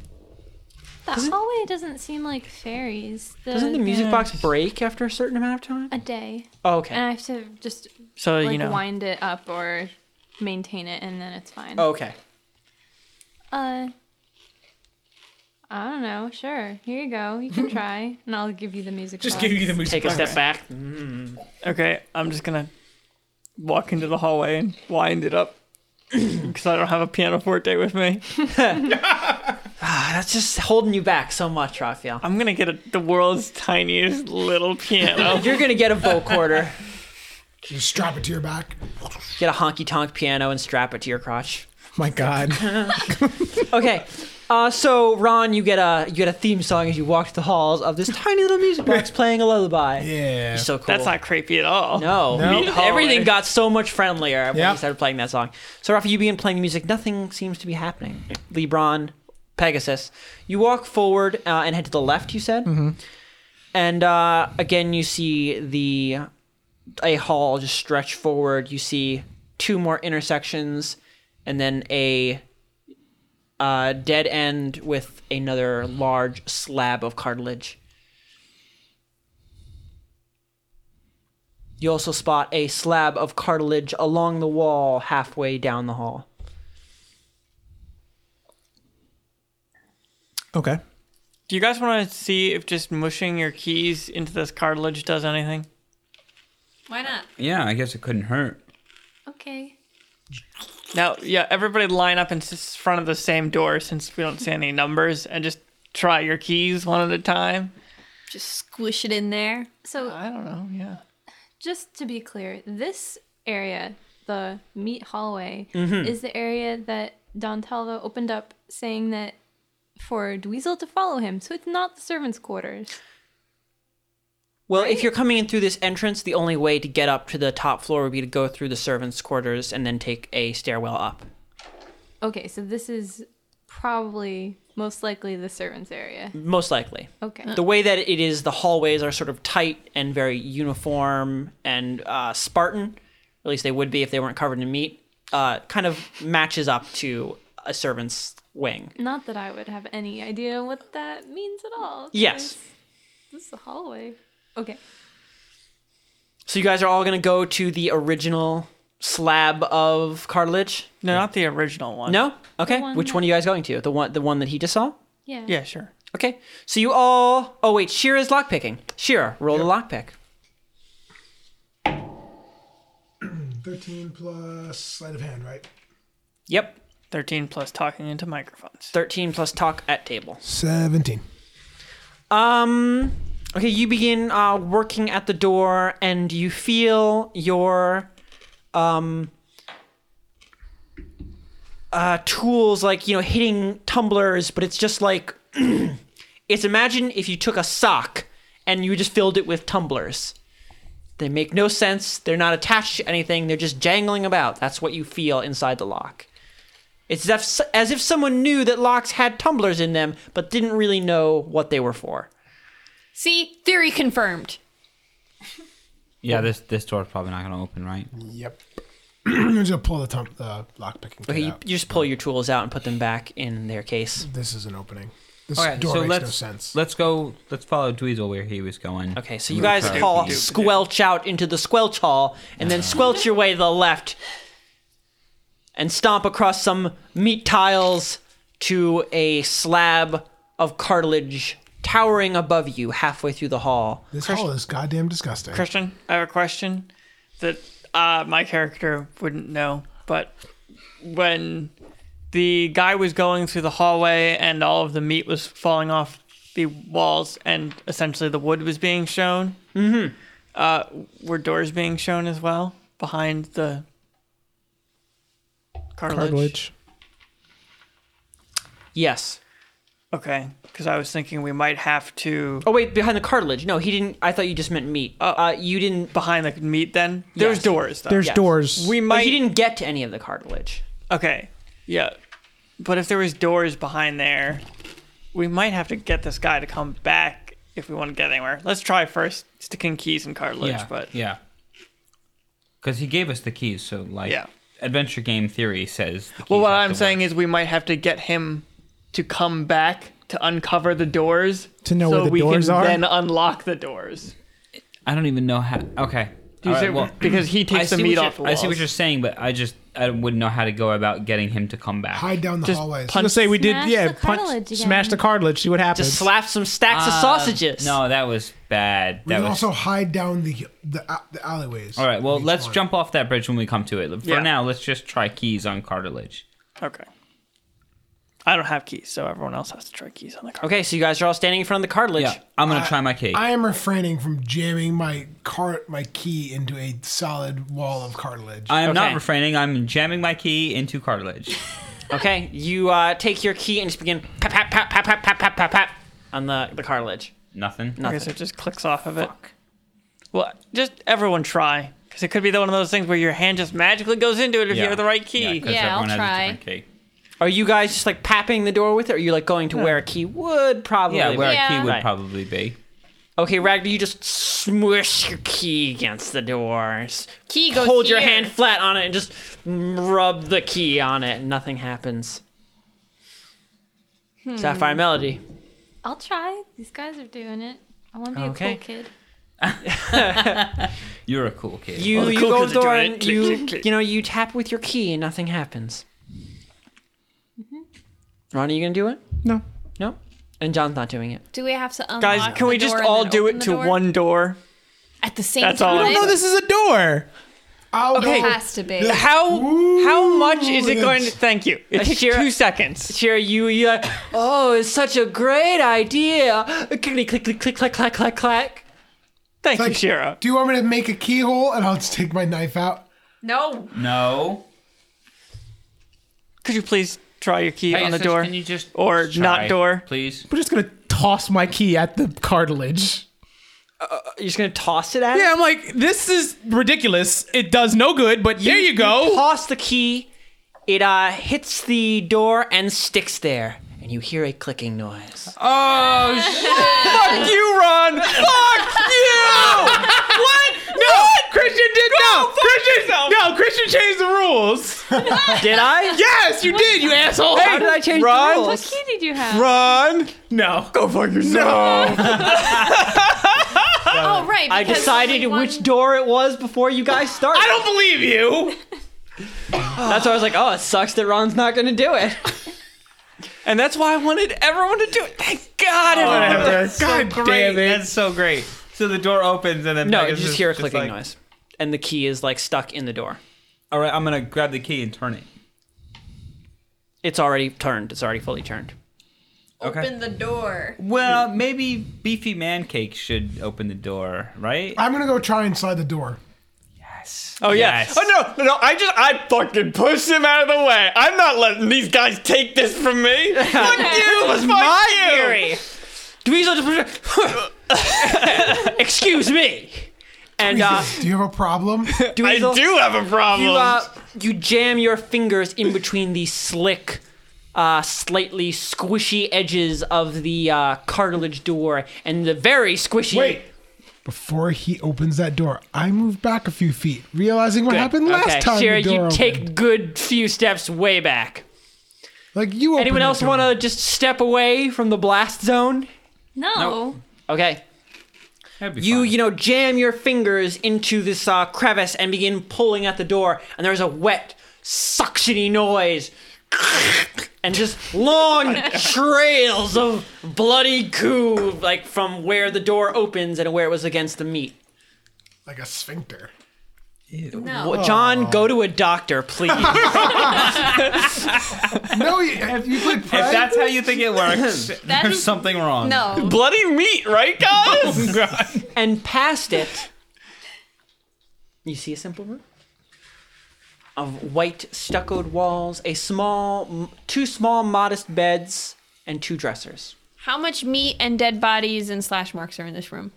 [SPEAKER 5] The hallway doesn't seem like fairies. The,
[SPEAKER 6] Doesn't the music box break after a certain amount of time?
[SPEAKER 5] a day,
[SPEAKER 6] Oh, okay.
[SPEAKER 5] and I have to just
[SPEAKER 1] So
[SPEAKER 5] like
[SPEAKER 1] you know.
[SPEAKER 5] wind it up or maintain it, and then it's fine.
[SPEAKER 6] Oh, okay.
[SPEAKER 5] Uh, I don't know. Sure, here you go. You can try, and I'll give you the music. box.
[SPEAKER 7] you the music.
[SPEAKER 6] Take a step back.
[SPEAKER 1] Okay, I'm just gonna walk into the hallway and wind it up because I don't have a pianoforte with me.
[SPEAKER 6] Ah, that's just holding you back so much, Raphael.
[SPEAKER 1] I'm gonna get a, the world's tiniest little piano.
[SPEAKER 6] You're gonna get a vocorder,
[SPEAKER 2] You strap it to your back.
[SPEAKER 6] get a honky tonk piano, and strap it to your crotch.
[SPEAKER 7] My god.
[SPEAKER 6] Okay. Uh, so Ron, you get a you get a theme song as you walk through the halls of this tiny little music box playing a lullaby.
[SPEAKER 7] Yeah.
[SPEAKER 6] You're so cool.
[SPEAKER 1] That's not creepy at all.
[SPEAKER 6] No,
[SPEAKER 7] No.
[SPEAKER 6] everything got so much friendlier when
[SPEAKER 7] Yep.
[SPEAKER 6] you started playing that song. So, Rafa, you begin playing the music. Nothing seems to be happening. LeBron, Pegasus. You walk forward uh, and head to the left. You said, and uh, again you see the a hall just stretch forward. You see two more intersections, and then a uh, dead end with another large slab of cartilage. You also spot a slab of cartilage along the wall halfway down the hall.
[SPEAKER 7] Okay.
[SPEAKER 1] Do you guys want to see if just mushing your keys into this cartilage does anything?
[SPEAKER 5] Why not?
[SPEAKER 4] Yeah, I guess it couldn't hurt.
[SPEAKER 5] Okay.
[SPEAKER 1] Now, yeah, everybody line up in s- front of the same door since we don't see any numbers and just try your keys one at a time.
[SPEAKER 8] Just squish it in there.
[SPEAKER 5] So
[SPEAKER 1] I don't know, yeah.
[SPEAKER 5] just to be clear, this area, the meat hallway,
[SPEAKER 6] Mm-hmm.
[SPEAKER 5] is the area that Don Talvo opened up saying that for Dweezil to follow him. So it's not the servants' quarters.
[SPEAKER 6] Well, if you're coming in through this entrance, the only way to get up to the top floor would be to go through the servants' quarters and then take a stairwell up.
[SPEAKER 5] Okay, so this is probably most likely the servants area.
[SPEAKER 1] most likely.
[SPEAKER 5] Okay.
[SPEAKER 6] Mm-hmm.
[SPEAKER 1] The way that it is, the hallways are sort of tight and very uniform and uh, Spartan. At least they would be if they weren't covered in meat. Uh, kind of matches up to a servant's wing.
[SPEAKER 5] Not that I would have any idea what that means at all.
[SPEAKER 1] Yes.
[SPEAKER 5] 'cause This is a hallway. Okay.
[SPEAKER 1] So you guys are all going to go to the original slab of cartilage.
[SPEAKER 6] No, not the original one.
[SPEAKER 1] No. Okay.
[SPEAKER 5] one
[SPEAKER 1] Which
[SPEAKER 5] that-
[SPEAKER 1] one are you guys going to? The one, the one that he just saw.
[SPEAKER 5] Yeah.
[SPEAKER 6] Yeah, sure.
[SPEAKER 1] Okay. So you all. Oh wait, Shira's lockpicking. Shira, roll the lockpick.
[SPEAKER 2] 13 plus sleight of hand, right?
[SPEAKER 1] Yep.
[SPEAKER 6] 13 plus talking into microphones.
[SPEAKER 1] Thirteen plus talk at table.
[SPEAKER 2] 17.
[SPEAKER 1] Um. Okay, you begin uh, working at the door, and you feel your um uh, tools like you know hitting tumblers, but it's just like it's imagine if you took a sock and you just filled it with tumblers. They make no sense. They're not attached to anything. They're just jangling about. That's what you feel inside the lock. It's as if, as if someone knew that locks had tumblers in them, but didn't really know what they were for.
[SPEAKER 8] See, theory confirmed.
[SPEAKER 4] Yeah, this this door's probably not gonna open, right?
[SPEAKER 2] Yep. I'm just gonna pull the tum- uh, lock picking.
[SPEAKER 1] Okay, you, you just pull your tools out and put them back in their case.
[SPEAKER 2] This is an opening. This
[SPEAKER 4] Okay,
[SPEAKER 2] door
[SPEAKER 4] so
[SPEAKER 2] makes
[SPEAKER 4] let's
[SPEAKER 2] no sense.
[SPEAKER 4] let's go. Let's follow Dweezil where he was going.
[SPEAKER 1] Okay, so you guys
[SPEAKER 4] Okay.
[SPEAKER 1] all squelch out into the squelch hall and then squelch your way to the left and stomp across some meat tiles to a slab of cartilage towering above you halfway through the hall.
[SPEAKER 2] this hall is goddamn disgusting.
[SPEAKER 6] Christian, I have a question that uh, my character wouldn't know, but when the guy was going through the hallway and all of the meat was falling off the walls and essentially the wood was being shown, mm-hmm. uh, were doors being shown as well behind the cartilage?
[SPEAKER 7] Cartilage.
[SPEAKER 1] Yes.
[SPEAKER 6] Okay, because I was thinking we might have to Oh.
[SPEAKER 1] Oh wait, behind the cartilage. No, he didn't. I thought you just meant meat. uh, you didn't.
[SPEAKER 6] behind the meat then. There's
[SPEAKER 1] Yes.
[SPEAKER 6] doors though.
[SPEAKER 7] There's
[SPEAKER 1] Yes.
[SPEAKER 7] doors.
[SPEAKER 6] Oh, we
[SPEAKER 1] But
[SPEAKER 6] might
[SPEAKER 1] he didn't get to any of the cartilage.
[SPEAKER 6] Okay. Yeah. But if there was doors behind there, we might have to get this guy to come back if we want to get anywhere. Let's try first sticking keys and cartilage,
[SPEAKER 4] Yeah,
[SPEAKER 6] but
[SPEAKER 4] yeah, because he gave us the keys, so like,
[SPEAKER 6] Yeah.
[SPEAKER 4] adventure game theory says. the
[SPEAKER 6] Well
[SPEAKER 4] keys
[SPEAKER 6] what
[SPEAKER 4] have
[SPEAKER 6] I'm
[SPEAKER 4] to
[SPEAKER 6] saying
[SPEAKER 4] work.
[SPEAKER 6] is we might have to get him to come back to uncover the doors
[SPEAKER 7] To know
[SPEAKER 6] so
[SPEAKER 7] where the
[SPEAKER 6] we
[SPEAKER 7] doors
[SPEAKER 6] can
[SPEAKER 7] are?
[SPEAKER 6] then unlock the doors.
[SPEAKER 4] I don't even know how. Okay,
[SPEAKER 6] Do you
[SPEAKER 4] All
[SPEAKER 6] see-
[SPEAKER 4] right, well,
[SPEAKER 6] because he
[SPEAKER 4] I
[SPEAKER 6] takes the
[SPEAKER 4] see
[SPEAKER 6] meat
[SPEAKER 4] what
[SPEAKER 6] off the
[SPEAKER 4] you're-
[SPEAKER 6] walls.
[SPEAKER 4] I see what you're saying, but I just I wouldn't know how to go about getting him to come back.
[SPEAKER 2] Hide down the
[SPEAKER 6] Just
[SPEAKER 2] hallways.
[SPEAKER 7] I'm gonna say we did.
[SPEAKER 5] Smash
[SPEAKER 7] Yeah,
[SPEAKER 5] the
[SPEAKER 7] punch,
[SPEAKER 5] cartilage again.
[SPEAKER 7] smash the cartilage. See what happens.
[SPEAKER 1] Just slap some stacks of
[SPEAKER 6] Uh,
[SPEAKER 4] Um,
[SPEAKER 1] sausages.
[SPEAKER 4] No, that was bad.
[SPEAKER 2] we
[SPEAKER 4] That
[SPEAKER 2] can
[SPEAKER 4] was
[SPEAKER 2] also hide down the the, uh, the alleyways.
[SPEAKER 4] all right. Well,
[SPEAKER 2] Each
[SPEAKER 4] let's
[SPEAKER 2] one.
[SPEAKER 4] jump off that bridge when we come to it. For
[SPEAKER 6] Yeah.
[SPEAKER 4] now, let's just try keys on cartilage.
[SPEAKER 6] Okay. I don't have keys, so everyone else has to try keys on the cartilage.
[SPEAKER 1] Okay, so you guys are all standing in front of the cartilage.
[SPEAKER 4] Yeah, I'm gonna try my key.
[SPEAKER 2] I am refraining from jamming my cart my key into a solid wall of cartilage.
[SPEAKER 4] I am not
[SPEAKER 1] Okay.
[SPEAKER 4] refraining. I'm jamming my key into cartilage.
[SPEAKER 1] Okay, you uh, take your key and just begin pat pat pat pat pat pat pat pat pat on the, the cartilage.
[SPEAKER 4] Nothing.
[SPEAKER 6] Okay, so
[SPEAKER 1] Nothing.
[SPEAKER 6] it just clicks off of it. Well, just everyone try. Because it could be the one of those things where your hand just magically goes into it if you have the right key.
[SPEAKER 4] 'cause
[SPEAKER 8] Yeah, I'll
[SPEAKER 4] everyone has a
[SPEAKER 8] try.
[SPEAKER 4] different key.
[SPEAKER 1] Are you guys just like papping the door with it? Or are you like going to where a key would probably?
[SPEAKER 4] Yeah, where
[SPEAKER 1] be?
[SPEAKER 8] Yeah.
[SPEAKER 4] a key would
[SPEAKER 1] Right.
[SPEAKER 4] probably be.
[SPEAKER 1] Okay, Rag, do you just smush your key against the door? Just
[SPEAKER 8] Key goes
[SPEAKER 1] Hold your
[SPEAKER 8] here.
[SPEAKER 1] hand flat on it and just rub the key on it, and nothing happens.
[SPEAKER 8] Hmm.
[SPEAKER 1] Sapphire Melody.
[SPEAKER 5] I'll try. These guys are doing it. I want to be
[SPEAKER 1] Okay.
[SPEAKER 5] a cool kid.
[SPEAKER 4] You're a cool kid.
[SPEAKER 1] You
[SPEAKER 6] the
[SPEAKER 1] you
[SPEAKER 6] cool
[SPEAKER 1] go to
[SPEAKER 6] kids
[SPEAKER 1] the
[SPEAKER 6] are
[SPEAKER 1] door
[SPEAKER 6] doing it.
[SPEAKER 1] and
[SPEAKER 6] Click,
[SPEAKER 1] you
[SPEAKER 6] click, click.
[SPEAKER 1] you know you tap with your key and nothing happens.
[SPEAKER 8] Mm-hmm.
[SPEAKER 1] Ron, are you gonna do it?
[SPEAKER 7] No.
[SPEAKER 1] No. And John's not doing it.
[SPEAKER 8] Do we have to unlock
[SPEAKER 6] Guys,
[SPEAKER 8] the
[SPEAKER 6] can we just
[SPEAKER 8] door and
[SPEAKER 6] all
[SPEAKER 8] then
[SPEAKER 6] do
[SPEAKER 8] open
[SPEAKER 6] it
[SPEAKER 8] the
[SPEAKER 6] to
[SPEAKER 8] door?
[SPEAKER 6] one door?
[SPEAKER 8] at the same
[SPEAKER 6] That's all
[SPEAKER 8] time?
[SPEAKER 6] I'm
[SPEAKER 7] No, Oh, this is a door.
[SPEAKER 2] I'll
[SPEAKER 8] It
[SPEAKER 2] go-
[SPEAKER 8] has to be.
[SPEAKER 6] How how much is it
[SPEAKER 2] Ooh,
[SPEAKER 6] going to?
[SPEAKER 2] that's-
[SPEAKER 6] Thank you. It takes
[SPEAKER 1] sheer-
[SPEAKER 6] two seconds.
[SPEAKER 1] Cheer you you like, oh, it's such a great idea. Clickety click click click clack clack clack clack.
[SPEAKER 6] Thank you,
[SPEAKER 2] Like,
[SPEAKER 6] Shira.
[SPEAKER 2] Do you want me to make a keyhole and I'll just take my knife out?
[SPEAKER 8] No.
[SPEAKER 4] no.
[SPEAKER 6] Could you please try your key on the door?
[SPEAKER 4] Can you just
[SPEAKER 6] Or not door.
[SPEAKER 4] please?
[SPEAKER 7] We're just gonna toss my key at the cartilage.
[SPEAKER 1] You're just gonna toss it at
[SPEAKER 7] Yeah,
[SPEAKER 1] him?
[SPEAKER 7] I'm like, this is ridiculous. It does no good, but there you go.
[SPEAKER 1] Toss the key It uh, hits the door and sticks there, and you hear a clicking noise.
[SPEAKER 4] Oh shit!
[SPEAKER 1] Fuck you, Ron! Fuck you! what?
[SPEAKER 7] No, Christian did no. Christian, no, Christian changed the rules.
[SPEAKER 1] Did I?
[SPEAKER 7] Yes, you did, you asshole.
[SPEAKER 1] How did I change
[SPEAKER 7] Ron,
[SPEAKER 1] the
[SPEAKER 5] What
[SPEAKER 1] rules?
[SPEAKER 5] key did you have?
[SPEAKER 7] Run. No. Go fuck yourself. No.
[SPEAKER 8] Oh, right.
[SPEAKER 1] I
[SPEAKER 8] because
[SPEAKER 1] decided
[SPEAKER 8] only one-
[SPEAKER 1] which door it was before you guys started.
[SPEAKER 7] I don't believe you.
[SPEAKER 1] That's why I was like, oh, it sucks that Ron's not gonna do it.
[SPEAKER 6] And that's why I wanted everyone to do it. Thank God.
[SPEAKER 1] Oh.
[SPEAKER 6] everyone-
[SPEAKER 7] Whatever. God damn it.
[SPEAKER 4] That's so great. So the door opens and then
[SPEAKER 1] No, you
[SPEAKER 4] Pegasus
[SPEAKER 1] just
[SPEAKER 4] is
[SPEAKER 1] hear a clicking
[SPEAKER 4] like,
[SPEAKER 1] noise. And the key is like stuck in the door.
[SPEAKER 4] All right, I'm gonna grab the key and turn it.
[SPEAKER 1] It's already turned. It's already fully turned.
[SPEAKER 4] Okay.
[SPEAKER 8] Open the door.
[SPEAKER 4] Well, maybe Beefy Man Cake should open the door, right?
[SPEAKER 2] I'm gonna go try and slide the door.
[SPEAKER 6] Oh yeah. Oh no, no, no. I just I fucking pushed him out of the way. I'm not letting these guys take this from me. Fuck you. It was my
[SPEAKER 1] Fury. Dweezil just excuse me, and uh,
[SPEAKER 2] Do you have a problem?
[SPEAKER 6] I
[SPEAKER 1] Dweezil,
[SPEAKER 6] do have a problem.
[SPEAKER 1] you, uh, you jam your fingers in between the slick, uh, slightly squishy edges of the uh, cartilage door and the very squishy.
[SPEAKER 2] Wait. Before he opens that door, I move back a few feet, realizing what happened last
[SPEAKER 1] okay,
[SPEAKER 2] time.
[SPEAKER 1] Shira,
[SPEAKER 2] the door
[SPEAKER 1] you
[SPEAKER 2] opened.
[SPEAKER 1] take good few steps way back.
[SPEAKER 2] like you.
[SPEAKER 1] Anyone
[SPEAKER 2] opened the
[SPEAKER 1] else
[SPEAKER 2] door.
[SPEAKER 1] want to just step away from the blast zone?
[SPEAKER 5] No.
[SPEAKER 1] Okay.
[SPEAKER 4] That'd be
[SPEAKER 1] You,
[SPEAKER 4] fine.
[SPEAKER 1] you know, jam your fingers into this uh, crevice and begin pulling at the door, and there's a wet, suctiony noise. And just long trails of bloody goo, like from where the door opens and where it was against the meat.
[SPEAKER 2] like a sphincter?
[SPEAKER 8] No.
[SPEAKER 1] John, go to a doctor, please.
[SPEAKER 2] No, you, you played
[SPEAKER 4] If
[SPEAKER 2] pride.
[SPEAKER 4] that's how you think it works, there's
[SPEAKER 8] is-
[SPEAKER 4] something wrong.
[SPEAKER 8] No.
[SPEAKER 6] Bloody meat, right, guys?
[SPEAKER 1] and past it, you see a simple room of white stuccoed walls, a small, two small modest beds, and two dressers.
[SPEAKER 8] How much meat and dead bodies and slash marks are in this room?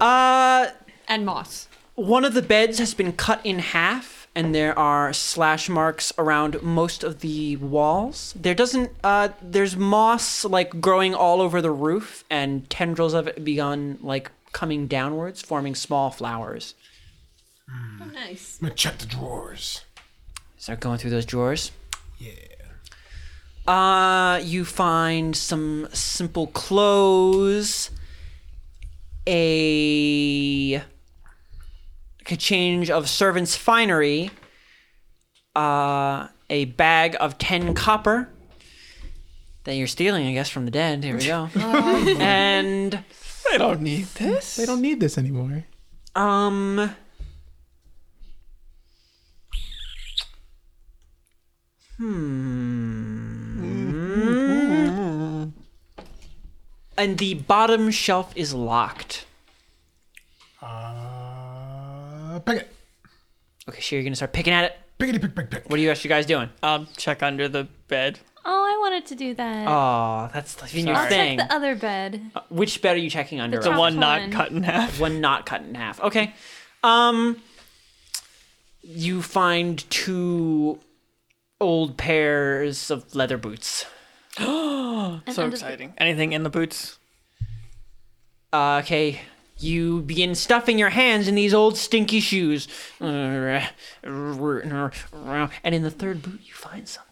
[SPEAKER 1] Uh,
[SPEAKER 8] And moss.
[SPEAKER 1] one of the beds has been cut in half, and there are slash marks around most of the walls. There doesn't, uh, there's moss like growing all over the roof, and tendrils of it begun like coming downwards, forming small flowers.
[SPEAKER 8] Nice.
[SPEAKER 2] I'm gonna check the drawers.
[SPEAKER 1] Start going through those drawers.
[SPEAKER 2] Yeah.
[SPEAKER 1] Uh, you find some simple clothes, a, like a change of servant's finery, uh, a bag of ten copper that you're stealing, I guess, from the dead. Here we go. and
[SPEAKER 6] I don't need this.
[SPEAKER 7] They don't need this anymore.
[SPEAKER 1] um, hmm. and the bottom shelf is locked.
[SPEAKER 2] Uh, pick it.
[SPEAKER 1] Okay, so you're gonna start picking at it.
[SPEAKER 2] Pickety pick pick pick.
[SPEAKER 1] What are you guys, you guys doing?
[SPEAKER 6] Um, check under the bed.
[SPEAKER 5] Oh, I wanted to do that.
[SPEAKER 1] Oh, that's the been your
[SPEAKER 5] I'll
[SPEAKER 1] thing.
[SPEAKER 5] check the other bed.
[SPEAKER 1] Uh, Which bed are you checking under?
[SPEAKER 5] The
[SPEAKER 1] right?
[SPEAKER 5] top.
[SPEAKER 6] One not
[SPEAKER 5] Fine.
[SPEAKER 6] cut in half.
[SPEAKER 1] one not cut in half. Okay. Um you find two old pairs of leather boots.
[SPEAKER 5] And
[SPEAKER 6] So
[SPEAKER 5] I'm just-
[SPEAKER 6] exciting. Anything in the boots?
[SPEAKER 1] Uh, okay. You begin stuffing your hands in these old stinky shoes. And in the third boot you find something.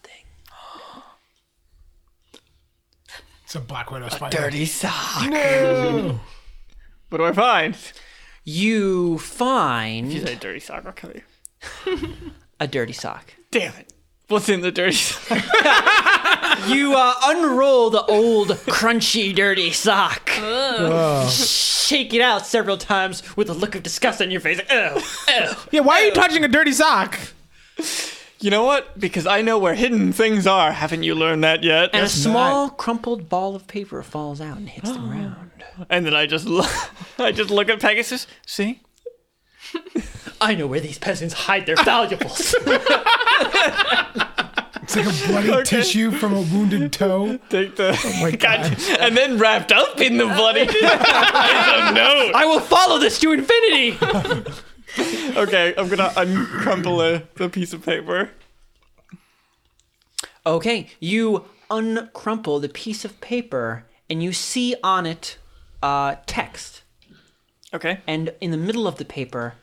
[SPEAKER 2] It's a black widow spider.
[SPEAKER 6] Dirty sock. what do I find?
[SPEAKER 1] You
[SPEAKER 6] You
[SPEAKER 1] find
[SPEAKER 6] say dirty sock. I'll kill you.
[SPEAKER 1] a dirty sock.
[SPEAKER 6] Damn it. What's in the dirty sock?
[SPEAKER 1] You uh, unroll the old, crunchy, dirty sock. Shake it out several times with a look of disgust on your face. Like, oh,
[SPEAKER 7] Yeah, why are you touching a dirty sock?
[SPEAKER 6] You know what? Because I know where hidden things are. Haven't you learned that yet?
[SPEAKER 1] And a small, crumpled ball of paper falls out and hits the ground.
[SPEAKER 6] And then I just look, I just look at Pegasus. See?
[SPEAKER 1] I know where these peasants hide their valuables.
[SPEAKER 2] It's like a bloody tissue from a wounded toe.
[SPEAKER 6] Take the
[SPEAKER 2] Like God.
[SPEAKER 6] and then wrapped up in the bloody is a note.
[SPEAKER 1] I will follow this to infinity.
[SPEAKER 6] Okay, I'm gonna uncrumple a, the piece of paper.
[SPEAKER 1] Okay, you uncrumple the piece of paper and you see on it uh, text.
[SPEAKER 6] Okay.
[SPEAKER 1] And in the middle of the paper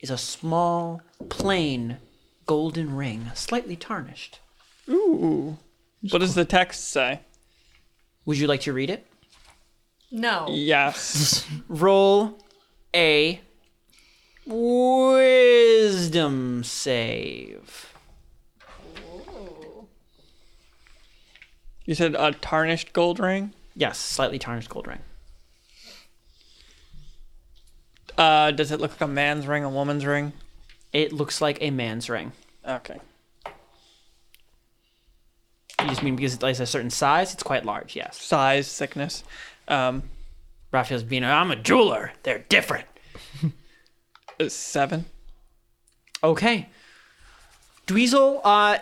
[SPEAKER 1] is a small, plain, golden ring, slightly tarnished.
[SPEAKER 6] Ooh. What does the text say?
[SPEAKER 1] Would you like to read it?
[SPEAKER 12] No.
[SPEAKER 6] Yes.
[SPEAKER 1] Roll a wisdom save.
[SPEAKER 6] You said a tarnished gold ring?
[SPEAKER 1] Yes, slightly tarnished gold ring.
[SPEAKER 6] Uh, does it look like a man's ring, a woman's ring?
[SPEAKER 1] It looks like a man's ring.
[SPEAKER 6] Okay.
[SPEAKER 1] You just mean because it's like a certain size? It's quite large, yes.
[SPEAKER 6] Size, thickness. Um,
[SPEAKER 1] Raphael's being, I'm a jeweler. They're different.
[SPEAKER 6] uh, seven.
[SPEAKER 1] Okay. Dweezil, uh,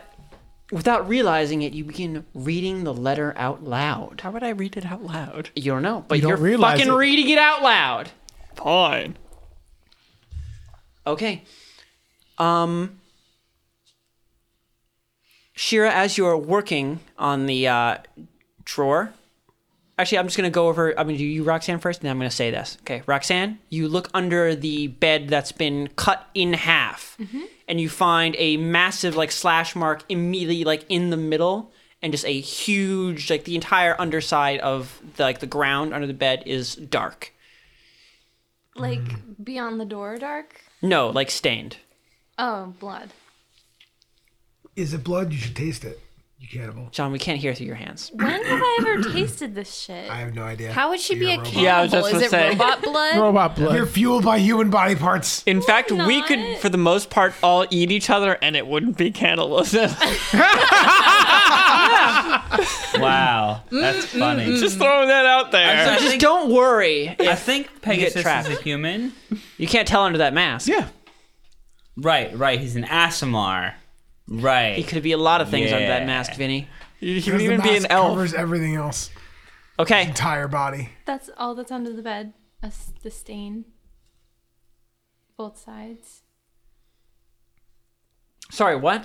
[SPEAKER 1] without realizing it, you begin reading the letter out loud.
[SPEAKER 6] How would I read it out loud?
[SPEAKER 1] You don't know, but
[SPEAKER 2] don't
[SPEAKER 1] you are
[SPEAKER 2] realize
[SPEAKER 1] fucking
[SPEAKER 2] it.
[SPEAKER 1] reading it out loud.
[SPEAKER 6] Fine.
[SPEAKER 1] Okay. Um, Shira, as you're working on the uh, drawer, actually, I'm just going to go over. I'm going to do you, Roxanne, first, and then I'm going to say this. Okay, Roxanne, you look under the bed that's been cut in half, and you find a massive, like, slash mark immediately, like, in the middle. And just a huge, like the entire underside of the, like the ground under the bed is dark.
[SPEAKER 5] Like beyond the door, dark.
[SPEAKER 1] No, like stained.
[SPEAKER 5] Oh, blood.
[SPEAKER 12] Is it blood? You should taste it. You cannibal.
[SPEAKER 1] John, we can't hear through your hands.
[SPEAKER 5] When have I ever tasted this shit?
[SPEAKER 12] I have no idea.
[SPEAKER 8] How would she
[SPEAKER 12] You're
[SPEAKER 8] be a
[SPEAKER 12] robot.
[SPEAKER 8] cannibal?
[SPEAKER 6] Yeah, I was just
[SPEAKER 8] Is
[SPEAKER 6] gonna
[SPEAKER 8] it
[SPEAKER 6] say.
[SPEAKER 8] robot blood?
[SPEAKER 7] Robot
[SPEAKER 12] You're
[SPEAKER 7] blood.
[SPEAKER 12] fueled by human body parts.
[SPEAKER 6] In fact, we
[SPEAKER 5] not.
[SPEAKER 6] could, for the most part, all eat each other and it wouldn't be cannibalism.
[SPEAKER 4] Wow,
[SPEAKER 8] Mm,
[SPEAKER 4] that's funny.
[SPEAKER 6] just throwing that out there.
[SPEAKER 4] I
[SPEAKER 1] Just
[SPEAKER 4] think,
[SPEAKER 1] don't worry.
[SPEAKER 4] I think Pegasus
[SPEAKER 1] trapped.
[SPEAKER 4] is a human.
[SPEAKER 1] You can't tell under that mask.
[SPEAKER 7] Yeah.
[SPEAKER 4] Right, right. He's an Asimar. Right.
[SPEAKER 1] It could be a lot of things under that
[SPEAKER 4] Yeah.
[SPEAKER 1] mask, Vinny.
[SPEAKER 6] You
[SPEAKER 12] Because
[SPEAKER 6] can
[SPEAKER 12] the
[SPEAKER 6] even be an
[SPEAKER 12] mask
[SPEAKER 6] elf.
[SPEAKER 12] Covers everything else.
[SPEAKER 1] Okay.
[SPEAKER 12] Entire body.
[SPEAKER 5] That's all that's under the bed. A s- the stain. Both sides.
[SPEAKER 1] Sorry, what?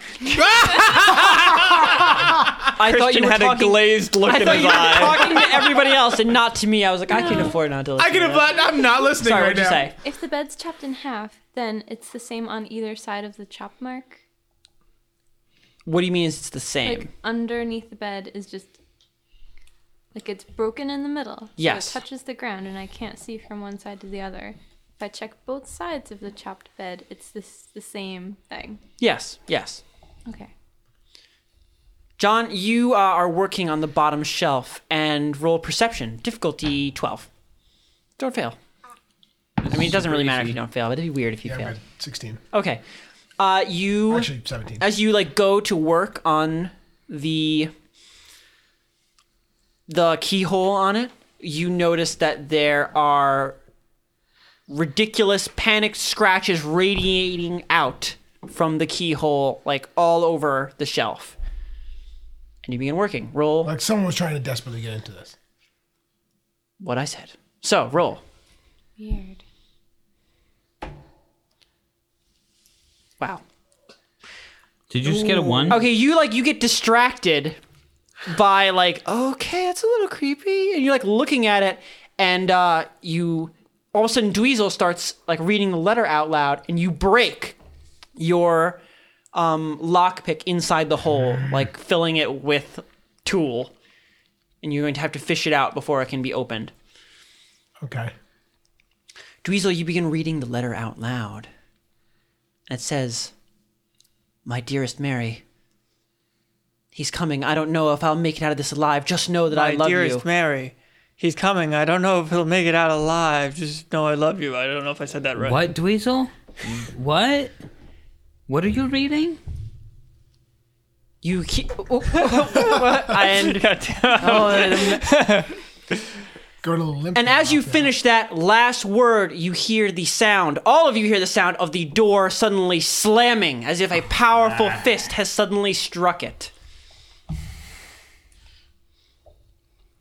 [SPEAKER 1] I thought
[SPEAKER 6] Christian
[SPEAKER 1] you were
[SPEAKER 6] had
[SPEAKER 1] talking,
[SPEAKER 6] a glazed look
[SPEAKER 1] I
[SPEAKER 6] in
[SPEAKER 1] thought you
[SPEAKER 6] his
[SPEAKER 1] were
[SPEAKER 6] eye.
[SPEAKER 1] talking to everybody else and not to me. I was like, I can afford not to listen.
[SPEAKER 7] I could
[SPEAKER 1] to
[SPEAKER 7] have.
[SPEAKER 1] that.
[SPEAKER 7] I'm not listening
[SPEAKER 1] Sorry,
[SPEAKER 7] right
[SPEAKER 1] what'd you
[SPEAKER 7] now.
[SPEAKER 1] say?
[SPEAKER 5] If the bed's chopped in half, then it's the same on either side of the chop mark.
[SPEAKER 1] What do you mean it's the same?
[SPEAKER 5] Like underneath the bed is just like it's broken in the middle.
[SPEAKER 1] Yes.
[SPEAKER 5] So it touches the ground and I can't see from one side to the other. If I check both sides of the chopped bed, it's this the same thing.
[SPEAKER 1] yes, yes.
[SPEAKER 5] Okay.
[SPEAKER 1] John, you uh, are working on the bottom shelf and roll perception. Difficulty 12. Don't fail. I mean, it doesn't really matter if you don't fail, but it'd be weird if you
[SPEAKER 12] Yeah, I'm
[SPEAKER 1] failed.
[SPEAKER 12] at 16.
[SPEAKER 1] Okay. Uh, you.
[SPEAKER 12] Actually, 17.
[SPEAKER 1] as you like go to work on the the keyhole on it, you notice that there are ridiculous panicked scratches radiating out from the keyhole like all over the shelf. And you begin working. Roll
[SPEAKER 12] Like someone was trying to desperately get into this.
[SPEAKER 1] what I said. So, roll.
[SPEAKER 5] Weird.
[SPEAKER 1] Wow.
[SPEAKER 4] Did you just get a one?
[SPEAKER 1] Okay, you like you get distracted by like, okay, it's a little creepy, and you're like looking at it, and uh, you all of a sudden Dweezil starts like reading the letter out loud, and you break your um, lockpick inside the hole, like filling it with tool, and you're going to have to fish it out before it can be opened.
[SPEAKER 12] Okay.
[SPEAKER 1] Dweezil, you begin reading the letter out loud. And it says, My dearest Mary, he's coming. I don't know if I'll make it out of this alive. Just know that I
[SPEAKER 6] My
[SPEAKER 1] love
[SPEAKER 6] dearest
[SPEAKER 1] you.
[SPEAKER 6] Mary, he's coming. I don't know if he'll make it out alive. Just know I love you. I don't know if I said that right.
[SPEAKER 4] What, Dweezil? what? What are you reading?
[SPEAKER 1] you keep. and,
[SPEAKER 6] God damn.
[SPEAKER 12] Go to the limp.
[SPEAKER 1] and as you finish that last word, you hear the sound. All of you hear the sound of the door suddenly slamming as if a powerful
[SPEAKER 6] Ah.
[SPEAKER 1] fist has suddenly struck it.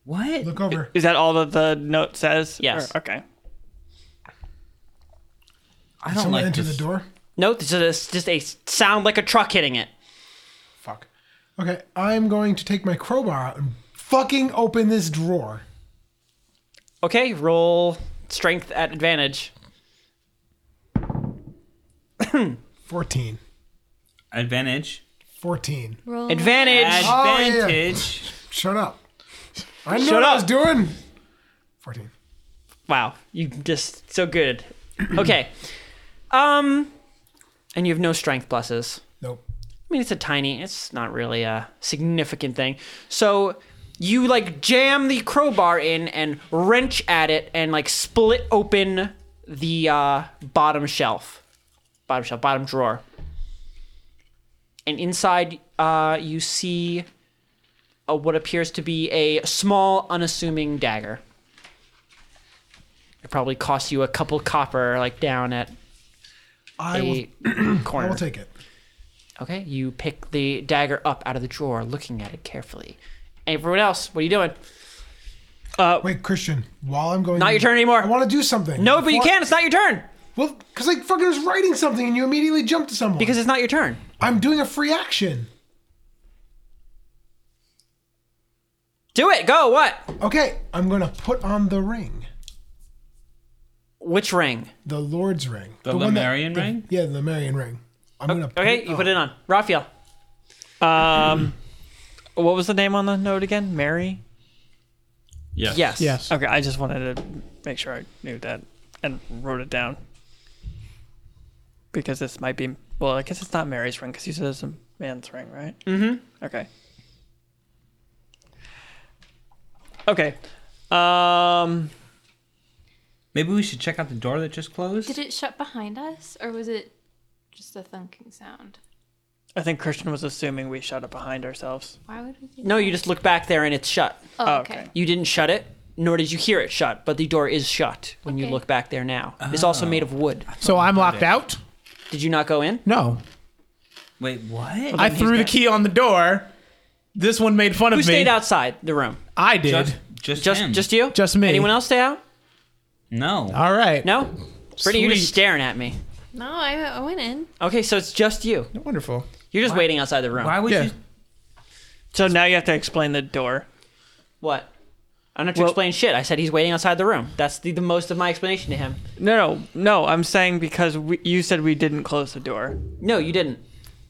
[SPEAKER 4] What?
[SPEAKER 12] Look over.
[SPEAKER 6] Is that all that the note says?
[SPEAKER 1] Yes.
[SPEAKER 6] Or- okay.
[SPEAKER 4] I don't
[SPEAKER 12] Someone
[SPEAKER 4] like
[SPEAKER 12] into
[SPEAKER 4] this.
[SPEAKER 12] the door.
[SPEAKER 1] No, this is just a sound like a truck hitting it.
[SPEAKER 12] Fuck.
[SPEAKER 2] Okay, I'm going to take my crowbar out and fucking open this drawer.
[SPEAKER 1] Okay, roll strength at advantage.
[SPEAKER 2] 14.
[SPEAKER 4] Advantage.
[SPEAKER 2] 14.
[SPEAKER 5] Roll
[SPEAKER 1] Advantage.
[SPEAKER 4] Advantage.
[SPEAKER 2] Shut up. I knew what I was doing. 14.
[SPEAKER 1] Wow, you just so good. Okay. Um and you have no strength pluses.
[SPEAKER 2] Nope.
[SPEAKER 1] I mean, it's a tiny, it's not really a significant thing. So you like jam the crowbar in and wrench at it and like split open the uh, bottom shelf, bottom shelf, bottom drawer. And inside, uh, you see uh what appears to be a small, unassuming dagger. It probably cost you a couple copper, like down at
[SPEAKER 2] I will,
[SPEAKER 1] a corner.
[SPEAKER 2] I will take it.
[SPEAKER 1] Okay, you pick the dagger up out of the drawer, looking at it carefully. Everyone else, what are you doing?
[SPEAKER 2] Wait, Christian, while I'm going.
[SPEAKER 1] Not your turn anymore.
[SPEAKER 2] I want to do something.
[SPEAKER 1] No, but you
[SPEAKER 2] Before-
[SPEAKER 1] can't. It's not your turn
[SPEAKER 2] Well, because I fucking was writing something and you immediately jumped to someone.
[SPEAKER 1] because it's not your turn.
[SPEAKER 2] I'm doing a free action.
[SPEAKER 1] Do it. Go. What?
[SPEAKER 2] Okay, I'm going to put on the ring.
[SPEAKER 1] Which ring?
[SPEAKER 2] The Lord's ring.
[SPEAKER 4] The
[SPEAKER 2] one that-
[SPEAKER 4] Lemurian
[SPEAKER 2] the-
[SPEAKER 4] ring?
[SPEAKER 2] Yeah, the Lemurian ring. I'm going to.
[SPEAKER 1] Okay, you put it on. Raphael.
[SPEAKER 6] Um, what was the name on the note again? Mary.
[SPEAKER 4] Yes.
[SPEAKER 1] Yes.
[SPEAKER 7] Yes.
[SPEAKER 6] Okay, I just wanted to make sure I knew that and wrote it down because this might be. Well, I guess it's not Mary's ring because you said it's a man's ring, right? Mm-hmm. Okay. Okay. Um.
[SPEAKER 4] Maybe we should check out the door that just closed.
[SPEAKER 5] Did it shut behind us, or was it just a thunking sound?
[SPEAKER 6] I think Christian was assuming we shut it behind ourselves.
[SPEAKER 5] Why would we? Do
[SPEAKER 1] No, you just look back there and it's shut.
[SPEAKER 5] Oh,
[SPEAKER 6] okay.
[SPEAKER 5] okay.
[SPEAKER 1] You didn't shut it, nor did you hear it shut, but the door is shut when you
[SPEAKER 5] Okay.
[SPEAKER 1] look back there now. It's also made of wood.
[SPEAKER 7] So I'm locked out?
[SPEAKER 1] Did you not go in?
[SPEAKER 7] No.
[SPEAKER 4] Wait, what?
[SPEAKER 7] I threw the key on the door. This one made fun
[SPEAKER 1] Who
[SPEAKER 7] of me.
[SPEAKER 1] stayed outside the room?
[SPEAKER 7] I did.
[SPEAKER 4] just, just,
[SPEAKER 1] Just
[SPEAKER 4] him.
[SPEAKER 1] just you?
[SPEAKER 7] Just Uh, me.
[SPEAKER 1] Anyone else stay out?
[SPEAKER 4] No.
[SPEAKER 7] All right.
[SPEAKER 1] No? Brittany, you're just
[SPEAKER 7] Sweet.
[SPEAKER 1] staring at me.
[SPEAKER 8] No, I, I went in.
[SPEAKER 1] Okay, so it's just you.
[SPEAKER 7] Wonderful.
[SPEAKER 1] You're just waiting outside the room.
[SPEAKER 4] Why would
[SPEAKER 7] Yeah.
[SPEAKER 4] you?
[SPEAKER 6] So now you have to explain the door.
[SPEAKER 1] What? I don't have to
[SPEAKER 6] Well-
[SPEAKER 1] explain shit. I said he's waiting outside the room. That's the, the most of my explanation to him.
[SPEAKER 6] No, no, no. I'm saying because we, you said we didn't close the door.
[SPEAKER 1] No, you didn't.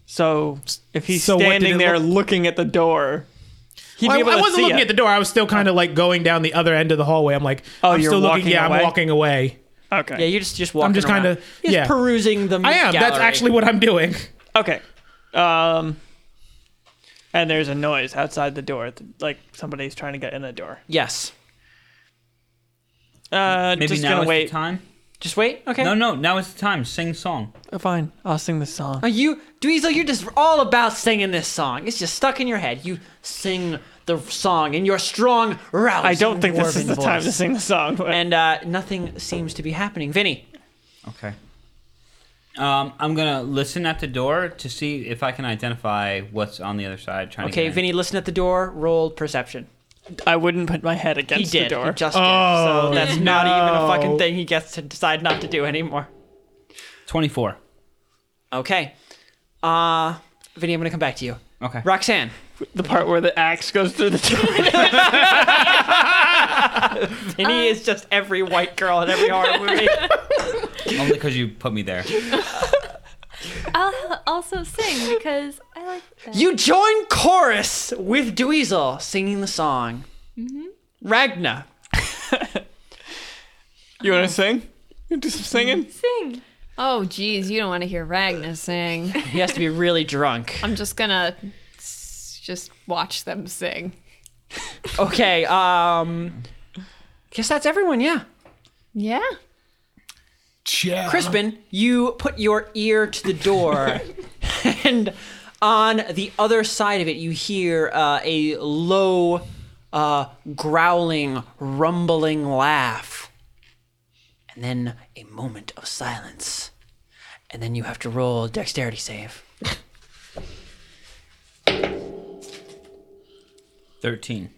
[SPEAKER 6] So if he's
[SPEAKER 7] So what did
[SPEAKER 6] standing
[SPEAKER 7] it
[SPEAKER 6] there
[SPEAKER 7] look-
[SPEAKER 6] looking at the door, he'd
[SPEAKER 7] Well,
[SPEAKER 6] be able
[SPEAKER 7] I, I
[SPEAKER 6] to
[SPEAKER 7] wasn't
[SPEAKER 6] see
[SPEAKER 7] looking
[SPEAKER 6] it.
[SPEAKER 7] at the door. I was still kind of like going down the other end of the hallway. I'm like,
[SPEAKER 6] Oh,
[SPEAKER 7] I'm
[SPEAKER 6] you're
[SPEAKER 7] still looking.
[SPEAKER 6] walking
[SPEAKER 7] Yeah,
[SPEAKER 6] away?
[SPEAKER 7] I'm walking away.
[SPEAKER 1] Yeah,
[SPEAKER 6] Okay.
[SPEAKER 1] you're just just walking.
[SPEAKER 7] just
[SPEAKER 1] around.
[SPEAKER 7] kinda-
[SPEAKER 1] You're just
[SPEAKER 7] yeah.
[SPEAKER 1] perusing the.
[SPEAKER 7] I am. That's
[SPEAKER 1] gallery.
[SPEAKER 7] actually what I'm doing.
[SPEAKER 6] Okay. Um. And there's a noise outside the door, th- like somebody's trying to get in the door.
[SPEAKER 1] yes.
[SPEAKER 6] Uh,
[SPEAKER 4] Maybe
[SPEAKER 6] just
[SPEAKER 4] now
[SPEAKER 6] gonna
[SPEAKER 4] is
[SPEAKER 6] wait.
[SPEAKER 4] the time.
[SPEAKER 1] Just wait. Okay.
[SPEAKER 4] No, no. Now is the time. Sing song.
[SPEAKER 6] Oh, Fine, I'll sing the song.
[SPEAKER 1] Are you Dweezil? You're just all about singing this song. It's just stuck in your head. You sing the song in your strong rousing
[SPEAKER 6] I don't think this
[SPEAKER 1] dwarven
[SPEAKER 6] is the time to
[SPEAKER 1] voice.
[SPEAKER 6] sing the song. but-
[SPEAKER 1] And uh, nothing seems to be happening. Vinny,
[SPEAKER 4] Okay. Um, I'm gonna listen at the door to see if I can identify what's on the other side.
[SPEAKER 6] Oh,
[SPEAKER 4] Trying to
[SPEAKER 1] okay,
[SPEAKER 4] get in.
[SPEAKER 1] Vinny, listen at the door. Roll perception.
[SPEAKER 6] I wouldn't put my head
[SPEAKER 1] He
[SPEAKER 6] against
[SPEAKER 1] did.
[SPEAKER 6] the door. Oh,
[SPEAKER 1] He just did. so that's not even a fucking thing. He gets to decide not to do anymore.
[SPEAKER 4] 24.
[SPEAKER 1] Okay. Uh, Vinny, I'm gonna come back to you.
[SPEAKER 4] Okay.
[SPEAKER 1] Roxanne.
[SPEAKER 6] the part where the axe goes through the door.
[SPEAKER 1] Vinny is just every white girl in every horror movie.
[SPEAKER 4] Only because you put me there.
[SPEAKER 5] I'll also sing because I like that.
[SPEAKER 1] You join chorus with Dweezil singing the song. Ragna.
[SPEAKER 6] you want to sing? You do some singing.
[SPEAKER 5] sing.
[SPEAKER 8] Oh, geez, you don't want to hear Ragna sing.
[SPEAKER 1] He has to be really drunk.
[SPEAKER 8] I'm just gonna s- just watch them sing.
[SPEAKER 1] Okay, um. Guess that's everyone, yeah.
[SPEAKER 8] Yeah.
[SPEAKER 2] Yeah.
[SPEAKER 1] Crispin, you put your ear to the door, and on the other side of it, you hear uh, a low, uh, growling, rumbling laugh. And then a moment of silence. And then you have to roll a dexterity save.
[SPEAKER 4] 13.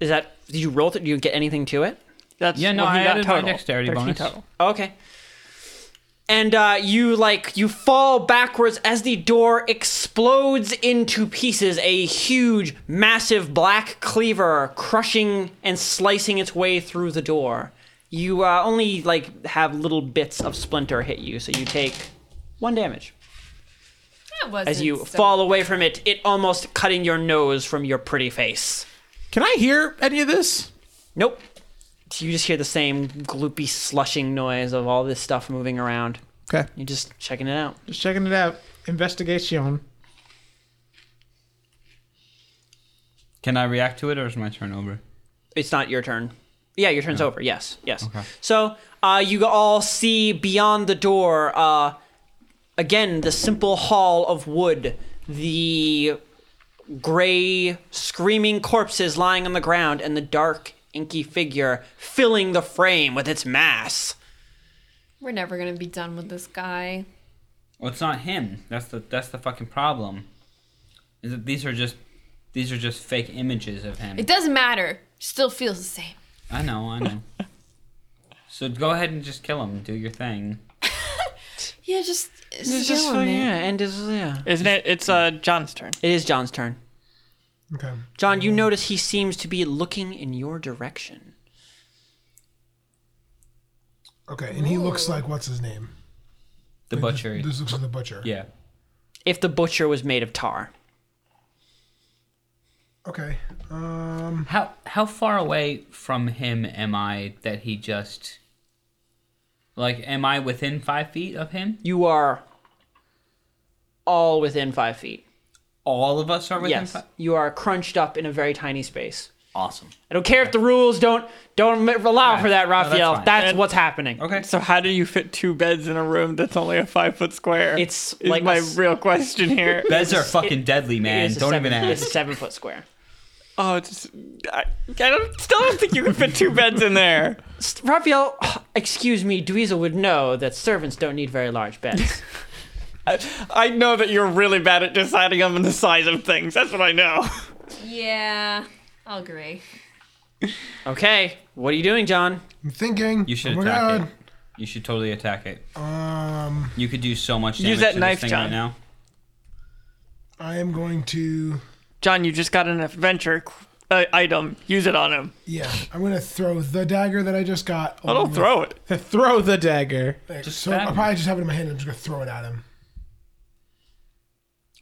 [SPEAKER 1] Is that. Did you roll it? Did you get anything to it?
[SPEAKER 6] That's
[SPEAKER 4] Yeah, no,
[SPEAKER 6] what he
[SPEAKER 4] I
[SPEAKER 6] got
[SPEAKER 4] added my
[SPEAKER 6] total.
[SPEAKER 4] dexterity
[SPEAKER 6] 13
[SPEAKER 4] bonus.
[SPEAKER 6] total.
[SPEAKER 1] Okay. and uh, you like you fall backwards as the door explodes into pieces. A huge, massive black cleaver crushing and slicing its way through the door. You uh, only like have little bits of splinter hit you, so you take one damage
[SPEAKER 8] That wasn't
[SPEAKER 1] as you
[SPEAKER 8] so-
[SPEAKER 1] fall away from it. It almost cutting your nose from your pretty face.
[SPEAKER 7] Can I hear any of this?
[SPEAKER 1] Nope. So you just hear the same gloopy slushing noise of all this stuff moving around.
[SPEAKER 7] Okay.
[SPEAKER 1] You're just checking it out.
[SPEAKER 7] Just checking it out. Investigation.
[SPEAKER 4] Can I react to it, or is my turn over?
[SPEAKER 1] It's not your turn. Yeah, your turn's over. Yes, yes. So uh, you all see beyond the door, uh, again, the simple hall of wood, the gray, screaming corpses lying on the ground, and the dark, inky figure filling the frame with its mass.
[SPEAKER 8] We're never gonna be done with this guy.
[SPEAKER 4] Well, it's not him. That's the that's the fucking problem. Is that these are just these are just fake images of him.
[SPEAKER 8] It doesn't matter. Still feels the same.
[SPEAKER 4] I know, I know. so go ahead and just kill him. Do your thing.
[SPEAKER 8] Yeah, just
[SPEAKER 1] It's just, yeah, and it's, yeah.
[SPEAKER 6] Isn't it? It's uh, John's turn.
[SPEAKER 1] It is John's turn.
[SPEAKER 2] Okay.
[SPEAKER 1] John, you notice he seems to be looking in your direction.
[SPEAKER 2] Okay. And he looks like what's his name?
[SPEAKER 4] The
[SPEAKER 2] Like, this-
[SPEAKER 4] butcher.
[SPEAKER 2] This, looks like the butcher.
[SPEAKER 4] yeah.
[SPEAKER 1] If the butcher was made of tar.
[SPEAKER 2] Okay. Um.
[SPEAKER 4] How how far away from him am I that he just like am I within five feet of him?
[SPEAKER 1] You are all within five feet.
[SPEAKER 4] All of us are within
[SPEAKER 1] yes,
[SPEAKER 4] five.
[SPEAKER 1] you are crunched up in a very tiny space.
[SPEAKER 4] Awesome.
[SPEAKER 1] I don't care if the rules don't don't m- allow for that,
[SPEAKER 4] that's
[SPEAKER 1] Raphael.
[SPEAKER 4] fine.
[SPEAKER 1] that's what's happening.
[SPEAKER 4] Okay.
[SPEAKER 6] So how do you fit two beds in a room that's only a five foot square?
[SPEAKER 1] It's
[SPEAKER 6] is
[SPEAKER 1] like a
[SPEAKER 6] my
[SPEAKER 1] s-
[SPEAKER 6] real question here.
[SPEAKER 4] Beds are fucking deadly, man.
[SPEAKER 1] It's a
[SPEAKER 4] Don't
[SPEAKER 1] seven,
[SPEAKER 4] even
[SPEAKER 1] It's a
[SPEAKER 4] ask.
[SPEAKER 1] seven foot square.
[SPEAKER 6] oh, it's I, I don't still don't think you can fit two beds in there.
[SPEAKER 1] S- Raphael, excuse me, Dweezil would know that servants don't need very large beds.
[SPEAKER 6] I, I know that you're really bad at deciding on the size of things. That's what I know.
[SPEAKER 8] Yeah, I'll agree.
[SPEAKER 1] okay, what are you doing, John?
[SPEAKER 2] I'm thinking.
[SPEAKER 4] You should
[SPEAKER 2] oh my
[SPEAKER 4] attack
[SPEAKER 2] God.
[SPEAKER 4] it. You should totally attack it.
[SPEAKER 2] Um.
[SPEAKER 4] You could do so much damage
[SPEAKER 6] Use that
[SPEAKER 4] to
[SPEAKER 6] knife,
[SPEAKER 4] this thing
[SPEAKER 6] John.
[SPEAKER 4] right now.
[SPEAKER 2] I am going to.
[SPEAKER 6] John, you just got an adventure uh, item. Use it on him.
[SPEAKER 2] Yeah. I'm going to throw the dagger that I just got.
[SPEAKER 6] I don't throw it.
[SPEAKER 7] Throw the dagger.
[SPEAKER 2] Just so
[SPEAKER 4] stab
[SPEAKER 2] I'll
[SPEAKER 4] him.
[SPEAKER 2] probably just have it in my hand. and I'm just going to throw it at him.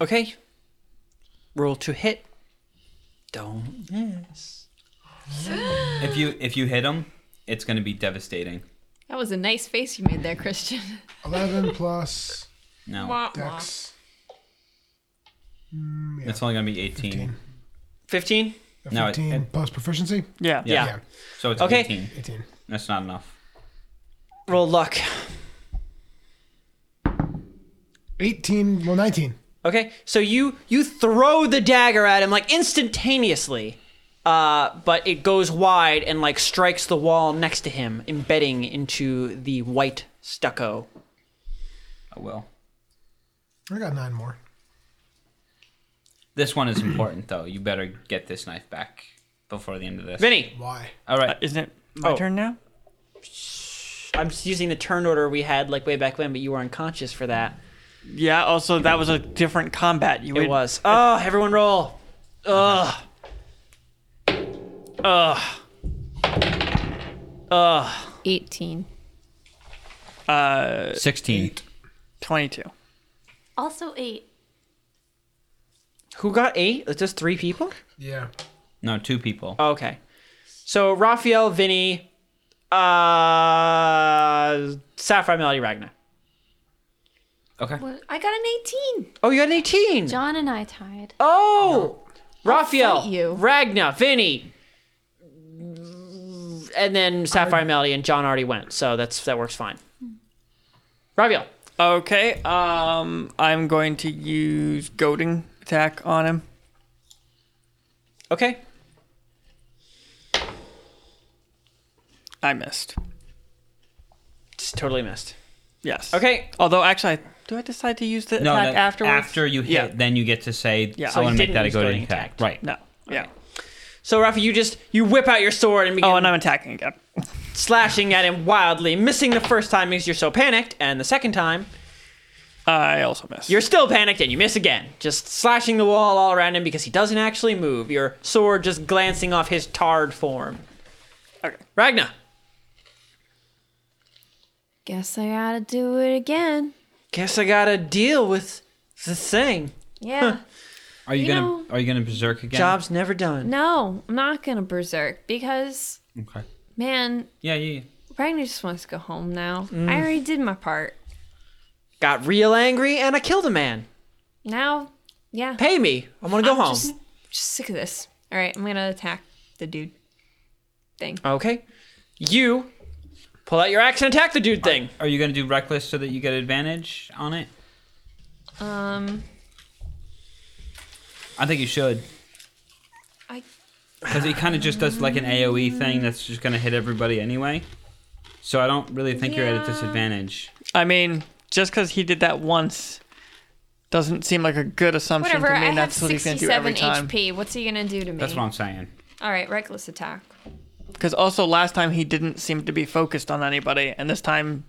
[SPEAKER 1] Okay. Roll to hit. Don't
[SPEAKER 4] If you if you hit him, it's gonna be devastating.
[SPEAKER 8] That was a nice face you made there, Christian.
[SPEAKER 2] 11 plus
[SPEAKER 4] No,
[SPEAKER 2] dex. Mm,
[SPEAKER 4] it's only gonna be eighteen.
[SPEAKER 1] 15?
[SPEAKER 4] No, it-
[SPEAKER 2] 15 plus proficiency.
[SPEAKER 6] Yeah.
[SPEAKER 4] Yeah.
[SPEAKER 1] Yeah.
[SPEAKER 4] So it's
[SPEAKER 1] Okay.
[SPEAKER 4] eighteen.
[SPEAKER 2] 18.
[SPEAKER 4] That's not enough.
[SPEAKER 1] Roll luck.
[SPEAKER 2] 18. Well, 19.
[SPEAKER 1] Okay, so you you throw the dagger at him like instantaneously, uh, but it goes wide and like strikes the wall next to him, embedding into the white stucco.
[SPEAKER 4] I will.
[SPEAKER 2] I got nine more.
[SPEAKER 4] This one is important though. You better get this knife back before the end of this.
[SPEAKER 1] Vinny,
[SPEAKER 2] Why?
[SPEAKER 4] All right.
[SPEAKER 6] Isn't it my
[SPEAKER 1] Oh.
[SPEAKER 6] turn now?
[SPEAKER 1] I'm just using the turn order we had like way back when, but you were unconscious for that.
[SPEAKER 6] Yeah. Also, that was a different combat. You
[SPEAKER 1] It
[SPEAKER 6] would-
[SPEAKER 1] was. Oh, everyone roll. Ugh. Ugh.
[SPEAKER 8] 18.
[SPEAKER 6] uh,
[SPEAKER 4] Sixteen.
[SPEAKER 6] twenty-two.
[SPEAKER 5] Also eight.
[SPEAKER 1] Who got eight? It's just three people.
[SPEAKER 2] Yeah.
[SPEAKER 4] No, two people.
[SPEAKER 1] Okay. So Raphael, Vinny, uh, Sapphire, Melody, Ragnar.
[SPEAKER 4] Okay.
[SPEAKER 8] I got an 18.
[SPEAKER 1] Oh, you got an 18.
[SPEAKER 5] John and I tied.
[SPEAKER 1] Oh, Raphael,
[SPEAKER 8] fight you.
[SPEAKER 1] Ragnar, Vinny, and then Sapphire, Melody, and John already went, so that's that works fine. Raphael,
[SPEAKER 6] Okay. Um, I'm going to use goading attack on him.
[SPEAKER 1] okay.
[SPEAKER 6] I missed.
[SPEAKER 1] Just totally missed.
[SPEAKER 6] Yes.
[SPEAKER 1] Okay,
[SPEAKER 6] Although, actually, I- do I decide to use the
[SPEAKER 4] No,
[SPEAKER 6] attack
[SPEAKER 4] that-
[SPEAKER 6] afterwards?
[SPEAKER 4] after you hit,
[SPEAKER 6] Yeah.
[SPEAKER 4] then you get to say,
[SPEAKER 6] Yeah.
[SPEAKER 4] yeah.
[SPEAKER 6] So
[SPEAKER 4] so I
[SPEAKER 6] you
[SPEAKER 4] want to make
[SPEAKER 1] didn't
[SPEAKER 4] that a
[SPEAKER 1] use
[SPEAKER 4] go to
[SPEAKER 1] goading
[SPEAKER 4] attack.
[SPEAKER 1] attack.
[SPEAKER 4] Right.
[SPEAKER 6] No. Yeah.
[SPEAKER 1] So Rafa, you just you whip out your sword and begin
[SPEAKER 6] Oh, and I'm attacking again.
[SPEAKER 1] slashing at him wildly, missing the first time because you're so panicked, and the second time
[SPEAKER 6] I also miss.
[SPEAKER 1] you're still panicked and you miss again, just slashing the wall all around him because he doesn't actually move. Your sword just glancing off his tarred form.
[SPEAKER 6] Okay.
[SPEAKER 1] Ragna.
[SPEAKER 3] Guess I gotta do it again.
[SPEAKER 1] Guess I gotta deal with the thing.
[SPEAKER 8] Yeah.
[SPEAKER 4] Are you,
[SPEAKER 8] You
[SPEAKER 4] gonna
[SPEAKER 8] know-
[SPEAKER 4] Are you gonna berserk again?
[SPEAKER 1] Job's never done.
[SPEAKER 8] no, I'm not gonna berserk because
[SPEAKER 4] Okay.
[SPEAKER 8] man,
[SPEAKER 4] Yeah, yeah. yeah.
[SPEAKER 8] Ragnar just wants to go home now.
[SPEAKER 6] Mm.
[SPEAKER 8] I already did my part.
[SPEAKER 1] Got real angry and I killed a man.
[SPEAKER 8] Now, yeah.
[SPEAKER 1] Pay me. I'm gonna go
[SPEAKER 8] I'm
[SPEAKER 1] home.
[SPEAKER 8] Just, just sick of this. All right, I'm gonna attack the dude thing.
[SPEAKER 6] Uh,
[SPEAKER 1] Okay. You pull out your axe and attack the dude thing.
[SPEAKER 4] Are you gonna do reckless so that you get advantage on it?
[SPEAKER 8] Um,
[SPEAKER 4] I think you should.
[SPEAKER 8] I
[SPEAKER 4] because he kind of just does like an AOE thing that's just gonna hit everybody anyway. So I don't really think you're at a
[SPEAKER 8] Yeah.
[SPEAKER 4] disadvantage.
[SPEAKER 6] I mean, just because he did that once doesn't seem like a good assumption
[SPEAKER 8] whatever. I
[SPEAKER 6] to mean
[SPEAKER 8] have
[SPEAKER 6] that's what he's going to do every
[SPEAKER 8] 67
[SPEAKER 6] time.
[SPEAKER 8] HP. What's he gonna do to me?
[SPEAKER 4] That's what I'm saying.
[SPEAKER 8] All right, reckless attack.
[SPEAKER 6] Because also last time he didn't seem to be focused on anybody, and this time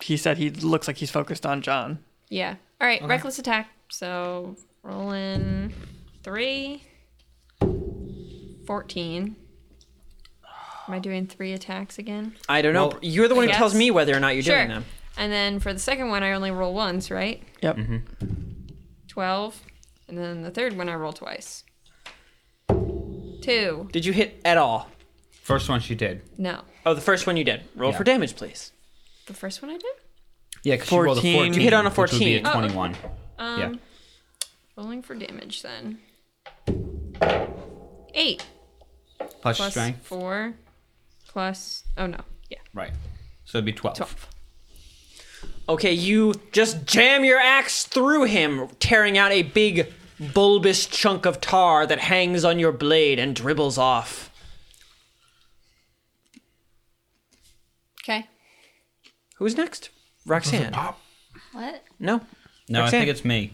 [SPEAKER 6] he said he looks like he's focused on John.
[SPEAKER 8] Yeah. All right, reckless attack. So rolling three. 14. Am I doing three attacks again?
[SPEAKER 1] I don't know.
[SPEAKER 4] Well,
[SPEAKER 1] You're the one who tells
[SPEAKER 8] yes.
[SPEAKER 1] me whether or not you're
[SPEAKER 8] Sure.
[SPEAKER 1] doing them.
[SPEAKER 8] And then for the second one, I only roll once, right?
[SPEAKER 6] Yep.
[SPEAKER 8] 12. And then the third one, I roll twice. Two.
[SPEAKER 1] Did you hit at all?
[SPEAKER 4] First one she did.
[SPEAKER 8] No.
[SPEAKER 1] Oh, the first one you did. Roll
[SPEAKER 4] Yeah.
[SPEAKER 1] for damage, please.
[SPEAKER 8] The first one I did?
[SPEAKER 4] Yeah, because she rolled a
[SPEAKER 6] 14.
[SPEAKER 4] 14.
[SPEAKER 6] You hit
[SPEAKER 1] on a
[SPEAKER 4] Which would be a
[SPEAKER 1] 14.
[SPEAKER 4] 21.
[SPEAKER 8] Um,
[SPEAKER 4] yeah.
[SPEAKER 8] Rolling for damage then. Eight
[SPEAKER 4] Plus,
[SPEAKER 8] plus
[SPEAKER 4] strength.
[SPEAKER 8] four plus. Oh no. Yeah.
[SPEAKER 4] Right. So it'd be 12.
[SPEAKER 8] 12.
[SPEAKER 1] Okay, you just jam your axe through him, tearing out a big bulbous chunk of tar that hangs on your blade and dribbles off.
[SPEAKER 8] Okay.
[SPEAKER 1] Who's next? Roxanne.
[SPEAKER 12] Pop.
[SPEAKER 5] What?
[SPEAKER 1] No.
[SPEAKER 4] No, I
[SPEAKER 1] Roxanne.
[SPEAKER 4] think it's me.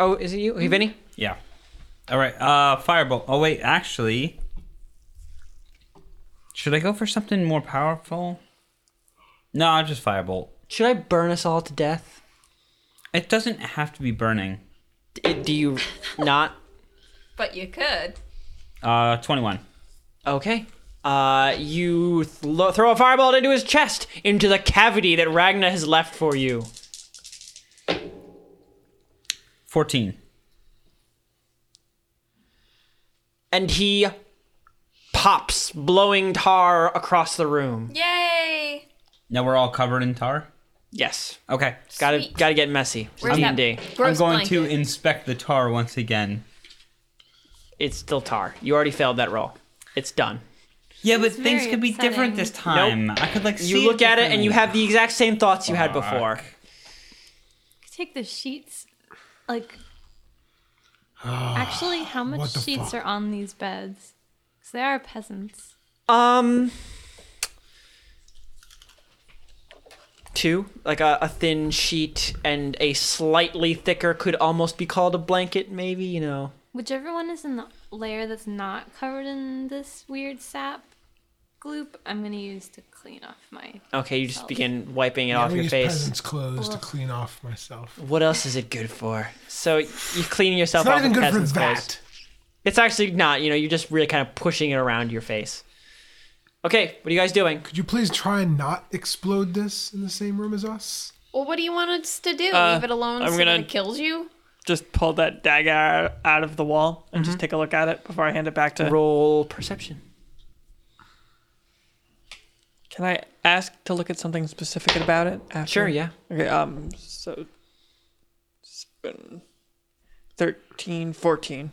[SPEAKER 1] Oh, is it you? Hey, Vinny?
[SPEAKER 4] Yeah. All right. Uh, fireball. Oh wait, actually, should I go for something more powerful? No, I'll just firebolt.
[SPEAKER 1] Should I burn us all to death?
[SPEAKER 4] It doesn't have to be burning.
[SPEAKER 1] D- do you not?
[SPEAKER 8] But you could.
[SPEAKER 4] Uh, 21.
[SPEAKER 1] Okay. Uh, you th- throw a fireball into his chest, into the cavity that Ragna has left for you.
[SPEAKER 4] 14.
[SPEAKER 1] And he pops, blowing tar across the room.
[SPEAKER 8] Yay!
[SPEAKER 4] Now we're all covered in tar.
[SPEAKER 1] Yes.
[SPEAKER 4] Okay.
[SPEAKER 1] Gotta
[SPEAKER 8] Sweet.
[SPEAKER 1] gotta get messy. It's
[SPEAKER 8] Where's
[SPEAKER 1] D
[SPEAKER 8] that
[SPEAKER 1] and D.
[SPEAKER 8] gross
[SPEAKER 4] I'm going to
[SPEAKER 8] blanket?
[SPEAKER 4] inspect the tar once again.
[SPEAKER 1] It's still tar. You already failed that roll. It's done.
[SPEAKER 4] Yeah, but
[SPEAKER 5] very
[SPEAKER 4] things could be
[SPEAKER 5] upsetting.
[SPEAKER 4] different this time. I could like
[SPEAKER 1] You
[SPEAKER 4] see
[SPEAKER 1] look at it and you
[SPEAKER 4] differently.
[SPEAKER 1] have the exact same thoughts you had before.
[SPEAKER 4] Fuck.
[SPEAKER 5] Take the sheets. Like, actually, how much
[SPEAKER 12] What the
[SPEAKER 5] sheets
[SPEAKER 12] fuck?
[SPEAKER 5] are on these beds? Because they are peasants.
[SPEAKER 1] Um two, like a, a thin sheet and a slightly thicker could almost be called a blanket maybe, you know.
[SPEAKER 5] Whichever one is in the layer that's not covered in this weird sap gloop, I'm gonna use to clean off my.
[SPEAKER 1] Okay, you just begin wiping it
[SPEAKER 12] I'm
[SPEAKER 1] off
[SPEAKER 12] gonna
[SPEAKER 1] your
[SPEAKER 12] Oh. use
[SPEAKER 1] face.
[SPEAKER 12] peasants clothes to clean off myself. It's
[SPEAKER 1] What else is it good for? So you clean yourself
[SPEAKER 12] not
[SPEAKER 1] off
[SPEAKER 12] even
[SPEAKER 1] with
[SPEAKER 12] good for
[SPEAKER 1] peasant's clothes.
[SPEAKER 12] that.
[SPEAKER 1] It's actually not. You know, you're just really kind of pushing it around your face. Okay, what are you guys doing?
[SPEAKER 12] Could you please try and not explode this in the same room as us?
[SPEAKER 8] Well, what do you want us to do?
[SPEAKER 6] Uh,
[SPEAKER 8] Leave it alone
[SPEAKER 6] I'm
[SPEAKER 8] so
[SPEAKER 6] gonna-
[SPEAKER 8] that it kills you?
[SPEAKER 6] Just pull that dagger out of the wall and just take a look at it before I hand
[SPEAKER 12] Uh.
[SPEAKER 6] it back to.
[SPEAKER 1] Roll perception.
[SPEAKER 6] Can I ask to look at something specific about it? After?
[SPEAKER 1] Sure, yeah.
[SPEAKER 6] Okay, um, so. it's been 13, 14.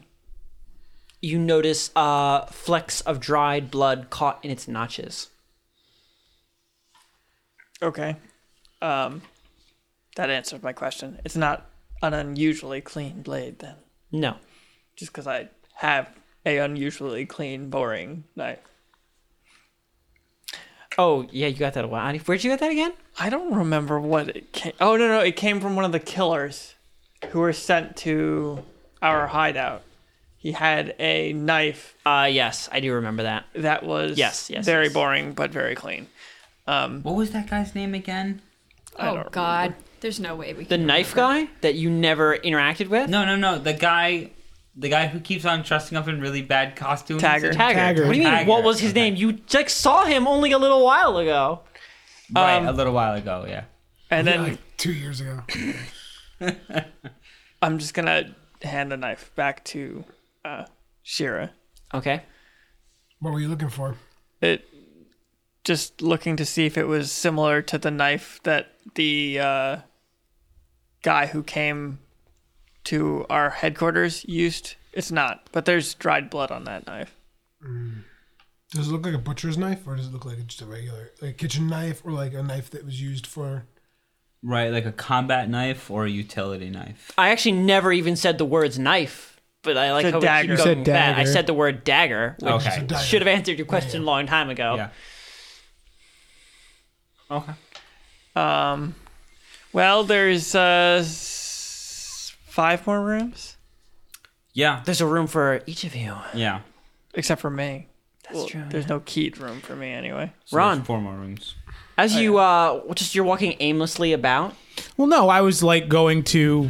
[SPEAKER 1] You notice uh, flecks of dried blood caught in its notches.
[SPEAKER 6] Okay. Um, that answered my question. It's not an unusually clean blade then,
[SPEAKER 1] No.
[SPEAKER 6] just because I have a unusually clean, boring knife.
[SPEAKER 1] Oh, yeah, you got that a while. Ani- Where'd you get that again?
[SPEAKER 6] I don't remember what it came. Oh no, no, it came from one of the killers, who were sent to our hideout. He had a knife
[SPEAKER 1] Uh, yes, I do remember that.
[SPEAKER 6] that was
[SPEAKER 1] Yes, yes,
[SPEAKER 6] very
[SPEAKER 1] yes.
[SPEAKER 6] boring but very clean.
[SPEAKER 4] What was that guy's name again?
[SPEAKER 6] don't
[SPEAKER 13] Oh God, there's no way we
[SPEAKER 1] The
[SPEAKER 13] can.
[SPEAKER 1] knife guy that you never interacted with.
[SPEAKER 4] No, no, no. The guy, the guy who keeps on dressing up in really bad costumes.
[SPEAKER 6] Tagger.
[SPEAKER 1] Taggart.
[SPEAKER 7] Taggart.
[SPEAKER 1] What do you mean?
[SPEAKER 4] Taggart,
[SPEAKER 1] What was his
[SPEAKER 4] okay.
[SPEAKER 1] name? You like saw him only a little while ago.
[SPEAKER 4] Right, a little while ago. Yeah.
[SPEAKER 6] And then
[SPEAKER 2] like two years ago.
[SPEAKER 6] I'm just gonna hand the knife back to uh, Shira.
[SPEAKER 1] Okay.
[SPEAKER 2] What were you looking for?
[SPEAKER 6] It just looking to see if it was similar to the knife that the uh, guy who came to our headquarters used. It's not, but there's dried blood on that knife.
[SPEAKER 2] Does it look like a butcher's knife, or does it look like just a regular, like kitchen knife, or like a knife that was used for?
[SPEAKER 4] Right, like a combat knife or a utility knife.
[SPEAKER 1] I actually never even said the words knife, but I like
[SPEAKER 6] Said
[SPEAKER 1] how we keep
[SPEAKER 6] dagger. You
[SPEAKER 1] going
[SPEAKER 7] said
[SPEAKER 1] with that. I
[SPEAKER 7] dagger.
[SPEAKER 1] said the word dagger, which
[SPEAKER 4] Okay.
[SPEAKER 2] dagger.
[SPEAKER 1] should have answered your question a long time ago.
[SPEAKER 4] Oh, Yeah. Okay.
[SPEAKER 6] Um, well, there's uh, s- five more rooms
[SPEAKER 4] Yeah.
[SPEAKER 1] There's a room for each of you.
[SPEAKER 4] Yeah.
[SPEAKER 6] except for me. That's true. There's no keyed room for me anyway.
[SPEAKER 4] So
[SPEAKER 1] Ron.
[SPEAKER 4] there's Four more rooms. Oh,
[SPEAKER 1] As you uh just you're walking aimlessly about.
[SPEAKER 7] Well, no, I was like going to.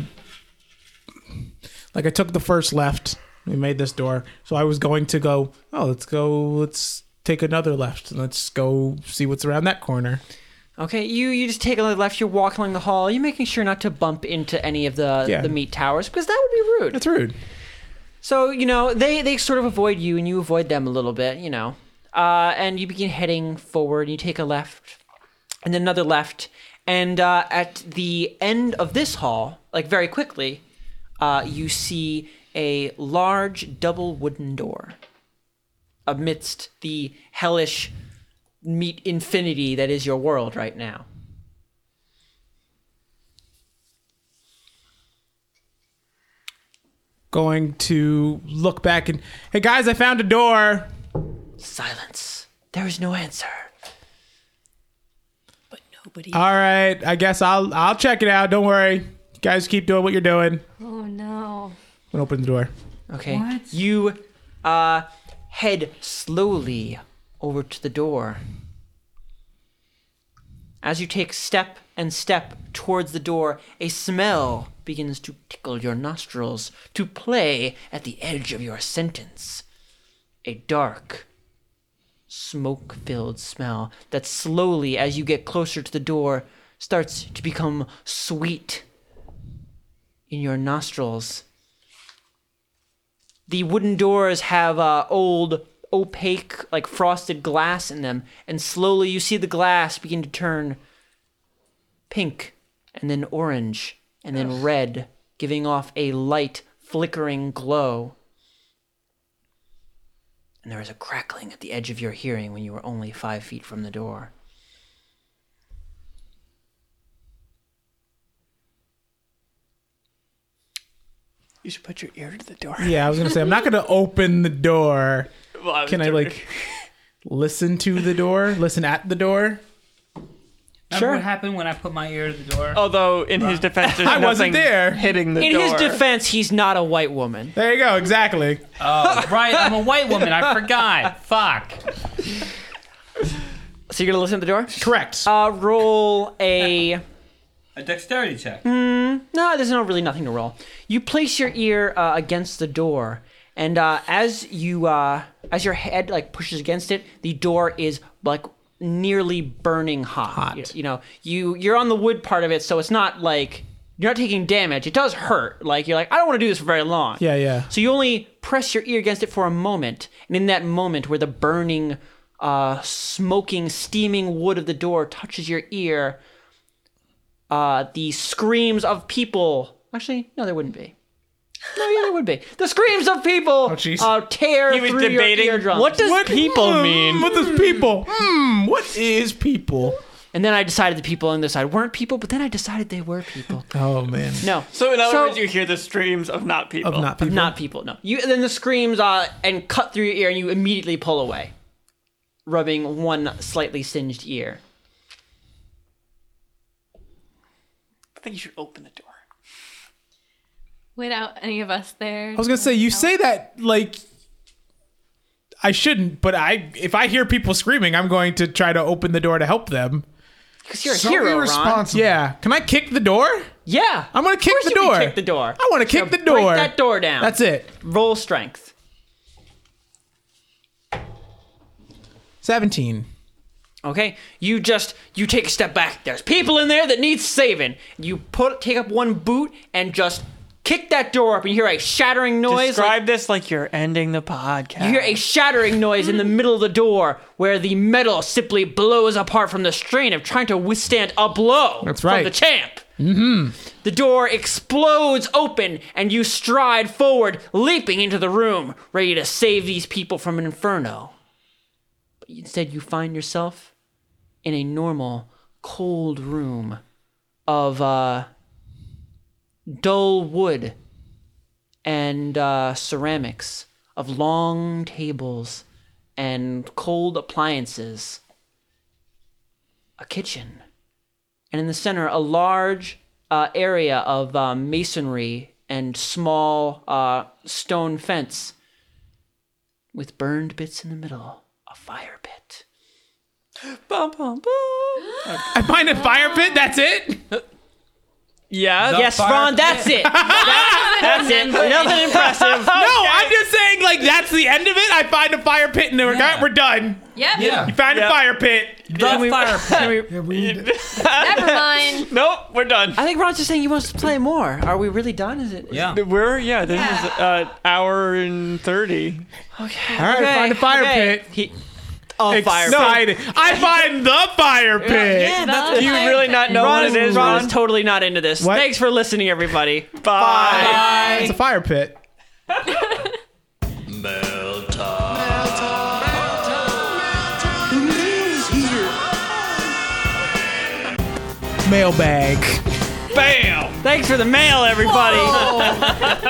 [SPEAKER 7] Like I took the first left. We made this door, so I was going to go. Oh, let's go. Let's take another left. Let's go see what's around that corner.
[SPEAKER 1] Okay, you you just take a little left, you're walking along the hall, you're making sure not to bump into any of the
[SPEAKER 7] Yeah.
[SPEAKER 1] the meat towers because that would be rude.
[SPEAKER 7] That's rude.
[SPEAKER 1] So, you know, they they sort of avoid you and you avoid them a little bit, you know. Uh, and you begin heading forward, you take a left and then another left. And uh, at the end of this hall, like very quickly, uh, you see a large double wooden door amidst the hellish meat infinity that is your world right now.
[SPEAKER 7] Going to look back and hey guys, I found a door.
[SPEAKER 1] Silence. There is no answer.
[SPEAKER 13] But nobody.
[SPEAKER 7] All right, I guess I'll I'll check it out. Don't worry, you guys, keep doing what you're doing.
[SPEAKER 5] Oh no.
[SPEAKER 7] I'm gonna open the door.
[SPEAKER 1] Okay. You uh, head slowly over to the door. As you take step and step towards the door, a smell begins to tickle your nostrils, to play at the edge of your sentence. A dark, smoke filled smell that slowly, as you get closer to the door, starts to become sweet in your nostrils. The wooden doors have uh, old, opaque, like frosted glass in them, and slowly you see the glass begin to turn pink and then orange and then red, giving off a light, flickering glow. And there is a crackling at the edge of your hearing when you are only five feet from the door.
[SPEAKER 6] You should put your ear to the door.
[SPEAKER 7] Yeah, I was gonna say I'm not gonna open the door.
[SPEAKER 6] Well, was
[SPEAKER 7] Can I
[SPEAKER 6] doing-
[SPEAKER 7] like listen to the door? Listen at the door?
[SPEAKER 4] Remember what happened when I put my ear to the door?
[SPEAKER 6] Although in his defense, there's
[SPEAKER 7] I wasn't
[SPEAKER 6] nothing
[SPEAKER 7] there.
[SPEAKER 6] hitting the
[SPEAKER 1] In
[SPEAKER 6] door.
[SPEAKER 1] his defense, he's not a white woman.
[SPEAKER 7] There you go. Exactly.
[SPEAKER 4] Oh, right. I'm a white woman. I forgot. Fuck.
[SPEAKER 1] So you're gonna listen to the door?
[SPEAKER 7] Correct.
[SPEAKER 1] Uh, roll a.
[SPEAKER 4] A dexterity check.
[SPEAKER 1] No, there's no really nothing to roll. You place your ear uh, against the door, and uh, as you uh, as your head like pushes against it, the door is like nearly burning hot. Hot. You, you know, you you're on the wood part of it, so it's not like you're not taking damage. It does hurt. Like you're like I don't want to do this for very long.
[SPEAKER 7] yeah, yeah.
[SPEAKER 1] So you only press your ear against it for a moment, and in that moment where the burning, uh, smoking, steaming wood of the door touches your ear, uh, the screams of people. Actually, no, there wouldn't be. No, yeah, there would be. The screams of people
[SPEAKER 7] Oh, jeez.
[SPEAKER 1] uh, tear
[SPEAKER 6] was
[SPEAKER 1] through
[SPEAKER 6] debating,
[SPEAKER 1] your eardrums.
[SPEAKER 6] what does people mean?
[SPEAKER 7] Hmm, What does people? Hmm. What is people?
[SPEAKER 1] and then I decided the people on this side weren't people, but then I decided they were people.
[SPEAKER 7] Oh man.
[SPEAKER 1] No.
[SPEAKER 6] So in other
[SPEAKER 1] So-
[SPEAKER 6] words, you hear the streams of not people.
[SPEAKER 7] Of not people.
[SPEAKER 1] Not people, no. You then the screams uh, and cut through your ear, and you immediately pull away, rubbing one slightly singed ear.
[SPEAKER 6] I think you should open the door.
[SPEAKER 5] without any of us there.
[SPEAKER 7] I was gonna say you say that like I shouldn't, but I if I hear people screaming, I'm going to try to open the door to help them.
[SPEAKER 1] Because you're a So hero, Ron. irresponsible.
[SPEAKER 7] Yeah. Can I kick the door?
[SPEAKER 1] Yeah.
[SPEAKER 7] I'm gonna kick
[SPEAKER 1] Of course
[SPEAKER 7] the
[SPEAKER 1] you can
[SPEAKER 7] door.
[SPEAKER 1] kick the door.
[SPEAKER 7] I want to kick the door.
[SPEAKER 1] Break that door down.
[SPEAKER 7] That's it.
[SPEAKER 1] Roll strength.
[SPEAKER 7] Seventeen.
[SPEAKER 1] Okay, you just you take a step back. There's people in there that need saving. You put take up one boot and just kick that door up, and you hear a shattering noise.
[SPEAKER 6] Describe this like you're ending the podcast.
[SPEAKER 1] You hear a shattering noise in the middle of the door where the metal simply blows apart from the strain of trying to withstand a blow
[SPEAKER 7] That's
[SPEAKER 1] from
[SPEAKER 7] right.
[SPEAKER 1] the champ.
[SPEAKER 7] Mm-hmm.
[SPEAKER 1] The door explodes open and you stride forward, leaping into the room, ready to save these people from an inferno. But instead, you find yourself in a normal, cold room of uh, dull wood and uh, ceramics, of long tables and cold appliances, a kitchen and in the center a large uh, area of uh, masonry and small uh, stone fence with burned bits in the middle a fire pit
[SPEAKER 6] Bum, bum, bum.
[SPEAKER 7] I find a fire pit. That's it.
[SPEAKER 1] yeah yes
[SPEAKER 7] fire
[SPEAKER 1] ron that's it That- that's it nothing impressive
[SPEAKER 7] No, I'm just saying like that's the end of it. I find a fire pit and then we're, we're done.
[SPEAKER 13] Yep. Yeah.
[SPEAKER 7] You found
[SPEAKER 6] Yep.
[SPEAKER 7] a fire pit.
[SPEAKER 6] The Then we- fire pit.
[SPEAKER 8] Never mind.
[SPEAKER 6] Nope, we're done.
[SPEAKER 1] i think ron's just saying he wants to play more are we really done is it
[SPEAKER 4] Yeah.
[SPEAKER 6] We're yeah. This is an uh, hour and thirty.
[SPEAKER 1] Okay.
[SPEAKER 6] All right, find a fire
[SPEAKER 1] pit he, a fire
[SPEAKER 7] Excited.
[SPEAKER 1] pit
[SPEAKER 7] I find the fire pit.
[SPEAKER 1] yeah, that's-
[SPEAKER 6] Do you really not know
[SPEAKER 1] Ron
[SPEAKER 6] what it is,
[SPEAKER 1] Ron
[SPEAKER 6] Ron?
[SPEAKER 1] is totally not into this.
[SPEAKER 7] What?
[SPEAKER 1] Thanks for listening, everybody. Bye.
[SPEAKER 7] It's a fire pit. Mailbag.
[SPEAKER 6] Bam!
[SPEAKER 1] Thanks for the mail, everybody.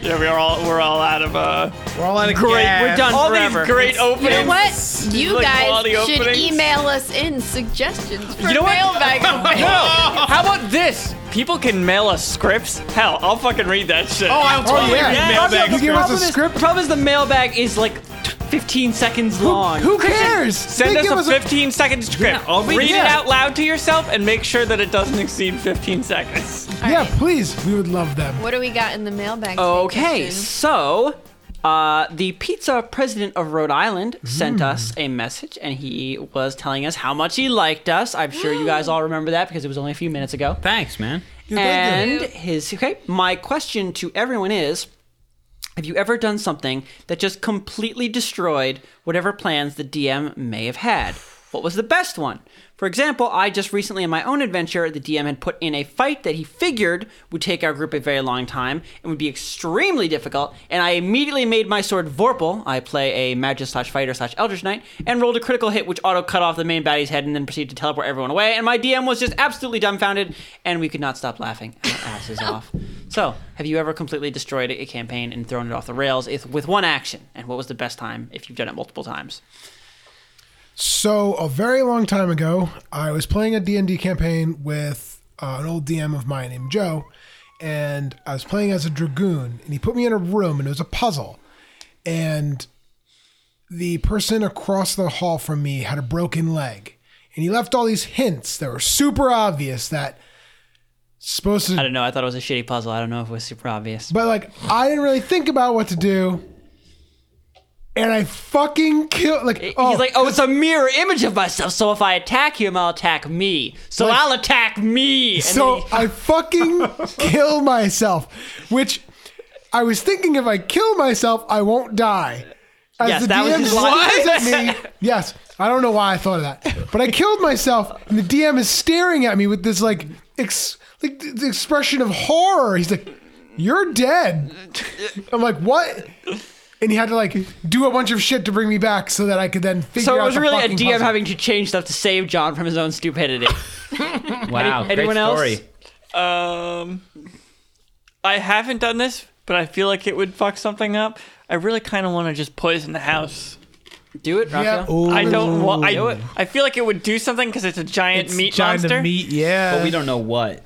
[SPEAKER 6] yeah, we are all we're all out of uh.
[SPEAKER 7] We're all out of
[SPEAKER 6] great.
[SPEAKER 1] gas.
[SPEAKER 6] We're done. All these great
[SPEAKER 8] You
[SPEAKER 6] openings.
[SPEAKER 8] know what? You
[SPEAKER 6] Like
[SPEAKER 8] guys
[SPEAKER 6] quality
[SPEAKER 8] should
[SPEAKER 6] openings.
[SPEAKER 8] email us in suggestions for
[SPEAKER 6] You know what?
[SPEAKER 8] mailbag.
[SPEAKER 6] No. How about this? People can mail us scripts. Hell, I'll fucking read that shit.
[SPEAKER 7] Oh, I'll totally
[SPEAKER 6] read
[SPEAKER 1] Yeah.
[SPEAKER 6] mailbag
[SPEAKER 1] Problem
[SPEAKER 6] scripts.
[SPEAKER 1] is- Problem is the mailbag is like t- 15 seconds long.
[SPEAKER 6] Who cares? Send
[SPEAKER 1] They give
[SPEAKER 6] us
[SPEAKER 1] us
[SPEAKER 6] a
[SPEAKER 1] a-
[SPEAKER 6] 15 second script.
[SPEAKER 1] Yeah, I'll read it.
[SPEAKER 6] read it
[SPEAKER 1] Yeah.
[SPEAKER 6] out loud to yourself and make sure that it doesn't exceed 15 seconds.
[SPEAKER 2] yeah, please. We would love them.
[SPEAKER 8] What do we got in the mailbag?
[SPEAKER 1] Okay, so uh, the pizza president of Rhode Island sent us
[SPEAKER 4] Mm.
[SPEAKER 1] a message, and he was telling us how much he liked us. I'm sure you guys all remember that because it was only a few minutes ago.
[SPEAKER 4] Thanks, man.
[SPEAKER 1] and his okay. My question to everyone is: Have you ever done something that just completely destroyed whatever plans the DM may have had? What was the best one? For example, I just recently in my own adventure, the DM had put in a fight that he figured would take our group a very long time and would be extremely difficult, and I immediately made my sword Vorpal, I play a magist slash fighter slash eldritch knight, and rolled a critical hit which auto cut off the main baddie's head and then proceeded to teleport everyone away, and my DM was just absolutely dumbfounded, and we could not stop laughing our asses off. So, have you ever completely destroyed a campaign and thrown it off the rails if, with one action? And what was the best time if you've done it multiple times?
[SPEAKER 2] So a very long time ago, I was playing a D&D campaign with uh, an old DM of mine named Joe, and I was playing as a dragoon, and he put me in a room, and it was a puzzle, and the person across the hall from me had a broken leg, and he left all these hints that were super obvious that supposed to
[SPEAKER 1] I don't know. I thought it was a shitty puzzle. I don't know if it was super obvious.
[SPEAKER 2] But like, I didn't really think about what to do, and I fucking killed. Like, oh,
[SPEAKER 1] He's like, oh, it's a mirror image of myself. So if I attack him, I'll attack me. So
[SPEAKER 2] Like-
[SPEAKER 1] I'll attack me. And
[SPEAKER 2] so
[SPEAKER 1] then he-
[SPEAKER 2] I fucking kill myself, which I was thinking if I kill myself, I won't die. As
[SPEAKER 1] Yes,
[SPEAKER 2] the
[SPEAKER 1] that was
[SPEAKER 2] DM
[SPEAKER 1] his logic.
[SPEAKER 2] stares at me, yes, I don't know why I thought of that, but I killed myself, and the DM is staring at me with this like, ex- like th- the expression of horror. He's like, "You're dead." I'm like, "What?" And he had to like do a bunch of shit to bring me back so that I could then figure
[SPEAKER 1] so
[SPEAKER 2] out.
[SPEAKER 1] it was
[SPEAKER 2] the
[SPEAKER 1] really a
[SPEAKER 2] fucking
[SPEAKER 1] DM
[SPEAKER 2] puzzle.
[SPEAKER 1] having to change stuff to save John from his own stupidity.
[SPEAKER 4] Wow.
[SPEAKER 1] Any- anyone
[SPEAKER 4] great
[SPEAKER 1] else?
[SPEAKER 4] story.
[SPEAKER 6] Um, I haven't done this, but I feel like it would fuck something up. I really kind of want to just poison the house.
[SPEAKER 1] Do it, Raphael.
[SPEAKER 6] I don't want.
[SPEAKER 1] Do
[SPEAKER 6] I,
[SPEAKER 1] it.
[SPEAKER 6] I feel like it would do something because it's a giant
[SPEAKER 1] It's
[SPEAKER 6] meat
[SPEAKER 1] giant
[SPEAKER 6] monster.
[SPEAKER 7] meat, yeah.
[SPEAKER 4] But we don't know what.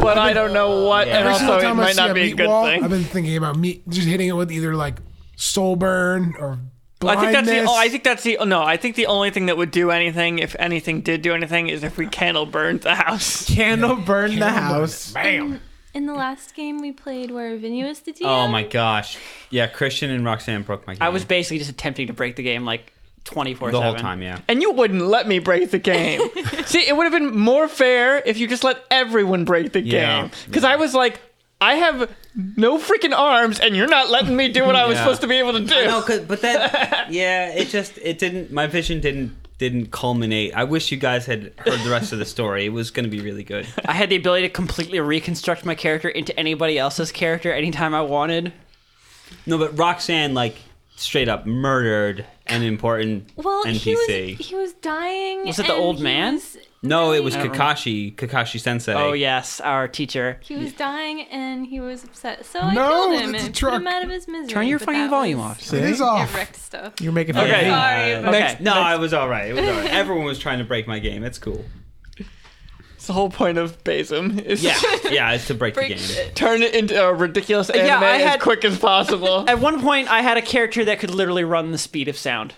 [SPEAKER 6] But I don't know what, and
[SPEAKER 2] Every single
[SPEAKER 6] also it
[SPEAKER 2] time I
[SPEAKER 6] might
[SPEAKER 2] see
[SPEAKER 6] not be a
[SPEAKER 2] meat
[SPEAKER 6] good
[SPEAKER 2] wall,
[SPEAKER 6] thing.
[SPEAKER 2] I've been thinking about meat, just hitting it with either like soul burn or
[SPEAKER 6] I
[SPEAKER 2] blindness.
[SPEAKER 6] think that's the. Oh, I think that's the. oh, No, I think the only thing that would do anything, if anything did do anything, is if we candle burned the house.
[SPEAKER 7] Candle burn the house.
[SPEAKER 5] Bam. In the last game we played, where Vinny was the DM.
[SPEAKER 4] Oh my gosh. Yeah, Christian and Roxanne broke my game.
[SPEAKER 1] I was basically just attempting to break the game like 24
[SPEAKER 4] the whole time, yeah.
[SPEAKER 6] And you wouldn't let me break the game. See, it would have been more fair if you just let everyone break the
[SPEAKER 4] Yeah.
[SPEAKER 6] game. Because I was like, I have no freaking arms, and you're not letting me do what I was
[SPEAKER 4] Yeah.
[SPEAKER 6] supposed to be able to do.
[SPEAKER 4] No, but that, yeah, it just it didn't. My vision didn't didn't culminate. I wish you guys had heard the rest of the story. It was going to be really good.
[SPEAKER 1] I had the ability to completely reconstruct my character into anybody else's character anytime I wanted.
[SPEAKER 4] No, but Roxanne like straight up murdered an important
[SPEAKER 5] Well, he was
[SPEAKER 4] NPC.
[SPEAKER 5] he was dying.
[SPEAKER 1] Was it the
[SPEAKER 5] and
[SPEAKER 1] old
[SPEAKER 5] he
[SPEAKER 1] man?
[SPEAKER 5] was-
[SPEAKER 4] no, it was
[SPEAKER 1] I don't
[SPEAKER 4] Kakashi, Kakashi Sensei.
[SPEAKER 1] Oh yes, our teacher.
[SPEAKER 5] He was dying and he was upset, so I
[SPEAKER 1] No,
[SPEAKER 5] killed him
[SPEAKER 1] that's a
[SPEAKER 5] and
[SPEAKER 1] truck.
[SPEAKER 5] put him out of his misery.
[SPEAKER 1] Turn your
[SPEAKER 5] but
[SPEAKER 1] fucking
[SPEAKER 5] that
[SPEAKER 1] volume
[SPEAKER 5] was-
[SPEAKER 1] off. It is off. Oh.
[SPEAKER 5] It wrecked stuff.
[SPEAKER 7] You're making
[SPEAKER 5] fun of
[SPEAKER 4] Okay.
[SPEAKER 5] me. Sorry,
[SPEAKER 4] Uh,
[SPEAKER 5] but-
[SPEAKER 6] Next-
[SPEAKER 4] no,
[SPEAKER 6] next-
[SPEAKER 4] it was all right. It was all right. Everyone was trying to break my game. It's cool.
[SPEAKER 6] It's the whole point of Basem. Is
[SPEAKER 4] Yeah, yeah, it's to break, the game.
[SPEAKER 6] Turn it into a ridiculous anime
[SPEAKER 1] Yeah, I had-
[SPEAKER 6] as quick as possible.
[SPEAKER 1] At one point, I had a character that could literally run the speed of sound,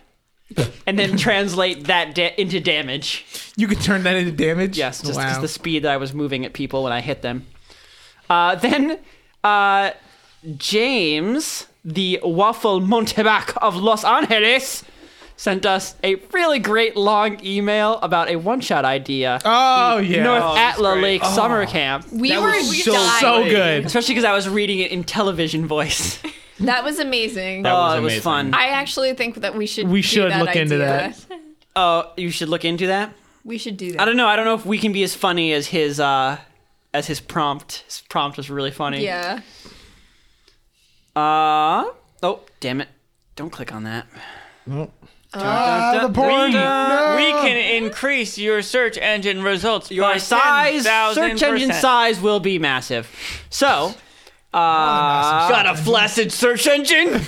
[SPEAKER 1] and then translate that da- into damage.
[SPEAKER 7] You could turn that into damage. Oh,
[SPEAKER 1] Yes, just 'cause
[SPEAKER 7] Wow.
[SPEAKER 1] the speed that I was moving at people when I hit them. Uh, then uh, James, the Waffle Montebac of Los Angeles, sent us a really great long email about a one-shot idea.
[SPEAKER 7] Oh
[SPEAKER 1] The
[SPEAKER 7] yeah.
[SPEAKER 1] North
[SPEAKER 7] Oh, that's
[SPEAKER 1] Atla
[SPEAKER 7] great.
[SPEAKER 1] Lake
[SPEAKER 7] Oh.
[SPEAKER 1] Summer Camp.
[SPEAKER 8] We That were was so- dying.
[SPEAKER 7] so good.
[SPEAKER 1] especially because I was reading it in television voice.
[SPEAKER 8] That was amazing.
[SPEAKER 1] That was Oh, it was amazing. fun.
[SPEAKER 8] I actually think that we should.
[SPEAKER 1] We
[SPEAKER 8] do
[SPEAKER 1] should
[SPEAKER 8] that
[SPEAKER 1] look into
[SPEAKER 8] idea.
[SPEAKER 1] Oh, you should look into that.
[SPEAKER 8] We should do that.
[SPEAKER 1] I don't know. I don't know if we can be as funny as his uh as his prompt. His prompt was really funny.
[SPEAKER 8] Yeah.
[SPEAKER 1] Uh oh, damn it. Don't click on that.
[SPEAKER 6] Ah,
[SPEAKER 1] Dun, dun,
[SPEAKER 6] the
[SPEAKER 1] dun,
[SPEAKER 6] porn.
[SPEAKER 1] dun.
[SPEAKER 6] We can increase your search engine results.
[SPEAKER 1] Your
[SPEAKER 6] by
[SPEAKER 1] size
[SPEAKER 6] 10,000%.
[SPEAKER 1] search engine size will be massive. So uh,
[SPEAKER 6] Got a flaccid search engine?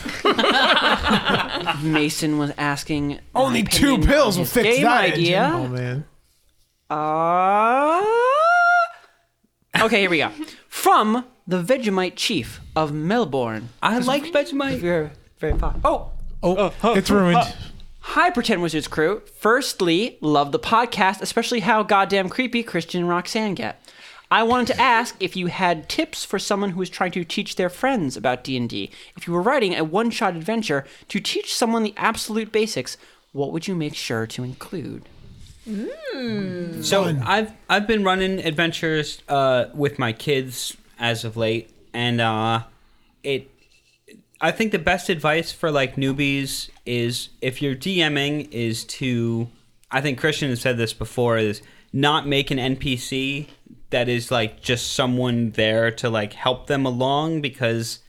[SPEAKER 1] Mason was asking.
[SPEAKER 2] Only
[SPEAKER 1] my
[SPEAKER 2] two
[SPEAKER 1] opinion
[SPEAKER 2] pills
[SPEAKER 1] on
[SPEAKER 2] will
[SPEAKER 1] his
[SPEAKER 2] fix
[SPEAKER 1] game
[SPEAKER 2] that
[SPEAKER 1] idea.
[SPEAKER 2] engine. Oh,
[SPEAKER 7] man.
[SPEAKER 1] Uh, okay, here we go. From the Vegemite chief of Melbourne.
[SPEAKER 4] I like Vegemite.
[SPEAKER 1] Very, very popular. Oh,
[SPEAKER 7] Oh, it's ruined.
[SPEAKER 1] Hi, Pretend Wizards crew. Firstly, love the podcast, especially how goddamn creepy Christian and Roxanne get. I wanted to ask if you had tips for someone who is trying to teach their friends about D&D. If you were writing a one-shot adventure to teach someone the absolute basics, what would you make sure to include?
[SPEAKER 4] So I've I've been running adventures uh, with my kids as of late, and uh, it. I think the best advice for like newbies is if you're DMing is to. I think Christian has said this before: is not make an NPC that is like just someone there to like help them along because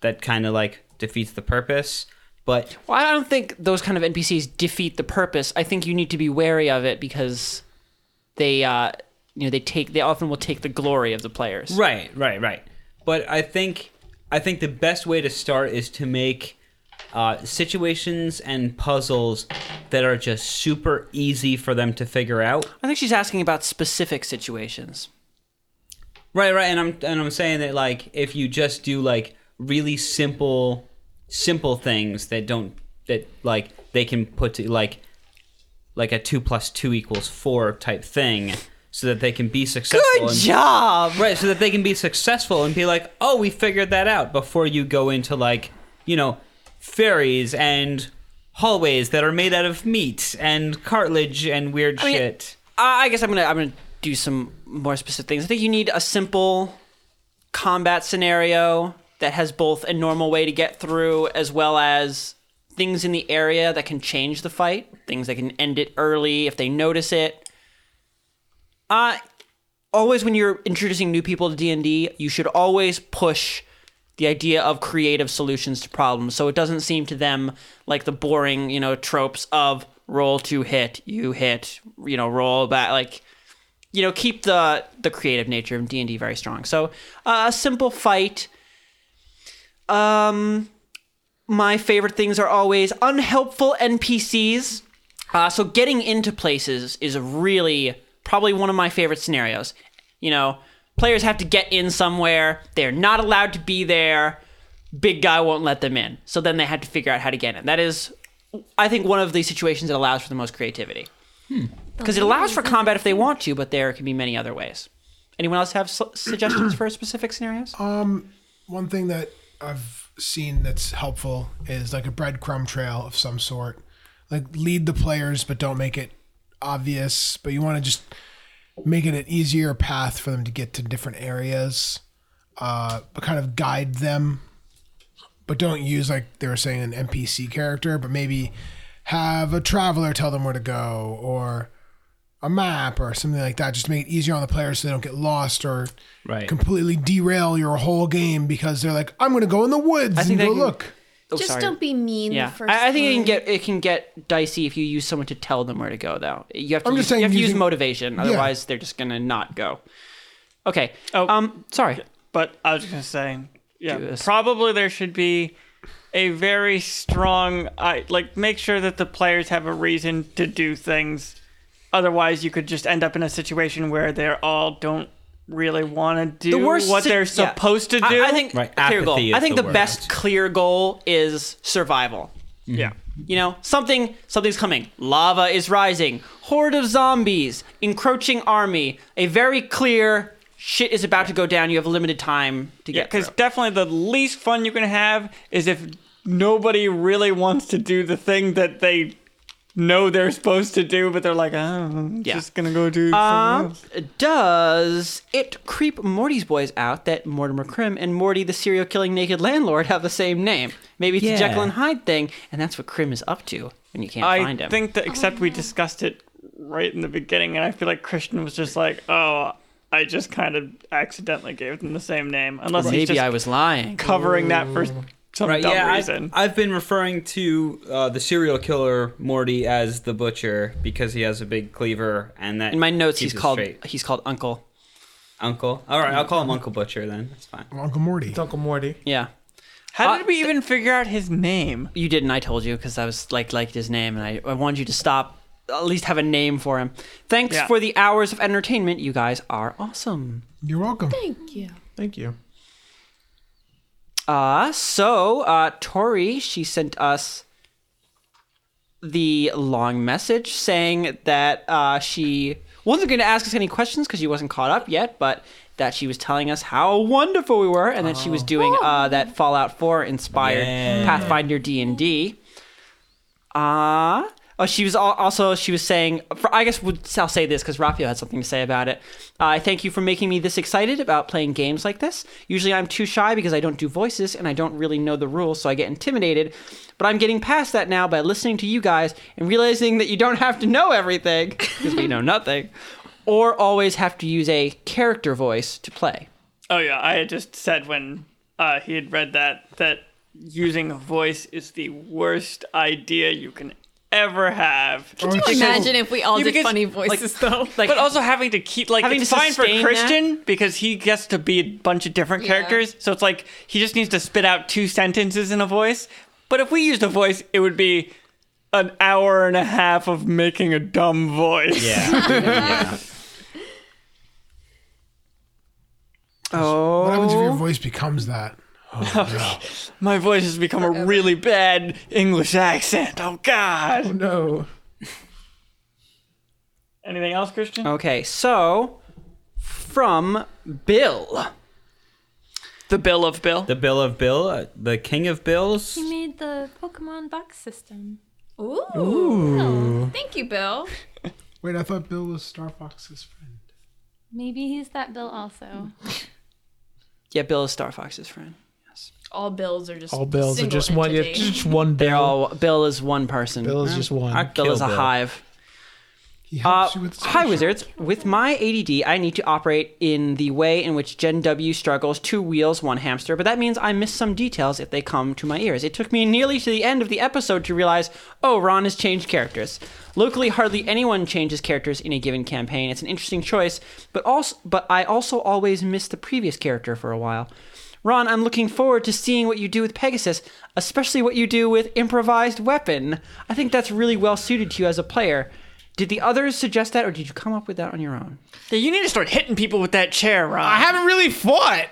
[SPEAKER 4] that kind of like defeats the purpose. But
[SPEAKER 1] Well, I don't think those kind of NPCs defeat the purpose. I think you need to be wary of it because they, uh, you know, they take they often will take the glory of the players.
[SPEAKER 4] Right, right, right. But I think I think the best way to start is to make uh, situations and puzzles that are just super easy for them to figure out.
[SPEAKER 1] I think she's asking about specific situations.
[SPEAKER 4] Right, right. And I'm and I'm saying that like if you just do like really simple simple things that don't that like they can put to like like a two plus two equals four type thing so that they can be successful
[SPEAKER 1] Good job!
[SPEAKER 4] right so that they can be successful and be like oh we figured that out before you go into like you know fairies and hallways that are made out of meat and cartilage and weird
[SPEAKER 1] mean,
[SPEAKER 4] shit
[SPEAKER 1] I I guess I'm gonna I'm gonna do some more specific things. I think you need a simple combat scenario that has both a normal way to get through as well as things in the area that can change the fight, things that can end it early if they notice it. Uh always when you're introducing new people to D&D, you should always push the idea of creative solutions to problems. So it doesn't seem to them like the boring, you know, tropes of roll to hit, you hit, you know, roll back like you know, keep the the creative nature of D&D very strong. So, uh, a simple fight um my favorite things are always unhelpful NPCs. Uh, so getting into places is really probably one of my favorite scenarios. You know, players have to get in somewhere. They're not allowed to be there. Big guy won't let them in. So then they had to figure out how to get in. That is, I think, one of the situations that allows for the most creativity. Because it allows for combat if they want to, but there can be many other ways. Anyone else have su- suggestions for specific scenarios?
[SPEAKER 2] Um, one thing that I've seen that's helpful is like a breadcrumb trail of some sort. Like lead the players, but don't make it obvious. But you want to just make it an easier path for them to get to different areas, uh, but kind of guide them. But don't use like they were saying an NPC character, but maybe have a traveler tell them where to go or a map or something like that just to make it easier on the players so they don't get lost or
[SPEAKER 4] Right.
[SPEAKER 2] completely derail your whole game because they're like, I'm going to go in the woods and go
[SPEAKER 1] they can-
[SPEAKER 2] look.
[SPEAKER 1] Oh,
[SPEAKER 8] Just
[SPEAKER 1] sorry.
[SPEAKER 8] don't be mean
[SPEAKER 1] Yeah,
[SPEAKER 8] the first
[SPEAKER 1] I, I think it
[SPEAKER 8] time.
[SPEAKER 1] can get it can get dicey if you use someone to tell them where to go. Though you have to,
[SPEAKER 2] I'm
[SPEAKER 1] use,
[SPEAKER 2] just saying
[SPEAKER 1] you have to use
[SPEAKER 2] using-
[SPEAKER 1] motivation,
[SPEAKER 2] Yeah.
[SPEAKER 1] otherwise they're just gonna not go. Okay.
[SPEAKER 6] Oh.
[SPEAKER 1] Um. Sorry.
[SPEAKER 6] But I was just gonna say, yeah,
[SPEAKER 1] Do this.
[SPEAKER 6] probably there should be a very strong, I like make sure that the players have a reason to do things. Otherwise, you could just end up in a situation where they are all don't really want to do what
[SPEAKER 1] si-
[SPEAKER 6] they're
[SPEAKER 1] yeah.
[SPEAKER 6] supposed to
[SPEAKER 1] I-
[SPEAKER 6] do.
[SPEAKER 1] I, think
[SPEAKER 4] Right,
[SPEAKER 1] clear goal.
[SPEAKER 4] apathy is
[SPEAKER 1] I think
[SPEAKER 4] the
[SPEAKER 1] the,
[SPEAKER 4] word.
[SPEAKER 1] best clear goal is survival.
[SPEAKER 6] Mm-hmm. yeah.
[SPEAKER 1] You know, something something's coming. Lava is rising. Horde of zombies, encroaching army. A very clear shit is about to go down. You have limited time to
[SPEAKER 6] Yeah,
[SPEAKER 1] get
[SPEAKER 6] because
[SPEAKER 1] because
[SPEAKER 6] definitely the least fun you can have is if nobody really wants to do the thing that they know they're supposed to do, but they're like, oh, I'm
[SPEAKER 1] Yeah.
[SPEAKER 6] just gonna go do. something
[SPEAKER 1] Um,
[SPEAKER 6] else."
[SPEAKER 1] does it creep Morty's boys out that Mortimer Krim and Morty, the serial killing naked landlord, have the same name? Maybe it's
[SPEAKER 4] Yeah.
[SPEAKER 1] a Jekyll and Hyde thing, and that's what Krim is up to when you can't find
[SPEAKER 6] I
[SPEAKER 1] him.
[SPEAKER 6] think that except we discussed it right in the beginning, and I feel like Christian was just like, oh. I just kind of accidentally gave them the same name, unless he's
[SPEAKER 1] Maybe
[SPEAKER 6] just
[SPEAKER 1] I was lying.
[SPEAKER 6] covering that for some
[SPEAKER 4] Right,
[SPEAKER 6] dumb
[SPEAKER 4] Uh, yeah, I-
[SPEAKER 6] reason.
[SPEAKER 4] I've, been referring to uh, the serial killer Morty as the butcher because he has a big cleaver, and that
[SPEAKER 1] In my notes,
[SPEAKER 4] keeps
[SPEAKER 1] he's
[SPEAKER 4] it
[SPEAKER 1] called
[SPEAKER 4] straight.
[SPEAKER 1] he's called Uncle.
[SPEAKER 4] Uncle. All right, I'll call him Uncle Butcher then. That's fine.
[SPEAKER 2] Uncle Morty.
[SPEAKER 7] Uncle Morty.
[SPEAKER 1] Yeah,
[SPEAKER 6] How
[SPEAKER 1] I-
[SPEAKER 6] did we even figure out his name?
[SPEAKER 1] you didn't. I told you because I was like liked his name, and I, I wanted you to stop. At least have a name for him. Thanks
[SPEAKER 6] Yeah.
[SPEAKER 1] for the hours of entertainment. You guys are awesome.
[SPEAKER 2] You're welcome.
[SPEAKER 3] Thank you.
[SPEAKER 7] Thank you.
[SPEAKER 1] Uh, so, uh, Tori, she sent us the long message saying that uh, she wasn't going to ask us any questions because she wasn't caught up yet, but that she was telling us how wonderful we were and that she was doing uh, that Fallout 4 inspired
[SPEAKER 4] Yeah.
[SPEAKER 1] Pathfinder D&D. Uh, oh, she was al- also she was saying. For, I guess would- I'll say this because Raphael had something to say about it. Uh, I thank you for making me this excited about playing games like this. Usually I'm too shy because I don't do voices and I don't really know the rules, so I get intimidated. But I'm getting past that now by listening to you guys and realizing that you don't have to know everything because we know nothing, or always have to use a character voice to play.
[SPEAKER 6] Oh yeah, I had just said when uh, he had read that that using a voice is the worst idea you can ever have.
[SPEAKER 2] Or it's-
[SPEAKER 13] Imagine if we all
[SPEAKER 6] You
[SPEAKER 13] did
[SPEAKER 6] because,
[SPEAKER 13] funny voices though.
[SPEAKER 1] Like,
[SPEAKER 6] but also having to keep like
[SPEAKER 1] Having
[SPEAKER 6] it's
[SPEAKER 1] to
[SPEAKER 6] fine for
[SPEAKER 1] sustain that?
[SPEAKER 6] Christian because he gets to be a bunch of different
[SPEAKER 13] Yeah.
[SPEAKER 6] characters, so it's like he just needs to spit out two sentences in a voice. But if we used a voice, it would be an hour and a half of making a dumb voice.
[SPEAKER 4] Yeah. yeah.
[SPEAKER 2] What happens if your voice becomes that? Oh,
[SPEAKER 6] My voice has become a really bad English accent. Oh God!
[SPEAKER 7] No.
[SPEAKER 6] Anything else, Christian?
[SPEAKER 1] okay, so from Bill.
[SPEAKER 6] The Bill of Bill.
[SPEAKER 4] The Bill of Bill, uh, the King of Bills.
[SPEAKER 5] He made the Pokemon box system.
[SPEAKER 13] Ooh.
[SPEAKER 8] Thank you, Bill.
[SPEAKER 2] Wait, I thought Bill was Star Fox's friend.
[SPEAKER 5] Maybe he's that Bill also.
[SPEAKER 1] Yeah, Bill is Star Fox's friend.
[SPEAKER 13] All bills are just
[SPEAKER 7] All bills are
[SPEAKER 13] single
[SPEAKER 7] just one. Yeah,
[SPEAKER 13] entity.
[SPEAKER 7] just one bill.
[SPEAKER 1] Oh, Bill is one person.
[SPEAKER 7] bill is just one.
[SPEAKER 4] I-
[SPEAKER 1] Bill
[SPEAKER 4] Kill
[SPEAKER 1] is a
[SPEAKER 4] Bill.
[SPEAKER 1] hive.
[SPEAKER 2] He
[SPEAKER 1] Uh,
[SPEAKER 2] helps you with
[SPEAKER 1] hi, wizards. With my ADD, I need to operate in the way in which Gen W struggles two wheels, one hamster, but that means I miss some details if they come to my ears. It took me nearly to the end of the episode to realize, oh, Ron has changed characters. Locally, hardly anyone changes characters in a given campaign. It's an interesting choice, but also, but I also always miss the previous character for a while. Ron, I'm looking forward to seeing what you do with Pegasus, especially what you do with improvised weapon. I think that's really well suited to you as a player. Did the others suggest that, or did you come up with that on your own?
[SPEAKER 6] Yeah, you need to start hitting people with that chair, Ron.
[SPEAKER 7] I haven't really fought.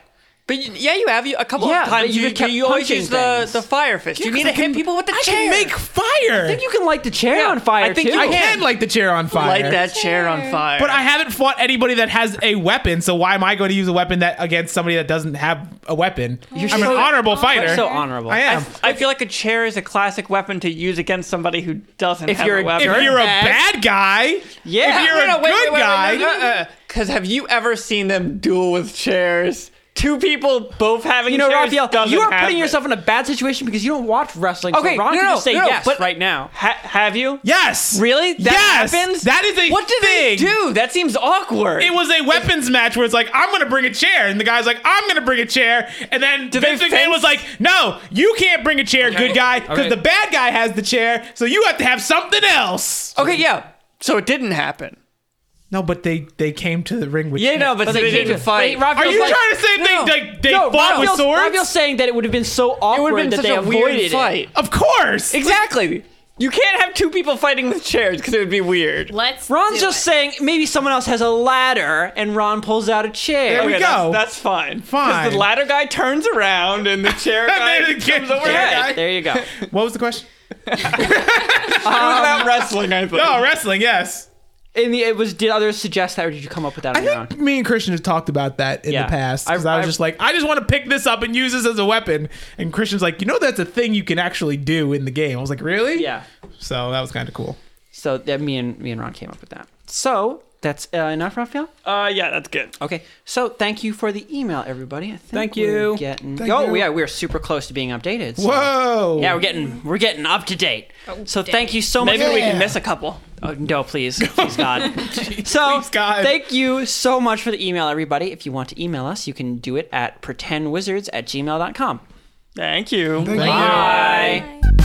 [SPEAKER 6] But you, yeah, you have. You, a couple
[SPEAKER 1] Yeah,
[SPEAKER 6] of
[SPEAKER 1] but
[SPEAKER 6] times
[SPEAKER 1] you
[SPEAKER 6] you,
[SPEAKER 1] just kept
[SPEAKER 6] you always
[SPEAKER 1] punching
[SPEAKER 6] use the,
[SPEAKER 1] things.
[SPEAKER 6] the fire fist. you need to hit people with the
[SPEAKER 7] I
[SPEAKER 6] chair.
[SPEAKER 7] can make fire.
[SPEAKER 1] I think you can light the chair on fire
[SPEAKER 6] I think
[SPEAKER 1] too.
[SPEAKER 6] you
[SPEAKER 7] I can light the chair on fire.
[SPEAKER 6] Light that chair on fire.
[SPEAKER 7] But I haven't fought anybody that has a weapon, so why am I going to use a weapon that against somebody that doesn't have a weapon? I'm an
[SPEAKER 1] so-
[SPEAKER 7] honorable fighter.
[SPEAKER 1] so honorable.
[SPEAKER 7] I am.
[SPEAKER 6] I feel like a chair is a classic weapon to use against somebody who doesn't
[SPEAKER 1] If
[SPEAKER 6] have
[SPEAKER 1] you're
[SPEAKER 6] a
[SPEAKER 1] a
[SPEAKER 6] weapon.
[SPEAKER 7] if you're a bad guy,
[SPEAKER 1] Yeah.
[SPEAKER 7] If you're a good guy,
[SPEAKER 6] Because have you ever seen them duel with chairs? Two people both having
[SPEAKER 1] You know,
[SPEAKER 6] chairs
[SPEAKER 1] Raphael,
[SPEAKER 6] doesn't
[SPEAKER 1] you are
[SPEAKER 6] happen.
[SPEAKER 1] putting yourself in a bad situation because you don't watch wrestling.
[SPEAKER 6] Okay,
[SPEAKER 1] so Ron
[SPEAKER 6] no,
[SPEAKER 1] can
[SPEAKER 6] no,
[SPEAKER 1] just say
[SPEAKER 6] no, no,
[SPEAKER 1] yes
[SPEAKER 6] but-
[SPEAKER 1] right now.
[SPEAKER 6] Ha- have you?
[SPEAKER 7] yes,
[SPEAKER 6] Really? That
[SPEAKER 7] yes,
[SPEAKER 6] happens?
[SPEAKER 7] That is a
[SPEAKER 6] What do
[SPEAKER 7] thing.
[SPEAKER 6] they do? That seems awkward.
[SPEAKER 7] It was a weapons match where it's like I'm gonna bring a chair, and the guy's like I'm gonna bring a chair, and then Vince
[SPEAKER 6] they
[SPEAKER 7] McMahon
[SPEAKER 6] fence?
[SPEAKER 7] was like, "No, you can't bring a chair, good guy, because
[SPEAKER 4] Okay.
[SPEAKER 7] the bad guy has the chair, so you have to have something else."
[SPEAKER 6] okay, yeah. So it didn't happen.
[SPEAKER 7] Oh. No, but they they came to the ring with Oh,
[SPEAKER 6] Yeah, no, but, they, didn't fight.
[SPEAKER 1] Wait, Raphael's
[SPEAKER 7] Are you
[SPEAKER 1] like-
[SPEAKER 7] trying to say
[SPEAKER 6] No, no.
[SPEAKER 7] they they, they
[SPEAKER 1] no,
[SPEAKER 7] fought with
[SPEAKER 1] Raphael's-
[SPEAKER 7] swords?
[SPEAKER 1] Raphael's saying that it would have been so
[SPEAKER 6] it would
[SPEAKER 1] awkward
[SPEAKER 6] have been
[SPEAKER 1] that
[SPEAKER 6] such
[SPEAKER 1] they
[SPEAKER 6] a
[SPEAKER 1] avoided
[SPEAKER 6] weird fight.
[SPEAKER 7] Of course.
[SPEAKER 6] Exactly. You can't have two people fighting with chairs because it would be weird.
[SPEAKER 13] Let's.
[SPEAKER 1] it. Ron's
[SPEAKER 13] do
[SPEAKER 1] just
[SPEAKER 13] it.
[SPEAKER 1] saying maybe someone else has a ladder, and Ron pulls out a chair.
[SPEAKER 7] There we
[SPEAKER 6] Okay,
[SPEAKER 7] go.
[SPEAKER 6] That's, that's fine. 'Cause
[SPEAKER 7] Fine.
[SPEAKER 6] the ladder guy turns around and the chair guy
[SPEAKER 7] Maybe the
[SPEAKER 6] comes
[SPEAKER 7] kid-
[SPEAKER 6] over.
[SPEAKER 7] Yeah.
[SPEAKER 1] Right, there you go.
[SPEAKER 7] What was the question?
[SPEAKER 6] about wrestling, I think.
[SPEAKER 7] Oh, wrestling. Yes.
[SPEAKER 1] In the, it was. Did others suggest that, or did you come up with that on
[SPEAKER 7] I
[SPEAKER 1] your own?
[SPEAKER 7] think me and Christian have talked about that in
[SPEAKER 1] Yeah.
[SPEAKER 7] the past. 'cause
[SPEAKER 1] I-
[SPEAKER 7] I, was
[SPEAKER 1] I-
[SPEAKER 7] just like, I just want to pick this up and use this as a weapon. And Christian's like, you know, that's a thing you can actually do in the game. I was like, really?
[SPEAKER 1] Yeah.
[SPEAKER 7] So that was kind of cool.
[SPEAKER 1] So that me and me and Ron came up with that. So that's uh, enough, Raphael.
[SPEAKER 6] Uh, yeah, that's good.
[SPEAKER 1] Okay. So thank you for the email, everybody. I think
[SPEAKER 4] Thank
[SPEAKER 1] we're
[SPEAKER 4] you.
[SPEAKER 1] Getting,
[SPEAKER 2] Thank
[SPEAKER 1] oh
[SPEAKER 2] you.
[SPEAKER 1] yeah, we're super close to being updated. so-
[SPEAKER 7] Whoa.
[SPEAKER 1] Yeah, we're getting we're getting up to date. so thank you so much.
[SPEAKER 6] Maybe we can
[SPEAKER 2] Yeah.
[SPEAKER 6] miss a couple.
[SPEAKER 1] Oh, no, please, please God. so,
[SPEAKER 7] please, God.
[SPEAKER 1] thank you so much for the email, everybody. If you want to email us, you can do it at pretendwizards at gmail.com.
[SPEAKER 6] Thank you.
[SPEAKER 2] Thank you.
[SPEAKER 1] Bye.
[SPEAKER 3] Bye.